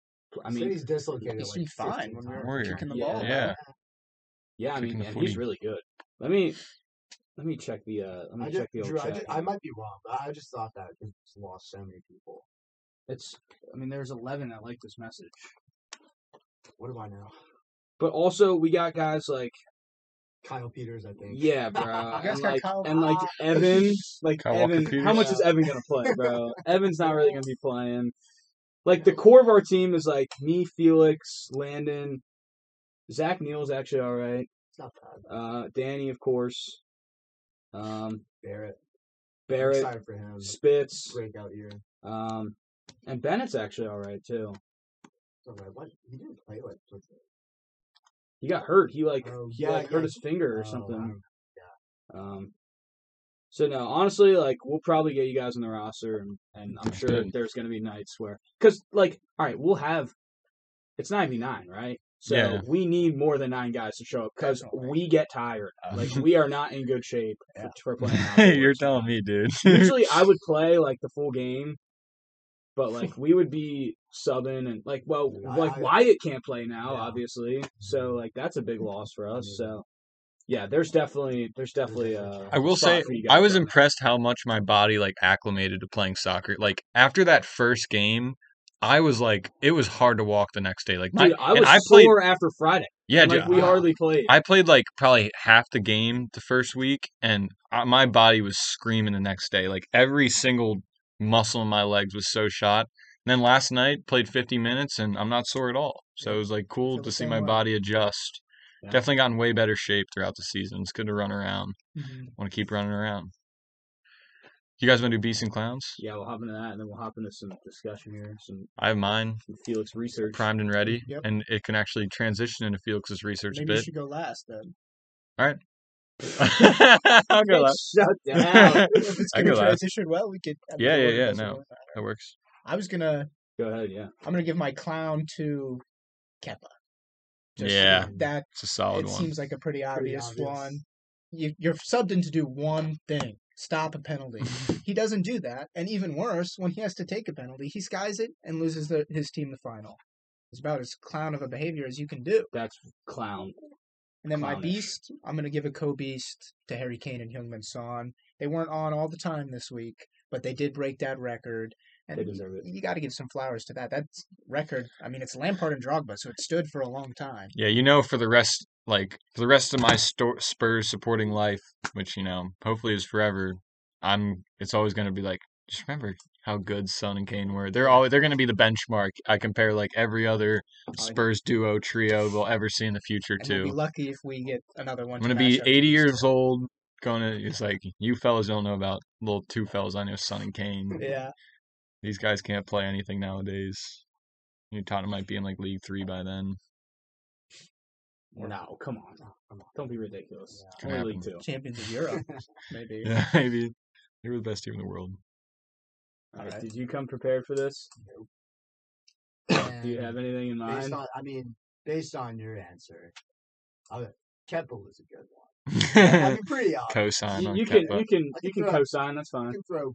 Speaker 4: I
Speaker 1: Said
Speaker 4: mean,
Speaker 1: he's dislocated.
Speaker 2: He's
Speaker 1: like,
Speaker 2: been fine
Speaker 1: 15
Speaker 2: when we were
Speaker 1: times.
Speaker 3: Warrior.
Speaker 2: kicking the
Speaker 4: Yeah.
Speaker 2: ball.
Speaker 3: yeah,
Speaker 4: yeah, I
Speaker 3: Kicking
Speaker 4: mean,
Speaker 3: the
Speaker 4: and he's
Speaker 3: footy.
Speaker 4: really good. Let me let me check the uh let me
Speaker 1: I just,
Speaker 4: check the old
Speaker 1: Drew, I,
Speaker 4: chat.
Speaker 1: just, I might be wrong, but I just thought that because it's lost so many people.
Speaker 4: It's I mean, there's eleven that like this message.
Speaker 1: What do I know?
Speaker 4: But also, we got guys like
Speaker 1: Kyle Peters, I think.
Speaker 4: Yeah, bro.
Speaker 2: You guys
Speaker 4: and,
Speaker 2: got
Speaker 4: like,
Speaker 2: Kyle-
Speaker 4: and like
Speaker 1: Ah.
Speaker 4: Evan, like
Speaker 3: Kyle Walker
Speaker 4: Evan. How
Speaker 3: Peters?
Speaker 4: much is Evan gonna play, bro? Evan's not really gonna be playing. Like the core of our team is like me, Felix, Landon, Zach Neal's actually all right.
Speaker 1: It's not bad.
Speaker 4: Uh, Danny, of course. Um,
Speaker 1: Barrett. I'm
Speaker 4: Barrett,
Speaker 1: excited for him.
Speaker 4: Spitz,
Speaker 1: Breakout year.
Speaker 4: um, and Bennett's actually all right too.
Speaker 1: All right, what? He didn't play like. with it.
Speaker 4: He got hurt. He like
Speaker 1: Oh,
Speaker 4: he,
Speaker 1: yeah,
Speaker 4: like, hurt
Speaker 1: yeah.
Speaker 4: his finger or
Speaker 1: Oh,
Speaker 4: something.
Speaker 1: wow.
Speaker 4: Um, so no, honestly, like we'll probably get you guys on the roster, and, and I'm sure
Speaker 3: Good.
Speaker 4: there's gonna be nights where, cause like, all right, we'll have it's ninety nine, right? So
Speaker 3: Yeah.
Speaker 4: we need more than nine guys to show up because
Speaker 2: Definitely.
Speaker 4: we get tired.
Speaker 3: (laughs)
Speaker 4: Like we are not in good shape
Speaker 2: Yeah.
Speaker 4: for, for playing. outdoors.
Speaker 3: You're telling me,
Speaker 4: (laughs)
Speaker 3: dude.
Speaker 4: Usually, I
Speaker 1: (laughs)
Speaker 4: would play like the full game, but like we would be subbing and like, well,
Speaker 1: Dude, I-
Speaker 4: like
Speaker 1: I-
Speaker 4: Wyatt can't play now,
Speaker 1: Yeah.
Speaker 4: obviously. So like that's a big loss for us.
Speaker 1: Yeah.
Speaker 4: So yeah, there's definitely there's definitely uh,
Speaker 3: I will
Speaker 4: spot
Speaker 3: say
Speaker 4: for you
Speaker 3: (laughs) I
Speaker 4: guys
Speaker 3: was
Speaker 4: down there.
Speaker 3: impressed how much my body like acclimated to playing soccer. Like after that first game, I was like it was hard to walk the next day. Like my
Speaker 4: Dude, I
Speaker 3: and
Speaker 4: was
Speaker 3: I played
Speaker 4: sore after Friday.
Speaker 3: yeah,
Speaker 4: like
Speaker 3: dude.
Speaker 4: we
Speaker 1: I-
Speaker 4: hardly played.
Speaker 3: I played like probably half the game the first week, and I, my body was screaming the next day. Like every single muscle in my legs was so shot. And then last night played 50 minutes, and I'm not sore at all. So it was like cool
Speaker 2: Feel
Speaker 3: to
Speaker 2: the
Speaker 3: see
Speaker 2: same
Speaker 3: my
Speaker 2: way.
Speaker 3: body adjust.
Speaker 4: Yeah.
Speaker 3: Definitely gotten way better shape throughout the season. It's good to run around.
Speaker 2: Mhm.
Speaker 3: Want to keep running around. You guys want to do beasts and clowns?
Speaker 4: yeah, we'll hop into that, and then we'll hop into some discussion here, some,
Speaker 3: I have mine
Speaker 4: some Felix research.
Speaker 3: primed and ready,
Speaker 2: Yep.
Speaker 3: and it can actually transition into Felix's research
Speaker 2: Maybe you
Speaker 3: bit.
Speaker 2: should go last then.
Speaker 3: (laughs) I'll go last.
Speaker 4: Shut
Speaker 1: (laughs)
Speaker 4: down.
Speaker 2: (laughs)
Speaker 3: (laughs)
Speaker 2: If it's
Speaker 3: I
Speaker 2: gonna
Speaker 3: go last.
Speaker 2: transition well, we could. I mean,
Speaker 3: Yeah,
Speaker 2: the
Speaker 3: yeah,
Speaker 2: order
Speaker 3: yeah,
Speaker 2: doesn't
Speaker 3: no.
Speaker 2: really matter.
Speaker 3: That works.
Speaker 2: I was gonna.
Speaker 4: Go ahead. Yeah.
Speaker 2: I'm gonna give my clown to Keppa.
Speaker 3: Yeah.
Speaker 2: That
Speaker 3: It's a solid
Speaker 2: it
Speaker 3: one.
Speaker 2: seems like a pretty obvious,
Speaker 1: obvious.
Speaker 2: one. You, you're subbed in to do one thing: stop a
Speaker 3: (laughs)
Speaker 2: penalty. he doesn't do that, and even worse, when he has to take a penalty, he skies it and loses the, his team the final. It's about as clown of a behavior as you can do.
Speaker 4: That's clown.
Speaker 2: And then my
Speaker 4: Clownish.
Speaker 2: beast, I'm gonna give a co-beast to Harry Kane and Hyungmin Son. They weren't on all the time this week, but they did break that record. And
Speaker 4: They deserve it.
Speaker 2: You got to give some flowers to that. That record, I mean, it's Lampard and Drogba, so it stood for a long time.
Speaker 3: Yeah, you know, for the rest, like for the rest of my sto- Spurs supporting life, which you know, hopefully is forever. I'm. It's always going to be like. Just remember how good Son and Kane were. They're always they're going to be the benchmark. I compare like every other Spurs duo trio we'll ever see in the future
Speaker 2: Oh, And
Speaker 3: too.
Speaker 2: we'll be lucky if we get another one.
Speaker 3: I'm going to
Speaker 2: match
Speaker 3: be
Speaker 2: up to
Speaker 3: 80
Speaker 2: these
Speaker 3: years
Speaker 2: two.
Speaker 3: old. Going to it's like you fellas don't know about little two fellas I know, Son and Kane.
Speaker 2: (laughs) Yeah,
Speaker 3: These guys can't play anything nowadays. You Tottenham might be in like League Three by then.
Speaker 1: Yeah.
Speaker 4: No, come on.
Speaker 1: oh, Come on.
Speaker 4: Don't be ridiculous.
Speaker 1: Yeah.
Speaker 3: Can
Speaker 4: Only
Speaker 3: happen.
Speaker 4: League Two.
Speaker 2: champions of Europe,
Speaker 3: (laughs)
Speaker 2: maybe.
Speaker 3: Yeah, maybe they were the best team in the world.
Speaker 4: All right.
Speaker 2: Alright.
Speaker 4: Did you come prepared for this? Do you
Speaker 2: And
Speaker 4: have anything in
Speaker 1: Based
Speaker 4: mind?
Speaker 1: on, I mean, based on your answer, I, Keppel was a good one.
Speaker 3: (laughs)
Speaker 4: (laughs)
Speaker 1: I mean, pretty obvious.
Speaker 3: Cosign
Speaker 4: You,
Speaker 3: on
Speaker 4: you can
Speaker 3: Kepa.
Speaker 4: you can
Speaker 1: I
Speaker 4: you
Speaker 1: think
Speaker 4: can
Speaker 1: we're-
Speaker 4: co-sign. That's fine.
Speaker 1: You can throw,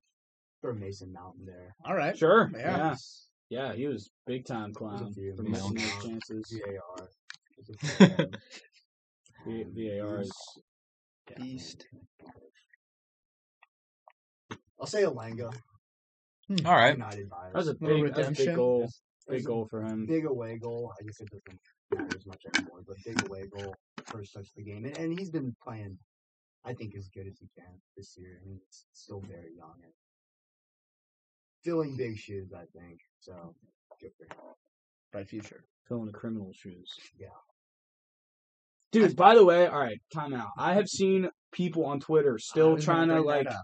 Speaker 1: throw Mason Mountain there.
Speaker 2: All right.
Speaker 4: Sure.
Speaker 2: Yeah.
Speaker 4: Yeah.
Speaker 1: Yes.
Speaker 4: Yeah. He was big time clown
Speaker 1: few
Speaker 4: for
Speaker 3: missed
Speaker 4: missing those
Speaker 1: out.
Speaker 4: chances.
Speaker 1: VAR.
Speaker 4: V- VAR is
Speaker 2: Beast.
Speaker 1: I'll say Alanga.
Speaker 3: All right.
Speaker 1: United by
Speaker 4: That was a
Speaker 2: Little
Speaker 4: big, that was a
Speaker 2: redemption.
Speaker 4: big goal.
Speaker 1: it was
Speaker 4: Big
Speaker 1: a
Speaker 4: goal for him.
Speaker 1: Big away goal. I guess it doesn't matter as much anymore, but big away goal first touch of the game, and, and he's been playing, I think, as good as he can this year. I mean, he's still very young and filling big shoes, I think. So good for him.
Speaker 2: bright future.
Speaker 4: Filling the criminal shoes.
Speaker 1: Yeah.
Speaker 4: Dude, by the way, all right, time out. I have seen people on Twitter
Speaker 1: I
Speaker 4: still
Speaker 1: was gonna
Speaker 4: trying to
Speaker 1: bring that
Speaker 4: like,
Speaker 1: up.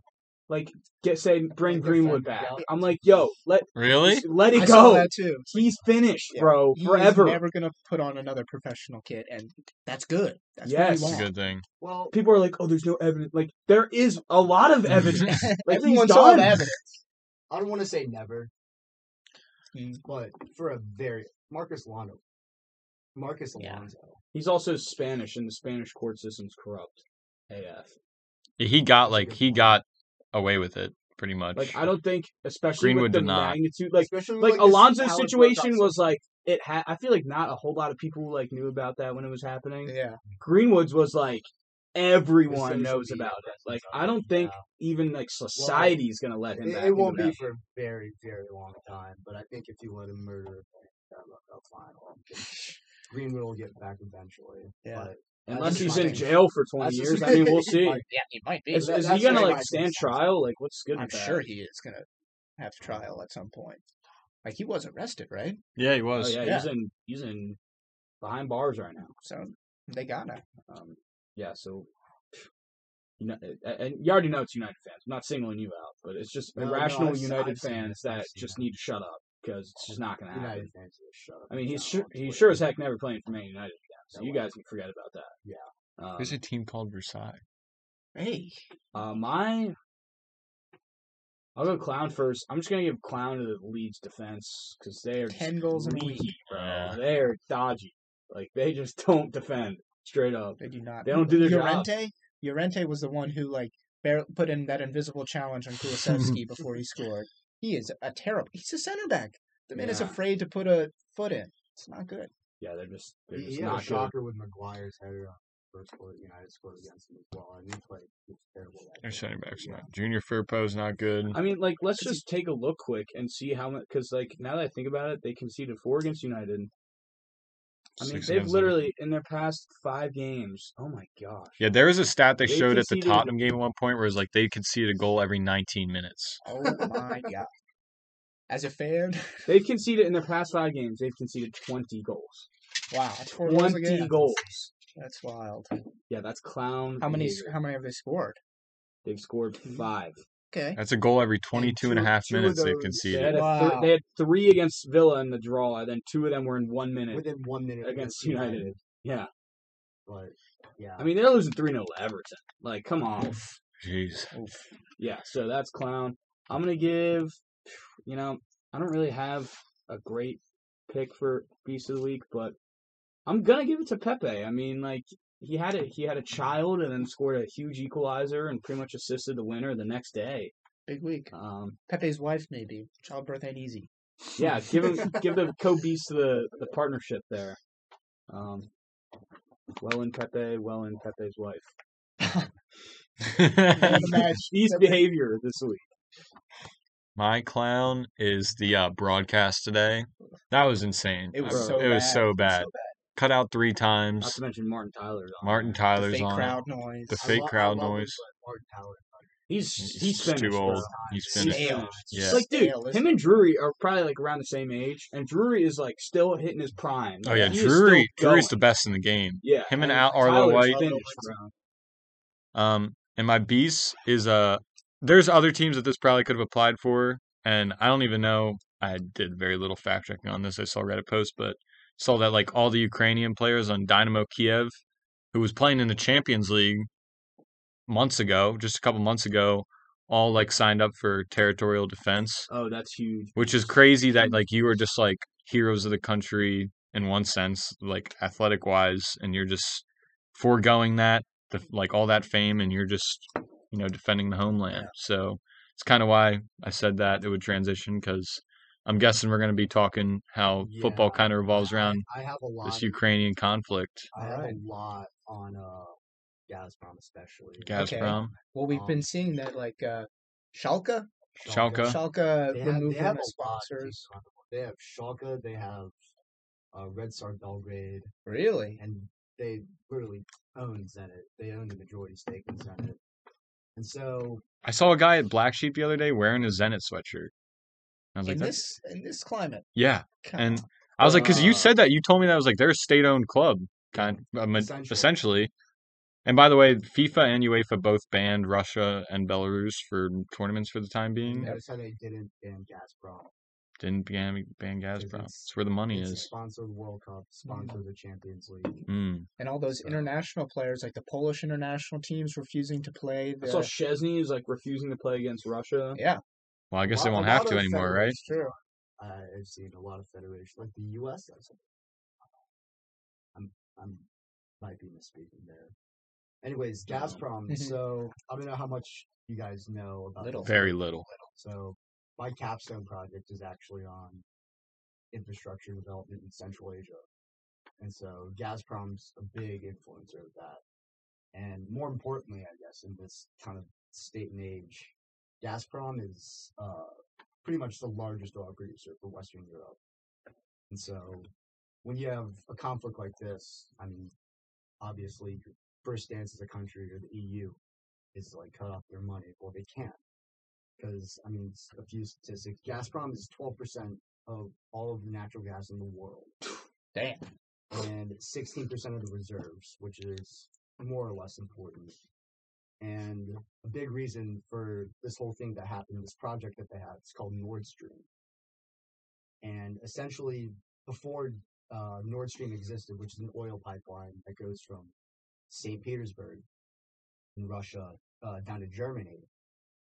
Speaker 4: like get say bring
Speaker 1: Like the
Speaker 4: Greenwood
Speaker 1: fact
Speaker 4: back.
Speaker 1: that-
Speaker 4: I'm like, yo, let
Speaker 3: Really?
Speaker 4: let it
Speaker 2: I saw
Speaker 4: go.
Speaker 2: that too.
Speaker 4: He's finished,
Speaker 2: Yeah.
Speaker 4: bro.
Speaker 2: He is
Speaker 4: Forever.
Speaker 2: never gonna put on another professional kid, and that's good. That's
Speaker 4: Yes.
Speaker 2: what
Speaker 3: It's
Speaker 2: we
Speaker 3: a
Speaker 2: want.
Speaker 3: good thing.
Speaker 1: Well,
Speaker 4: people are like, oh, there's no evidence. Like there is a lot of
Speaker 3: (laughs)
Speaker 4: evidence. like
Speaker 2: Everyone
Speaker 4: he's
Speaker 2: saw
Speaker 4: done.
Speaker 2: the evidence.
Speaker 1: I don't want to say never,
Speaker 2: Mm.
Speaker 1: but for a very Marcus Alonso, Marcus
Speaker 2: Yeah.
Speaker 1: Alonso.
Speaker 4: He's also Spanish, and the Spanish court system's corrupt. AF.
Speaker 3: He got like he got away with it pretty much.
Speaker 4: Like I don't think, especially
Speaker 3: Greenwood
Speaker 4: with the
Speaker 3: did not.
Speaker 4: magnitude, like
Speaker 1: especially
Speaker 4: like
Speaker 1: this
Speaker 4: Alonzo's
Speaker 1: Howard Brooks
Speaker 4: situation
Speaker 1: also-
Speaker 4: was like it had. I feel like not a whole lot of people like knew about that when it was happening.
Speaker 2: Yeah,
Speaker 4: Greenwood's was like everyone
Speaker 1: social
Speaker 4: knows
Speaker 1: media
Speaker 4: about it.
Speaker 1: presence
Speaker 4: Like
Speaker 1: of
Speaker 4: I
Speaker 1: it,
Speaker 4: don't think
Speaker 1: yeah.
Speaker 4: even like society's gonna let him.
Speaker 1: It,
Speaker 4: back
Speaker 1: it
Speaker 4: into
Speaker 1: won't be
Speaker 4: that.
Speaker 1: for a very, very long time, but I think if you let him murder, um, that'll, that'll fine.
Speaker 4: (laughs)
Speaker 1: Greenwood will get back eventually.
Speaker 2: Yeah.
Speaker 1: But
Speaker 4: unless
Speaker 1: that's
Speaker 4: he's
Speaker 1: my
Speaker 4: in
Speaker 1: thing.
Speaker 4: jail for twenty
Speaker 1: That's
Speaker 4: years.
Speaker 1: just-
Speaker 4: I
Speaker 1: (laughs)
Speaker 4: mean, we'll see.
Speaker 2: yeah, he might be.
Speaker 4: Is,
Speaker 1: That-
Speaker 4: is he
Speaker 1: that's
Speaker 4: gonna
Speaker 1: what
Speaker 4: like
Speaker 1: my
Speaker 4: stand
Speaker 1: sense is.
Speaker 4: trial? Like what's good?
Speaker 2: I'm
Speaker 4: with that?
Speaker 2: sure he is gonna have trial at some point. Like he was arrested, right?
Speaker 3: Yeah, he
Speaker 4: Oh
Speaker 3: was.
Speaker 4: yeah,
Speaker 2: yeah.
Speaker 4: he's in he's in behind bars right now.
Speaker 2: So they got him.
Speaker 4: Um, yeah, so (sighs) you know, eh, and- and you already know it's United fans. I'm not singling you out, but it's just
Speaker 1: No, no,
Speaker 4: irrational
Speaker 1: I've-
Speaker 4: United
Speaker 1: I've seen
Speaker 4: fans
Speaker 1: that. I've
Speaker 4: that
Speaker 1: seen
Speaker 4: just
Speaker 1: that.
Speaker 4: need to shut up because it's just not going to happen.
Speaker 1: United fans will shut up.
Speaker 4: I mean, he's
Speaker 1: now
Speaker 4: sure,
Speaker 1: on
Speaker 4: he's
Speaker 1: Twitter.
Speaker 4: sure as heck never playing for Man United again, so
Speaker 1: No
Speaker 4: you
Speaker 1: way.
Speaker 4: guys can forget about that.
Speaker 1: Yeah.
Speaker 4: Um,
Speaker 3: There's a team called Versailles.
Speaker 2: Hey,
Speaker 4: uh, my, I'll go Clown first. I'm just going to give Clown to the Leeds defense because they are just
Speaker 2: ten goals in a week.
Speaker 4: leaky, bro.
Speaker 3: Yeah.
Speaker 4: They are dodgy. Like they just (laughs) don't defend straight up.
Speaker 2: They do not.
Speaker 4: They don't do their job.
Speaker 2: Llorente, Llorente was the one who like bar- put in that invisible challenge on Kulusevski before he scored. He is a terrible. He's a center back. The man is
Speaker 4: Yeah.
Speaker 2: afraid to put a foot in. It's not good.
Speaker 4: Yeah, they're just they're
Speaker 1: He,
Speaker 4: just
Speaker 1: he had a
Speaker 4: not good.
Speaker 1: shocker with Maguire's header on the first goal that United scored against him as well, and he played he was terrible. that
Speaker 3: Their
Speaker 1: game.
Speaker 3: center back's
Speaker 1: Yeah.
Speaker 3: not. Junior Firpo's not good.
Speaker 4: I mean, like, let's
Speaker 2: Is he-
Speaker 4: just take a look quick and see how much. Because, like, now that I think about it, they conceded four against United. I mean,
Speaker 3: Six
Speaker 4: they've
Speaker 3: against them.
Speaker 4: literally in their past five games. Oh my gosh.
Speaker 3: Yeah, there was a stat they,
Speaker 4: They
Speaker 3: showed at the
Speaker 4: conceded-
Speaker 3: Tottenham game at one point where it was like they conceded a goal every 19 minutes.
Speaker 2: Oh my god. As a fan, (laughs)
Speaker 4: They've conceded in their past five games. They've conceded twenty goals.
Speaker 2: wow, that's four goals a
Speaker 4: Twenty
Speaker 2: game.
Speaker 4: goals.
Speaker 2: That's wild.
Speaker 4: Yeah, that's clown.
Speaker 2: How many?
Speaker 4: behavior.
Speaker 2: How many have they scored?
Speaker 4: They've scored five.
Speaker 2: Okay.
Speaker 3: That's a goal every 22 and a
Speaker 1: two-
Speaker 3: half
Speaker 1: two of
Speaker 3: minutes they've
Speaker 1: those-
Speaker 4: They
Speaker 3: conceded.
Speaker 4: had, a
Speaker 2: Wow.
Speaker 4: th- they had three against Villa in the draw, and then two of them were in one minute.
Speaker 1: Within one minute
Speaker 4: Against United. yeah,
Speaker 1: but yeah,
Speaker 4: I mean they're losing three 0 to Everton. Like, come on.
Speaker 3: Jeez.
Speaker 2: Oof.
Speaker 4: Yeah, so that's clown. I'm gonna give. You know, I don't really have a great pick for beast of the week, but I'm gonna give it to Pepe. I mean, like he had a he had a child and then scored a huge equalizer and pretty much assisted the winner the next day.
Speaker 2: Big week.
Speaker 4: Um,
Speaker 2: Pepe's wife, maybe. Childbirth ain't easy.
Speaker 4: yeah, give him give the co beast the the partnership there. Um, well in Pepe, well in Pepe's wife.
Speaker 3: (laughs)
Speaker 2: What a match.
Speaker 4: Beast behavior this week.
Speaker 3: My clown is the uh, broadcast today. That was insane.
Speaker 2: It was
Speaker 3: I-
Speaker 2: so
Speaker 3: it was
Speaker 2: bad.
Speaker 3: so bad. Cut out three
Speaker 4: Not
Speaker 3: times.
Speaker 4: to mention Martin Tyler. on
Speaker 3: Martin
Speaker 4: there.
Speaker 2: The
Speaker 3: Tyler's
Speaker 2: fake
Speaker 3: on
Speaker 2: crowd
Speaker 3: it.
Speaker 2: noise.
Speaker 3: The
Speaker 1: I
Speaker 3: fake
Speaker 1: lo- I
Speaker 3: crowd
Speaker 1: love it,
Speaker 3: noise.
Speaker 1: but Martin Tyler,
Speaker 4: He's
Speaker 3: He's
Speaker 4: he's
Speaker 3: just
Speaker 4: finished.
Speaker 3: too
Speaker 4: bro.
Speaker 3: old. He's
Speaker 4: He's
Speaker 3: finished.
Speaker 2: Stale.
Speaker 4: finished.
Speaker 3: Yeah.
Speaker 4: Like, dude,
Speaker 2: Stale, isn't
Speaker 4: him and Drury are probably like around the same age, and Drury is like still hitting his prime.
Speaker 3: Oh yeah,
Speaker 4: Like, he is
Speaker 3: Drury.
Speaker 4: still
Speaker 3: Drury's the
Speaker 4: going.
Speaker 3: best in the game.
Speaker 4: Yeah,
Speaker 3: Him and
Speaker 4: I mean,
Speaker 3: Al- Arlo
Speaker 4: Tyler's
Speaker 3: White.
Speaker 4: finished, bro.
Speaker 3: Um, and my beast is uh there's other teams that this probably could have applied for, and I don't even know. I did very little fact checking on this. I saw Reddit post, but saw that like all the Ukrainian players on Dynamo Kiev, who was playing in the Champions League months ago, just a couple months ago, all like signed up for territorial defense,
Speaker 4: Oh, that's huge.
Speaker 3: which is crazy that like you are just like heroes of the country in one sense, like athletic wise, and you're just foregoing that, the, like all that fame, and you're just you know defending the homeland. So it's kind of why I said that it would transition because I'm guessing we're going to be talking how football
Speaker 1: Yeah.
Speaker 3: kind of revolves
Speaker 1: I-
Speaker 3: around
Speaker 1: I have a lot.
Speaker 3: this
Speaker 1: of-
Speaker 3: Ukrainian conflict.
Speaker 1: I have
Speaker 2: Alright.
Speaker 1: a lot on uh, Gazprom especially.
Speaker 3: Gazprom.
Speaker 2: Well, we've
Speaker 1: Um,
Speaker 2: been seeing that like uh, Schalke.
Speaker 3: Schalke.
Speaker 2: Schalke
Speaker 1: They have,
Speaker 2: removed
Speaker 1: they have
Speaker 2: them as
Speaker 1: a lot. of
Speaker 2: sponsors.
Speaker 1: decent underworld. They have Schalke. They have uh, Red Star Belgrade,
Speaker 2: Really?
Speaker 1: and they literally own Zenit. They own the majority stake in Zenit, and so
Speaker 3: I saw a guy at Black Sheep the other day wearing a Zenit sweatshirt. I was like,
Speaker 2: in
Speaker 3: "That-
Speaker 2: this in this climate.
Speaker 3: yeah.
Speaker 2: Come
Speaker 3: And-
Speaker 2: on.
Speaker 3: I was like, because you
Speaker 1: Uh,
Speaker 3: said that you told me that was like they're a state-owned club, kind um,
Speaker 1: essentially.
Speaker 3: essentially. And by the way, FIFA and UEFA both banned Russia and Belarus for tournaments for the time being.
Speaker 1: notice how they didn't ban Gazprom.
Speaker 3: Didn't ban, ban Gazprom.
Speaker 1: it's-
Speaker 3: It's where the money
Speaker 1: It's
Speaker 3: is.
Speaker 1: sponsor of the World Cup, sponsor of the Champions League.
Speaker 3: Mm.
Speaker 2: and all those
Speaker 1: So-
Speaker 2: international players, like the Polish international teams, refusing to play.
Speaker 4: I saw
Speaker 2: The,
Speaker 4: Chesney is like refusing to play against Russia.
Speaker 2: yeah,
Speaker 3: Well, I guess
Speaker 1: A
Speaker 3: they
Speaker 1: lot-
Speaker 3: won't
Speaker 1: a
Speaker 3: have
Speaker 1: lot
Speaker 3: to
Speaker 1: of
Speaker 3: anymore, right?
Speaker 1: federations too. I- I've seen a lot of federations, like the U.S. has it. I'm, I'm, might be misspeaking there. Anyways,
Speaker 3: Mm-hmm.
Speaker 4: Yeah.
Speaker 1: Gazprom.
Speaker 2: Mhm.
Speaker 1: So I don't know how much you guys know about
Speaker 2: Little.
Speaker 1: this.
Speaker 3: Very little.
Speaker 1: So my capstone project is actually on infrastructure development in Central Asia. And so Gazprom's a big influencer of that. And more importantly, I guess, in this kind of state and age, Gazprom is uh, pretty much the largest oil producer for Western Europe. And so when you have a conflict like this, I mean, obviously, your first stance as a country or the EU is to, like cut off their money. Well, they can't. Because, I mean, s- a few statistics Gazprom is 12% of all of the natural gas in the world
Speaker 2: damn.
Speaker 1: and 16% of the reserves, which is more or less important. And a big reason for this whole thing that happened, this project that they had, it's called Nord Stream. And essentially, before uh, Nord Stream existed, which is an oil pipeline that goes from St. Petersburg in Russia uh, down to Germany,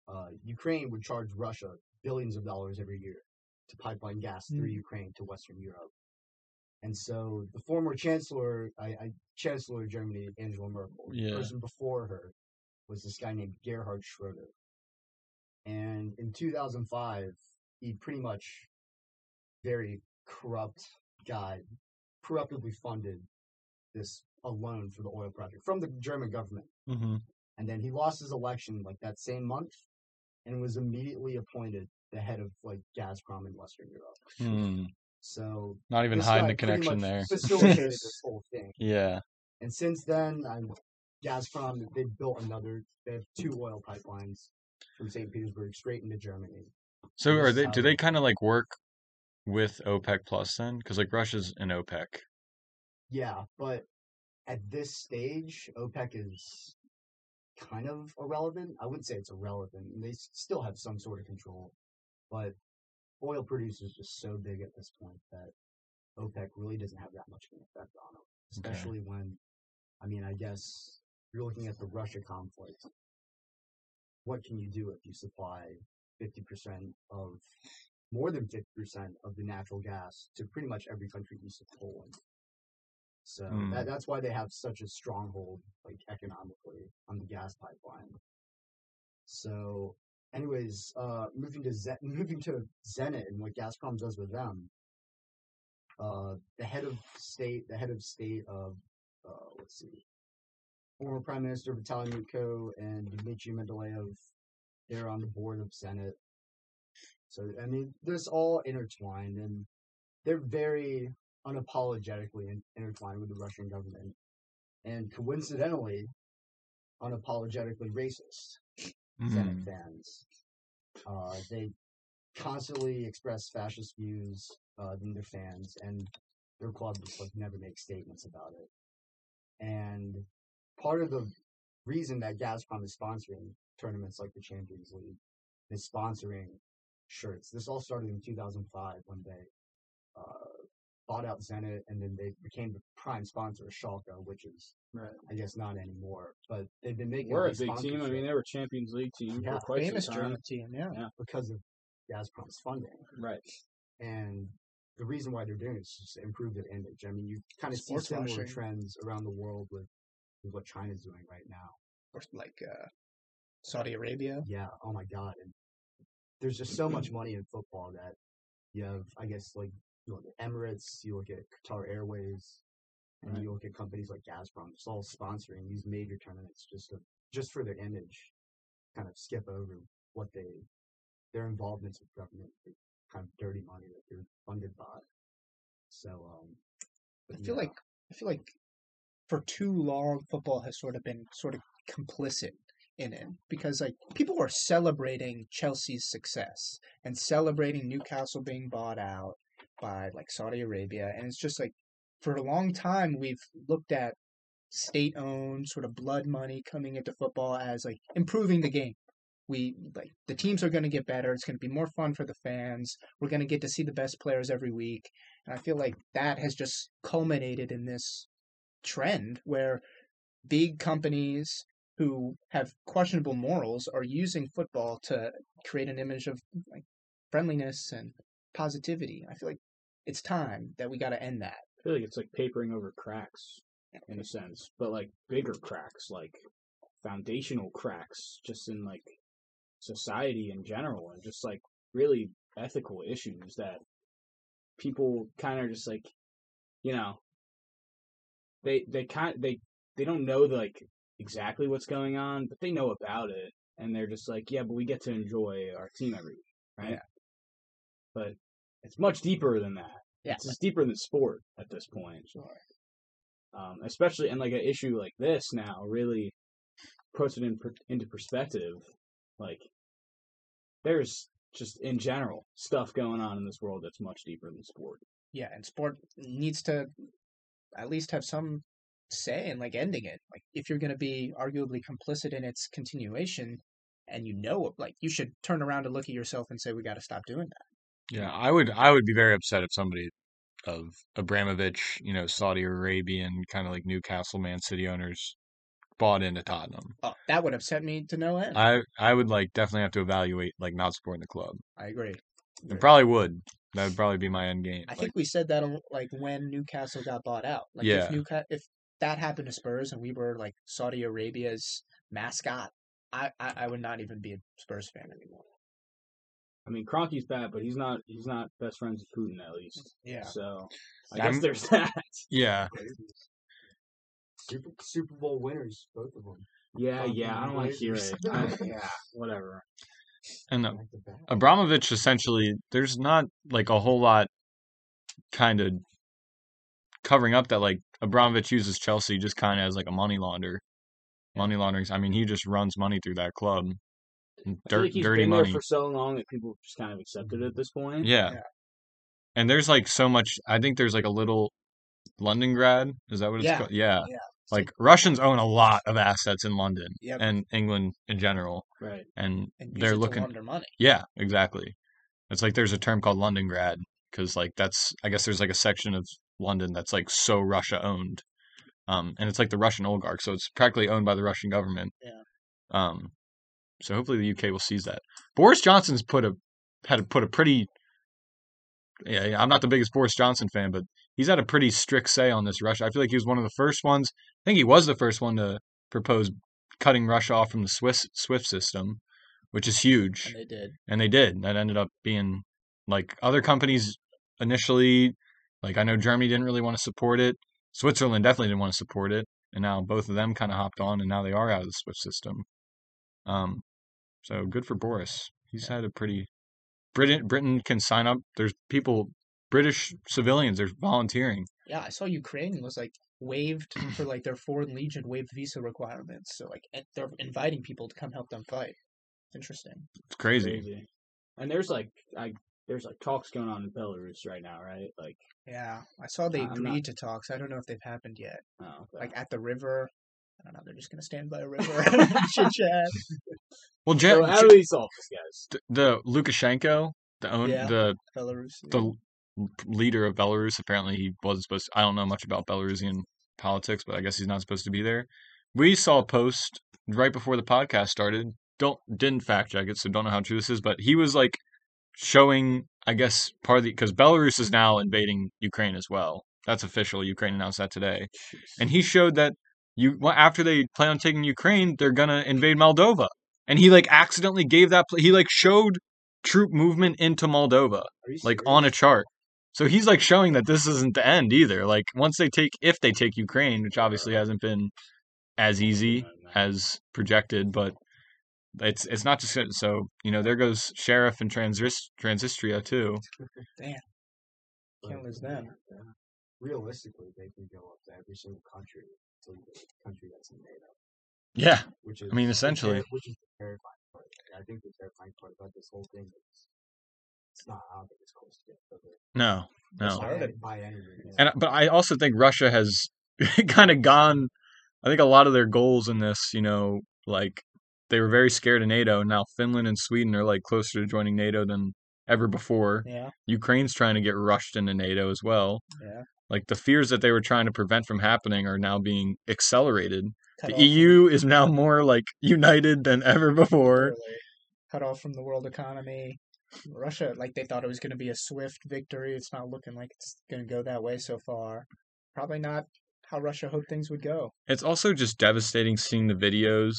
Speaker 1: uh, Ukraine would charge Russia billions of dollars every year to pipeline gas through Ukraine to Western Europe. And so the former chancellor, I, I, chancellor of Germany, Angela Merkel,
Speaker 3: Yeah.
Speaker 1: the person before her was this guy named Gerhard Schroeder. And in 2005, he pretty much very corrupt guy, corruptly funded this a loan for the oil project from the German government
Speaker 3: Mm-hmm.
Speaker 1: and then he lost his election like that same month and was immediately appointed the head of like Gazprom in Western Europe. So
Speaker 3: Not even
Speaker 1: this
Speaker 3: Hmm. hiding
Speaker 1: guy
Speaker 3: the
Speaker 1: pretty
Speaker 3: connection
Speaker 1: much
Speaker 3: there. (laughs)
Speaker 1: Facilitated this whole thing.
Speaker 3: yeah.
Speaker 1: And since then, I'm, Gazprom they built another. They have two oil pipelines from St. Petersburg straight into Germany.
Speaker 3: So
Speaker 1: This
Speaker 3: are
Speaker 1: is
Speaker 3: they?
Speaker 1: how
Speaker 3: Do
Speaker 1: they-
Speaker 3: they kind of like work with OPEC Plus then? Because like Russia's in OPEC.
Speaker 1: Yeah, but at this stage, OPEC is kind of irrelevant. I wouldn't say it's irrelevant. They s- still have some sort of control, but oil producers are just so big at this point that OPEC really doesn't have that much of an effect on them,
Speaker 3: Okay.
Speaker 1: especially when, I mean, I guess you're looking at the Russia conflict. What can you do if you supply 50% of, more than 50% of the natural gas to pretty much every country east of Poland? So
Speaker 3: Hmm.
Speaker 1: that, that's why they have such a stronghold, like economically, on the gas pipeline. So, anyways, uh, moving to Zen- moving to Zenit and what Gazprom does with them. Uh, the head of state, the head of state of, uh, let's see, former Prime Minister Vitaly Mutko and Dmitry Mendeleev, they're on the board of Zenit. So I mean, this all intertwined, and they're very unapologetically in- intertwined with the Russian government, and coincidentally, unapologetically racist.
Speaker 4: Mm-hmm.
Speaker 1: Zenit
Speaker 3: Mm.
Speaker 1: fans. Uh, they constantly express fascist views uh, in their fans, and their club just like never makes statements about it. And part of the reason that Gazprom is sponsoring tournaments like the Champions League is sponsoring shirts. This all started in 2005 when they uh, bought out Zenit, and then they became the prime sponsor of Schalke, which is,
Speaker 4: Right.
Speaker 1: I guess, not anymore. But they've been making
Speaker 4: We're a
Speaker 1: these
Speaker 4: big team. I
Speaker 1: sponsorships
Speaker 4: mean, they were Champions League team for
Speaker 1: Yeah.
Speaker 4: quite
Speaker 2: Famous
Speaker 4: some time.
Speaker 2: German team, yeah.
Speaker 1: because of Gazprom's funding.
Speaker 4: Right.
Speaker 1: And the reason why they're doing it is just to improve their image. I mean, you kind of see
Speaker 2: Sports
Speaker 1: similar
Speaker 2: washing.
Speaker 1: trends around the world with, with what China's doing right now.
Speaker 2: Or like uh, Saudi Arabia.
Speaker 1: Yeah. Oh my God. And there's just so much money in football that you have, I guess, like you look at Emirates, you look at Qatar Airways, and
Speaker 4: Right.
Speaker 1: you look at companies like Gazprom. It's all sponsoring these major tournaments just to, just for their image. Kind of skip over what they their involvements with government, the kind of dirty money that they're funded by. So um,
Speaker 2: I
Speaker 1: yeah.
Speaker 2: feel like I feel like for too long football has sort of been sort of complicit in it because like people were celebrating Chelsea's success and celebrating Newcastle being bought out by like Saudi Arabia and it's just like for a long time we've looked at state owned sort of blood money coming into football as like improving the game. We like the teams are going to get better. It's going to be more fun for the fans. We're going to get to see the best players every week. And I feel like that has just culminated in this trend where big companies who have questionable morals are using football to create an image of like friendliness and positivity. I feel like it's time that we got to end that.
Speaker 4: I feel like it's like papering over cracks in a sense, but like bigger cracks, like foundational cracks, just in like society in general, and just like really ethical issues that people kind of just like, you know, they they kind they they don't know like exactly what's going on, but they know about it, and they're just like, yeah, but we get to enjoy our team every week, right?
Speaker 2: Yeah.
Speaker 4: But it's much deeper than that.
Speaker 2: Yeah.
Speaker 4: It's just deeper than sport at this point um, especially in like an issue like this now really puts it in, per- into perspective like there's just in general stuff going on in this world that's much deeper than sport
Speaker 2: Yeah, and sport needs to at least have some say in like ending it. Like if you're going to be arguably complicit in its continuation and you know it, like you should turn around and look at yourself and say we got to stop doing that.
Speaker 3: Yeah, I would I would be very upset if somebody of Abramovich, you know, Saudi Arabian kind of like Newcastle Man City owners bought into Tottenham.
Speaker 2: Oh, that would upset me to no end.
Speaker 3: I I would like definitely have to evaluate like not supporting the club.
Speaker 2: I agree.
Speaker 3: And probably would. That would probably be my end game.
Speaker 2: I
Speaker 3: like
Speaker 2: think we said that a- like when Newcastle got bought out. Like
Speaker 3: Yeah.
Speaker 2: if Newca- if that happened to Spurs and we were like Saudi Arabia's mascot, I, I, I would not even be a Spurs fan anymore.
Speaker 4: i mean Kroenke's bad but he's not he's not best friends with putin at least
Speaker 2: Yeah.
Speaker 4: so i
Speaker 3: I'm-
Speaker 4: guess there's that (laughs)
Speaker 3: yeah,
Speaker 1: Super, Super Bowl winners, both of them.
Speaker 4: yeah
Speaker 1: Kroenke
Speaker 4: yeah i don't
Speaker 1: and
Speaker 4: want to hear
Speaker 1: Blazers.
Speaker 4: it
Speaker 1: (laughs)
Speaker 4: I- yeah (laughs) whatever
Speaker 3: and uh,
Speaker 1: Back to back.
Speaker 3: Abramovich essentially there's not like a whole lot kind of covering up that like Abramovich uses Chelsea just kind of as like a money launder. Money laundering. I mean, he just runs money through that club.
Speaker 4: I feel
Speaker 3: Dirt,
Speaker 4: like he's
Speaker 3: dirty
Speaker 4: been
Speaker 3: money.
Speaker 4: there for so long that people just kind of accepted it at this point
Speaker 3: Yeah.
Speaker 2: Yeah.
Speaker 3: And there's like so much. I think there's like a little London grad. Is that what it's
Speaker 2: Yeah.
Speaker 3: called? Yeah.
Speaker 2: Yeah.
Speaker 3: Like Russians own a lot of assets in London
Speaker 2: Yep.
Speaker 3: and England in general,
Speaker 4: right
Speaker 3: and,
Speaker 2: And use
Speaker 3: they're
Speaker 2: it to
Speaker 3: looking.
Speaker 2: launder money.
Speaker 3: Yeah, exactly. It's like there's a term called London grad because like that's I guess there's like a section of London that's like so Russia owned, um, and it's like the Russian oligarch, so it's practically owned by the Russian government.
Speaker 2: Yeah.
Speaker 3: Um, so hopefully the UK will seize that. Boris Johnson's put a had a, put a pretty yeah, yeah, I'm not the biggest Boris Johnson fan, but he's had a pretty strict say on this Russia. I feel like he was one of the first ones. I think he was the first one to propose cutting Russia off from the Swiss Swift system, which is huge,
Speaker 2: And they did.
Speaker 3: and they did. That ended up being like other companies initially, like I know Germany didn't really want to support it. Switzerland definitely didn't want to support it, and now both of them kind of hopped on, and now they are out of the Swift system. Um, so good for Boris. He's had a pretty Britain. Britain can sign up. There's people, British civilians. There's volunteering.
Speaker 2: Yeah, I saw Ukraine was like
Speaker 3: (clears throat)
Speaker 2: waived for like their foreign legion waived visa requirements. So like and they're inviting people to come help them fight. Interesting.
Speaker 3: It's crazy.
Speaker 4: crazy. And there's like I there's like talks going on in Belarus right now, right? Like
Speaker 2: Yeah, I saw they
Speaker 4: I'm not-
Speaker 2: agreed to talks. I don't know if they've happened yet.
Speaker 4: oh, okay.
Speaker 2: Like at the river. I don't know. They're just gonna stand by a river (laughs) and chit chat.
Speaker 3: Well,
Speaker 4: so
Speaker 3: Jan-
Speaker 4: how do we solve this, guys?
Speaker 3: the, the Lukashenko, the own
Speaker 2: Yeah.
Speaker 3: the
Speaker 2: Belarus. yeah.
Speaker 3: the l- leader of Belarus. Apparently, he wasn't supposed. I don't know much about Belarusian politics, but I guess he's not supposed to be there. We saw a post right before the podcast started. Don't didn't fact check it, so don't know how true this is. But he was like showing, I guess, part of the because Belarus is now invading Ukraine as well. That's official. Ukraine announced that today, and he showed that you well, after they plan on taking Ukraine, they're gonna invade Moldova. And he like accidentally gave that. Pl- he like showed troop movement into Moldova
Speaker 4: Are you
Speaker 3: like
Speaker 4: serious?
Speaker 3: on a chart. So he's like showing that this isn't the end either. Like once they take if they take Ukraine, which obviously hasn't been as easy as projected, but It's it's not just so you know there goes Sheriff and Transist- Transistria too.
Speaker 2: Can't lose them.
Speaker 1: Yeah. Realistically, they can go up to every single country until you get a country that's in NATO.
Speaker 3: Yeah,
Speaker 1: which is
Speaker 3: I mean,
Speaker 1: the
Speaker 3: essentially.
Speaker 1: terri- which is the terrifying part. I think the terrifying part about this whole thing is it's not. I don't think it's close to it. but it-
Speaker 3: no, no.
Speaker 1: by,
Speaker 2: Started.
Speaker 1: any- by any means.
Speaker 3: And but I also think Russia has (laughs) kind of gone. I think a lot of their goals in this, you know, like they were very scared of NATO. and Now Finland and Sweden are like closer to joining NATO than ever before.
Speaker 2: Yeah.
Speaker 3: Ukraine's trying to get rushed into NATO as well.
Speaker 2: Yeah.
Speaker 3: Like the fears that they were trying to prevent from happening are now being accelerated.
Speaker 2: Cut
Speaker 3: the E
Speaker 2: off
Speaker 3: EU is now more like united than ever before.
Speaker 2: literally cut off from the world economy. Russia, like they thought it was going to be a swift victory. It's not looking like it's going to go that way so far. Probably not how Russia hoped things would go.
Speaker 3: It's also just devastating seeing the videos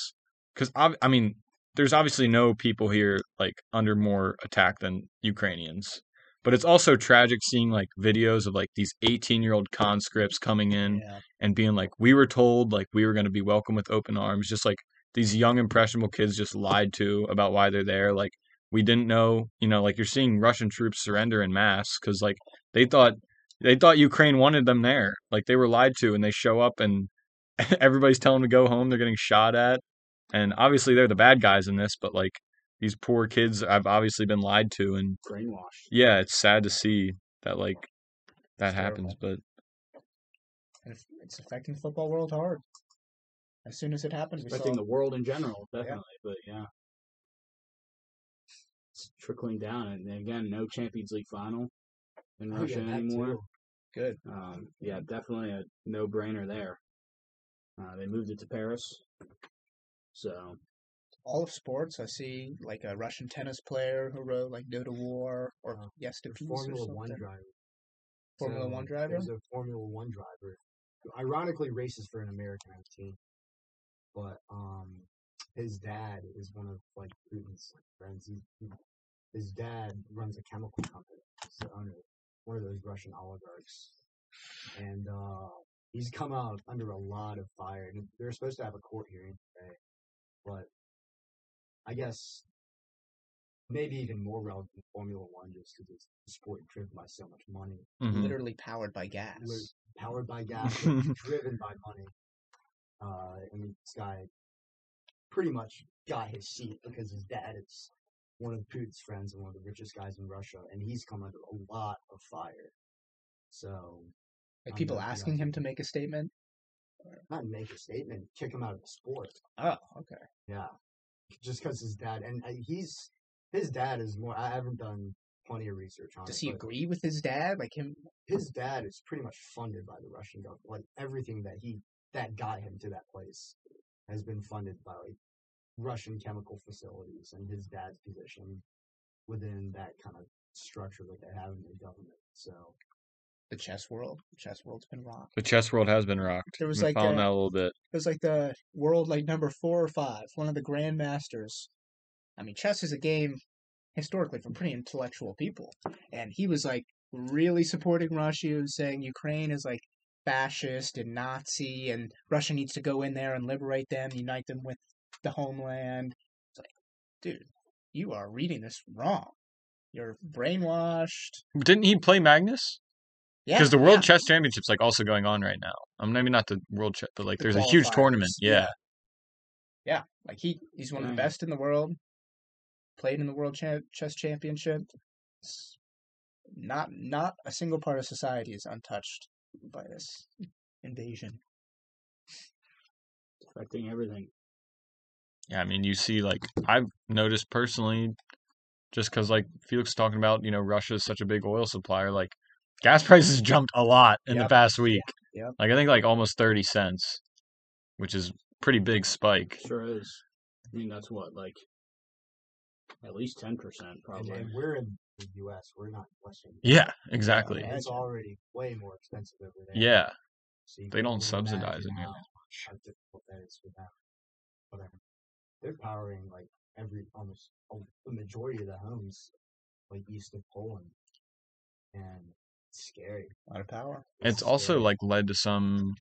Speaker 3: because I mean, there's obviously no people here like under more attack than Ukrainians, but it's also tragic seeing like videos of like these 18 year old conscripts coming in
Speaker 2: Yeah.
Speaker 3: and being like, we were told like we were going to be welcomed with open arms, just like these young impressionable kids just lied to about why they're there. Like we didn't know, you know, like you're seeing Russian troops surrender in mass because like they thought they thought Ukraine wanted them there. Like they were lied to, and they show up and (laughs) everybody's telling them to go home. They're getting shot at, and obviously they're the bad guys in this. But like these poor kids, I've obviously been lied to, and
Speaker 4: brainwashed.
Speaker 3: yeah, it's sad to see that like that
Speaker 2: It's
Speaker 3: happens. But
Speaker 2: And it's- it's affecting the football world hard. As soon as it happened, we saw
Speaker 4: Affecting the world in general, definitely. But yeah, it's trickling down. And then again, no Champions League final in
Speaker 1: Oh, yeah,
Speaker 4: Russia
Speaker 1: that
Speaker 4: anymore.
Speaker 1: too.
Speaker 2: good.
Speaker 4: Um, yeah, definitely a no-brainer there. Uh, they moved it to Paris, so
Speaker 2: All of sports, I see like a Russian tennis player who wrote like No to War or
Speaker 1: Uh,
Speaker 2: Yes to
Speaker 1: There's
Speaker 2: Peace or
Speaker 1: Formula One
Speaker 2: something.
Speaker 1: driver.
Speaker 2: Formula
Speaker 1: So,
Speaker 2: One driver.
Speaker 1: There's a Formula One driver who ironically races for an American team, but um, his dad is one of like Putin's like, friends. He, he, his dad runs a chemical company. He's the owner, one of those Russian oligarchs, and uh, he's come out under a lot of fire. And they're supposed to have a court hearing today, but I guess maybe even more relevant than Formula One just because it's a sport driven by so much money
Speaker 3: mhm.
Speaker 2: Literally powered by gas.
Speaker 1: was powered by gas,
Speaker 3: (laughs)
Speaker 1: but driven by money. Uh, I mean, this guy pretty much got his seat because his dad is one of Putin's friends and one of the richest guys in Russia, and he's come under a lot of fire. So,
Speaker 2: Like
Speaker 1: I'm
Speaker 2: people
Speaker 1: not-
Speaker 2: asking him to make a statement.
Speaker 1: not make a statement, kick him out of the sport.
Speaker 2: Oh, okay.
Speaker 1: Yeah, just because his dad, and uh, he's his dad is more. I haven't done plenty of research on.
Speaker 2: Does
Speaker 1: it,
Speaker 2: he
Speaker 1: but-
Speaker 2: agree with his dad? Like him
Speaker 1: his dad is pretty much funded by the Russian government. Like everything that he that got him to that place has been funded by like Russian chemical facilities and his dad's position within that kind of structure that they have in the government. So
Speaker 2: the chess world. The chess world's been rocked.
Speaker 3: the chess world has been rocked.
Speaker 2: There was like
Speaker 3: We've
Speaker 2: uh
Speaker 3: following
Speaker 2: a-
Speaker 3: that a little bit.
Speaker 2: It was like the world like number four or five, one of the grand masters. I mean, chess is a game historically for pretty intellectual people, and he was like really supporting Russia, and saying Ukraine is like fascist and Nazi, and Russia needs to go in there and liberate them, unite them with the homeland. It's like, dude, you are reading this wrong. You're brainwashed.
Speaker 3: Didn't he play Magnus?
Speaker 2: Yeah,
Speaker 3: Because the World
Speaker 2: yeah.
Speaker 3: Chess Championships like also going on right now. I'm maybe not the World Chess, but like
Speaker 2: The
Speaker 3: there's a huge
Speaker 2: qualifiers,
Speaker 3: tournament. Yeah,
Speaker 2: yeah. Yeah, like he he's one of the
Speaker 3: Mm.
Speaker 4: Dang.
Speaker 2: best in the world. Played in the world cha- chess championship. S- Not not a single part of society is untouched by this invasion.
Speaker 4: affecting everything.
Speaker 3: yeah. I mean, you see, like I've noticed personally, just because like Felix talking about, you know, Russia is such a big oil supplier. Like gas (laughs) prices jumped a lot in the
Speaker 2: Yep.
Speaker 3: past week.
Speaker 2: Yep.
Speaker 3: Like I think like almost thirty cents, which is pretty big spike.
Speaker 4: Sure is. I mean, that's what like at least ten percent
Speaker 1: and,
Speaker 4: probably.
Speaker 1: and we're in the U.S. We're not in Western. Europe.
Speaker 3: Yeah, exactly.
Speaker 1: And it's already way more expensive over there.
Speaker 3: Yeah,
Speaker 1: So you
Speaker 3: They
Speaker 1: can
Speaker 3: don't
Speaker 1: only
Speaker 3: subsidize
Speaker 1: imagine
Speaker 3: it
Speaker 1: how much- how difficult that is for them. For them. They're powering like every almost all- the majority of the homes like east of Poland, and it's scary.
Speaker 2: A lot of power.
Speaker 3: it's also
Speaker 1: scary.
Speaker 3: like led to some,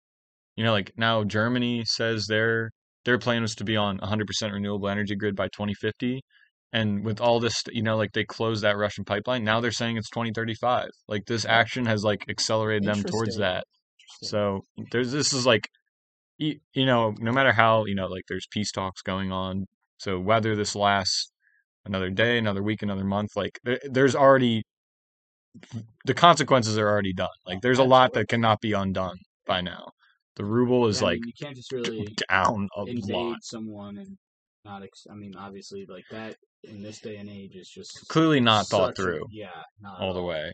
Speaker 3: you know, like now Germany says they're their plan was to be on 100% renewable energy grid by 2050 and with all this you know like they closed that russian pipeline now they're saying it's 2035 like this action has like accelerated them towards
Speaker 2: Interesting.
Speaker 3: that
Speaker 2: Interesting.
Speaker 3: so there's this is like y- you know no matter how you know like there's peace talks going on so whether this lasts another day another week another month like there, there's already the consequences are already done like there's a lot that cannot be undone by now the ruble is
Speaker 4: I mean,
Speaker 3: like
Speaker 4: you can't just really
Speaker 3: down a lot
Speaker 4: invade someone and not. Ex- I mean, obviously, like that in this day and age is just
Speaker 3: clearly not thought
Speaker 4: such a-
Speaker 3: through
Speaker 4: yeah, not
Speaker 3: all the way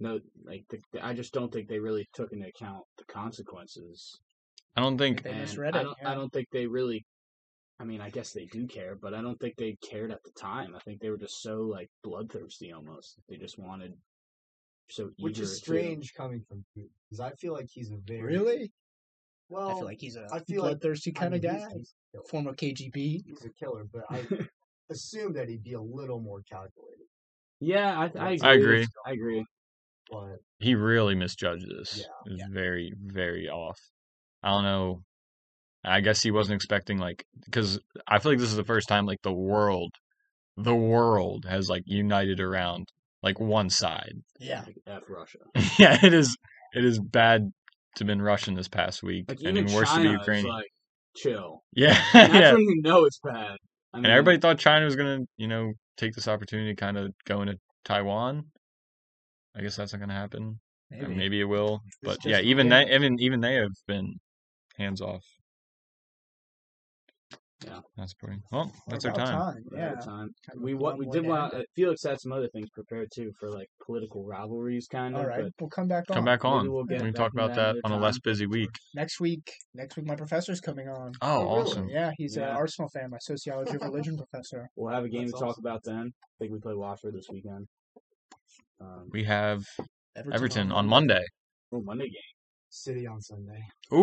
Speaker 4: No, like the, the- I just don't think they really took into account the consequences.
Speaker 3: i don't think
Speaker 2: They
Speaker 4: and
Speaker 2: misread
Speaker 4: I
Speaker 2: it,
Speaker 4: don't.
Speaker 2: yeah.
Speaker 4: I don't think they really. I mean, I guess they do care, but I don't think they cared at the time. I think they were just so like bloodthirsty almost. They just wanted so eager.
Speaker 1: Which is
Speaker 4: to-
Speaker 1: strange coming from you, because I feel like he's a very
Speaker 2: Really?
Speaker 1: well.
Speaker 2: I feel like he's a
Speaker 1: I feel like-
Speaker 2: bloodthirsty
Speaker 1: I
Speaker 2: kind
Speaker 1: mean,
Speaker 2: of
Speaker 1: he's-
Speaker 2: guy.
Speaker 1: He's, a killer.
Speaker 2: Former KGB.
Speaker 1: He's a killer, but I assume that he'd be a little more calculated.
Speaker 4: Yeah, I, I agree.
Speaker 1: I
Speaker 3: agree.
Speaker 4: I agree.
Speaker 1: But
Speaker 3: he really misjudged this.
Speaker 1: Yeah.
Speaker 3: It was very, very off. I don't know. I guess he wasn't expecting like because I feel like this is the first time like the world, the world has like united around like one side. (laughs)
Speaker 2: Yeah.
Speaker 4: Like, F Russia.
Speaker 3: yeah, it is. It is bad to been Russian this past week,
Speaker 4: Like
Speaker 3: and
Speaker 4: even
Speaker 3: even worse to
Speaker 4: China
Speaker 3: be
Speaker 4: is,
Speaker 3: Ukraine.
Speaker 4: like chill.
Speaker 3: (laughs) yeah,
Speaker 4: And that's
Speaker 3: yeah.
Speaker 4: when you know it's bad. I mean,
Speaker 3: and everybody thought China was gonna, you know, take this opportunity to kind of go into Taiwan. I guess that's not gonna happen. Or
Speaker 2: Maybe.
Speaker 3: Maybe, it will, but yeah,
Speaker 1: just-
Speaker 3: even
Speaker 2: yeah.
Speaker 3: they, even even they have been hands off.
Speaker 4: Yeah.
Speaker 3: not supporting. Well, that's
Speaker 2: We're
Speaker 3: our
Speaker 2: about
Speaker 3: time.
Speaker 4: we're out
Speaker 2: Yeah.
Speaker 4: of time.
Speaker 2: Kind of
Speaker 4: We
Speaker 2: a
Speaker 4: what
Speaker 2: fun
Speaker 4: we
Speaker 2: way
Speaker 4: did
Speaker 2: to
Speaker 4: want
Speaker 2: end
Speaker 4: uh, Felix had some other things prepared too for like political rivalries, kind
Speaker 2: it.
Speaker 4: of.
Speaker 2: All right.
Speaker 4: But
Speaker 2: We'll come back on.
Speaker 3: Come back
Speaker 4: Maybe
Speaker 3: on.
Speaker 4: we'll
Speaker 3: we
Speaker 4: get
Speaker 3: can
Speaker 4: back
Speaker 3: talk
Speaker 4: into
Speaker 3: about
Speaker 4: that
Speaker 3: that
Speaker 4: another
Speaker 3: on a
Speaker 4: time.
Speaker 3: less busy week.
Speaker 2: Next week. Next week, my professor's coming on.
Speaker 3: Oh,
Speaker 1: Oh, really?
Speaker 3: awesome.
Speaker 2: Yeah, he's an
Speaker 4: Yeah.
Speaker 2: Arsenal fan, my (laughs) sociology of religion professor.
Speaker 4: we'll have a game
Speaker 1: That's
Speaker 4: to talk
Speaker 1: awesome.
Speaker 4: about then. I think we play Watford this weekend. Um,
Speaker 3: We have
Speaker 2: Everton,
Speaker 3: Everton on
Speaker 2: Monday.
Speaker 3: Monday.
Speaker 4: oh, Monday game.
Speaker 1: City on Sunday.
Speaker 3: Ooh,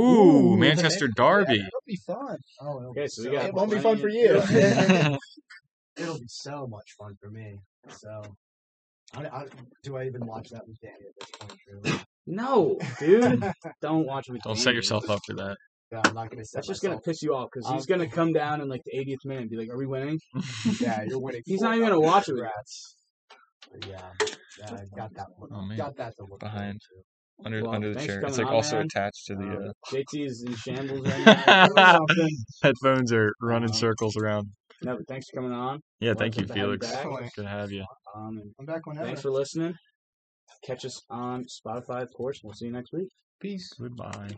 Speaker 2: Ooh,
Speaker 3: Manchester
Speaker 2: the Man-
Speaker 3: Derby.
Speaker 2: Yeah, that'll be fun.
Speaker 1: Oh, it'll
Speaker 4: Okay,
Speaker 1: be
Speaker 4: so we
Speaker 1: so
Speaker 4: got
Speaker 2: It won't be
Speaker 1: much-
Speaker 2: fun for you. (laughs)
Speaker 1: It'll be so much fun for me. So, I, I, do I even watch that with Danny at this point? Really?
Speaker 4: No, dude, don't watch it with
Speaker 3: (laughs) Don't set
Speaker 4: Danny.
Speaker 3: yourself up for that.
Speaker 1: Yeah, I'm not gonna set
Speaker 4: That's just gonna
Speaker 1: myself.
Speaker 4: piss you off because he's
Speaker 1: Um,
Speaker 4: gonna come down in like the 80th minute and be like, "Are we winning?"
Speaker 1: Yeah, you're winning.
Speaker 4: (laughs) He's
Speaker 1: four
Speaker 4: not even
Speaker 1: nothing.
Speaker 4: gonna watch it.
Speaker 1: Congrats. But yeah, yeah, I got that one.
Speaker 3: Oh, man.
Speaker 1: Got that to look
Speaker 3: Behind.
Speaker 1: forward
Speaker 3: Under
Speaker 4: Well,
Speaker 3: under the
Speaker 4: thanks for
Speaker 3: chair. It's
Speaker 4: coming
Speaker 3: like
Speaker 4: on,
Speaker 3: also
Speaker 4: man.
Speaker 3: attached to the
Speaker 4: Uh,
Speaker 3: uh,
Speaker 4: JT is in shambles right
Speaker 3: (laughs)
Speaker 4: now. doing something.
Speaker 3: headphones are running
Speaker 4: Um,
Speaker 3: circles around.
Speaker 4: No, but thanks for coming on.
Speaker 3: Yeah, thank you,
Speaker 4: welcome to have you
Speaker 3: Felix.
Speaker 4: back.
Speaker 1: Definitely.
Speaker 3: Good to have you.
Speaker 4: Um, and
Speaker 1: to. I'm back whenever.
Speaker 4: thanks for listening. Catch us on Spotify, of course. We'll see you next week.
Speaker 2: Peace.
Speaker 3: Goodbye.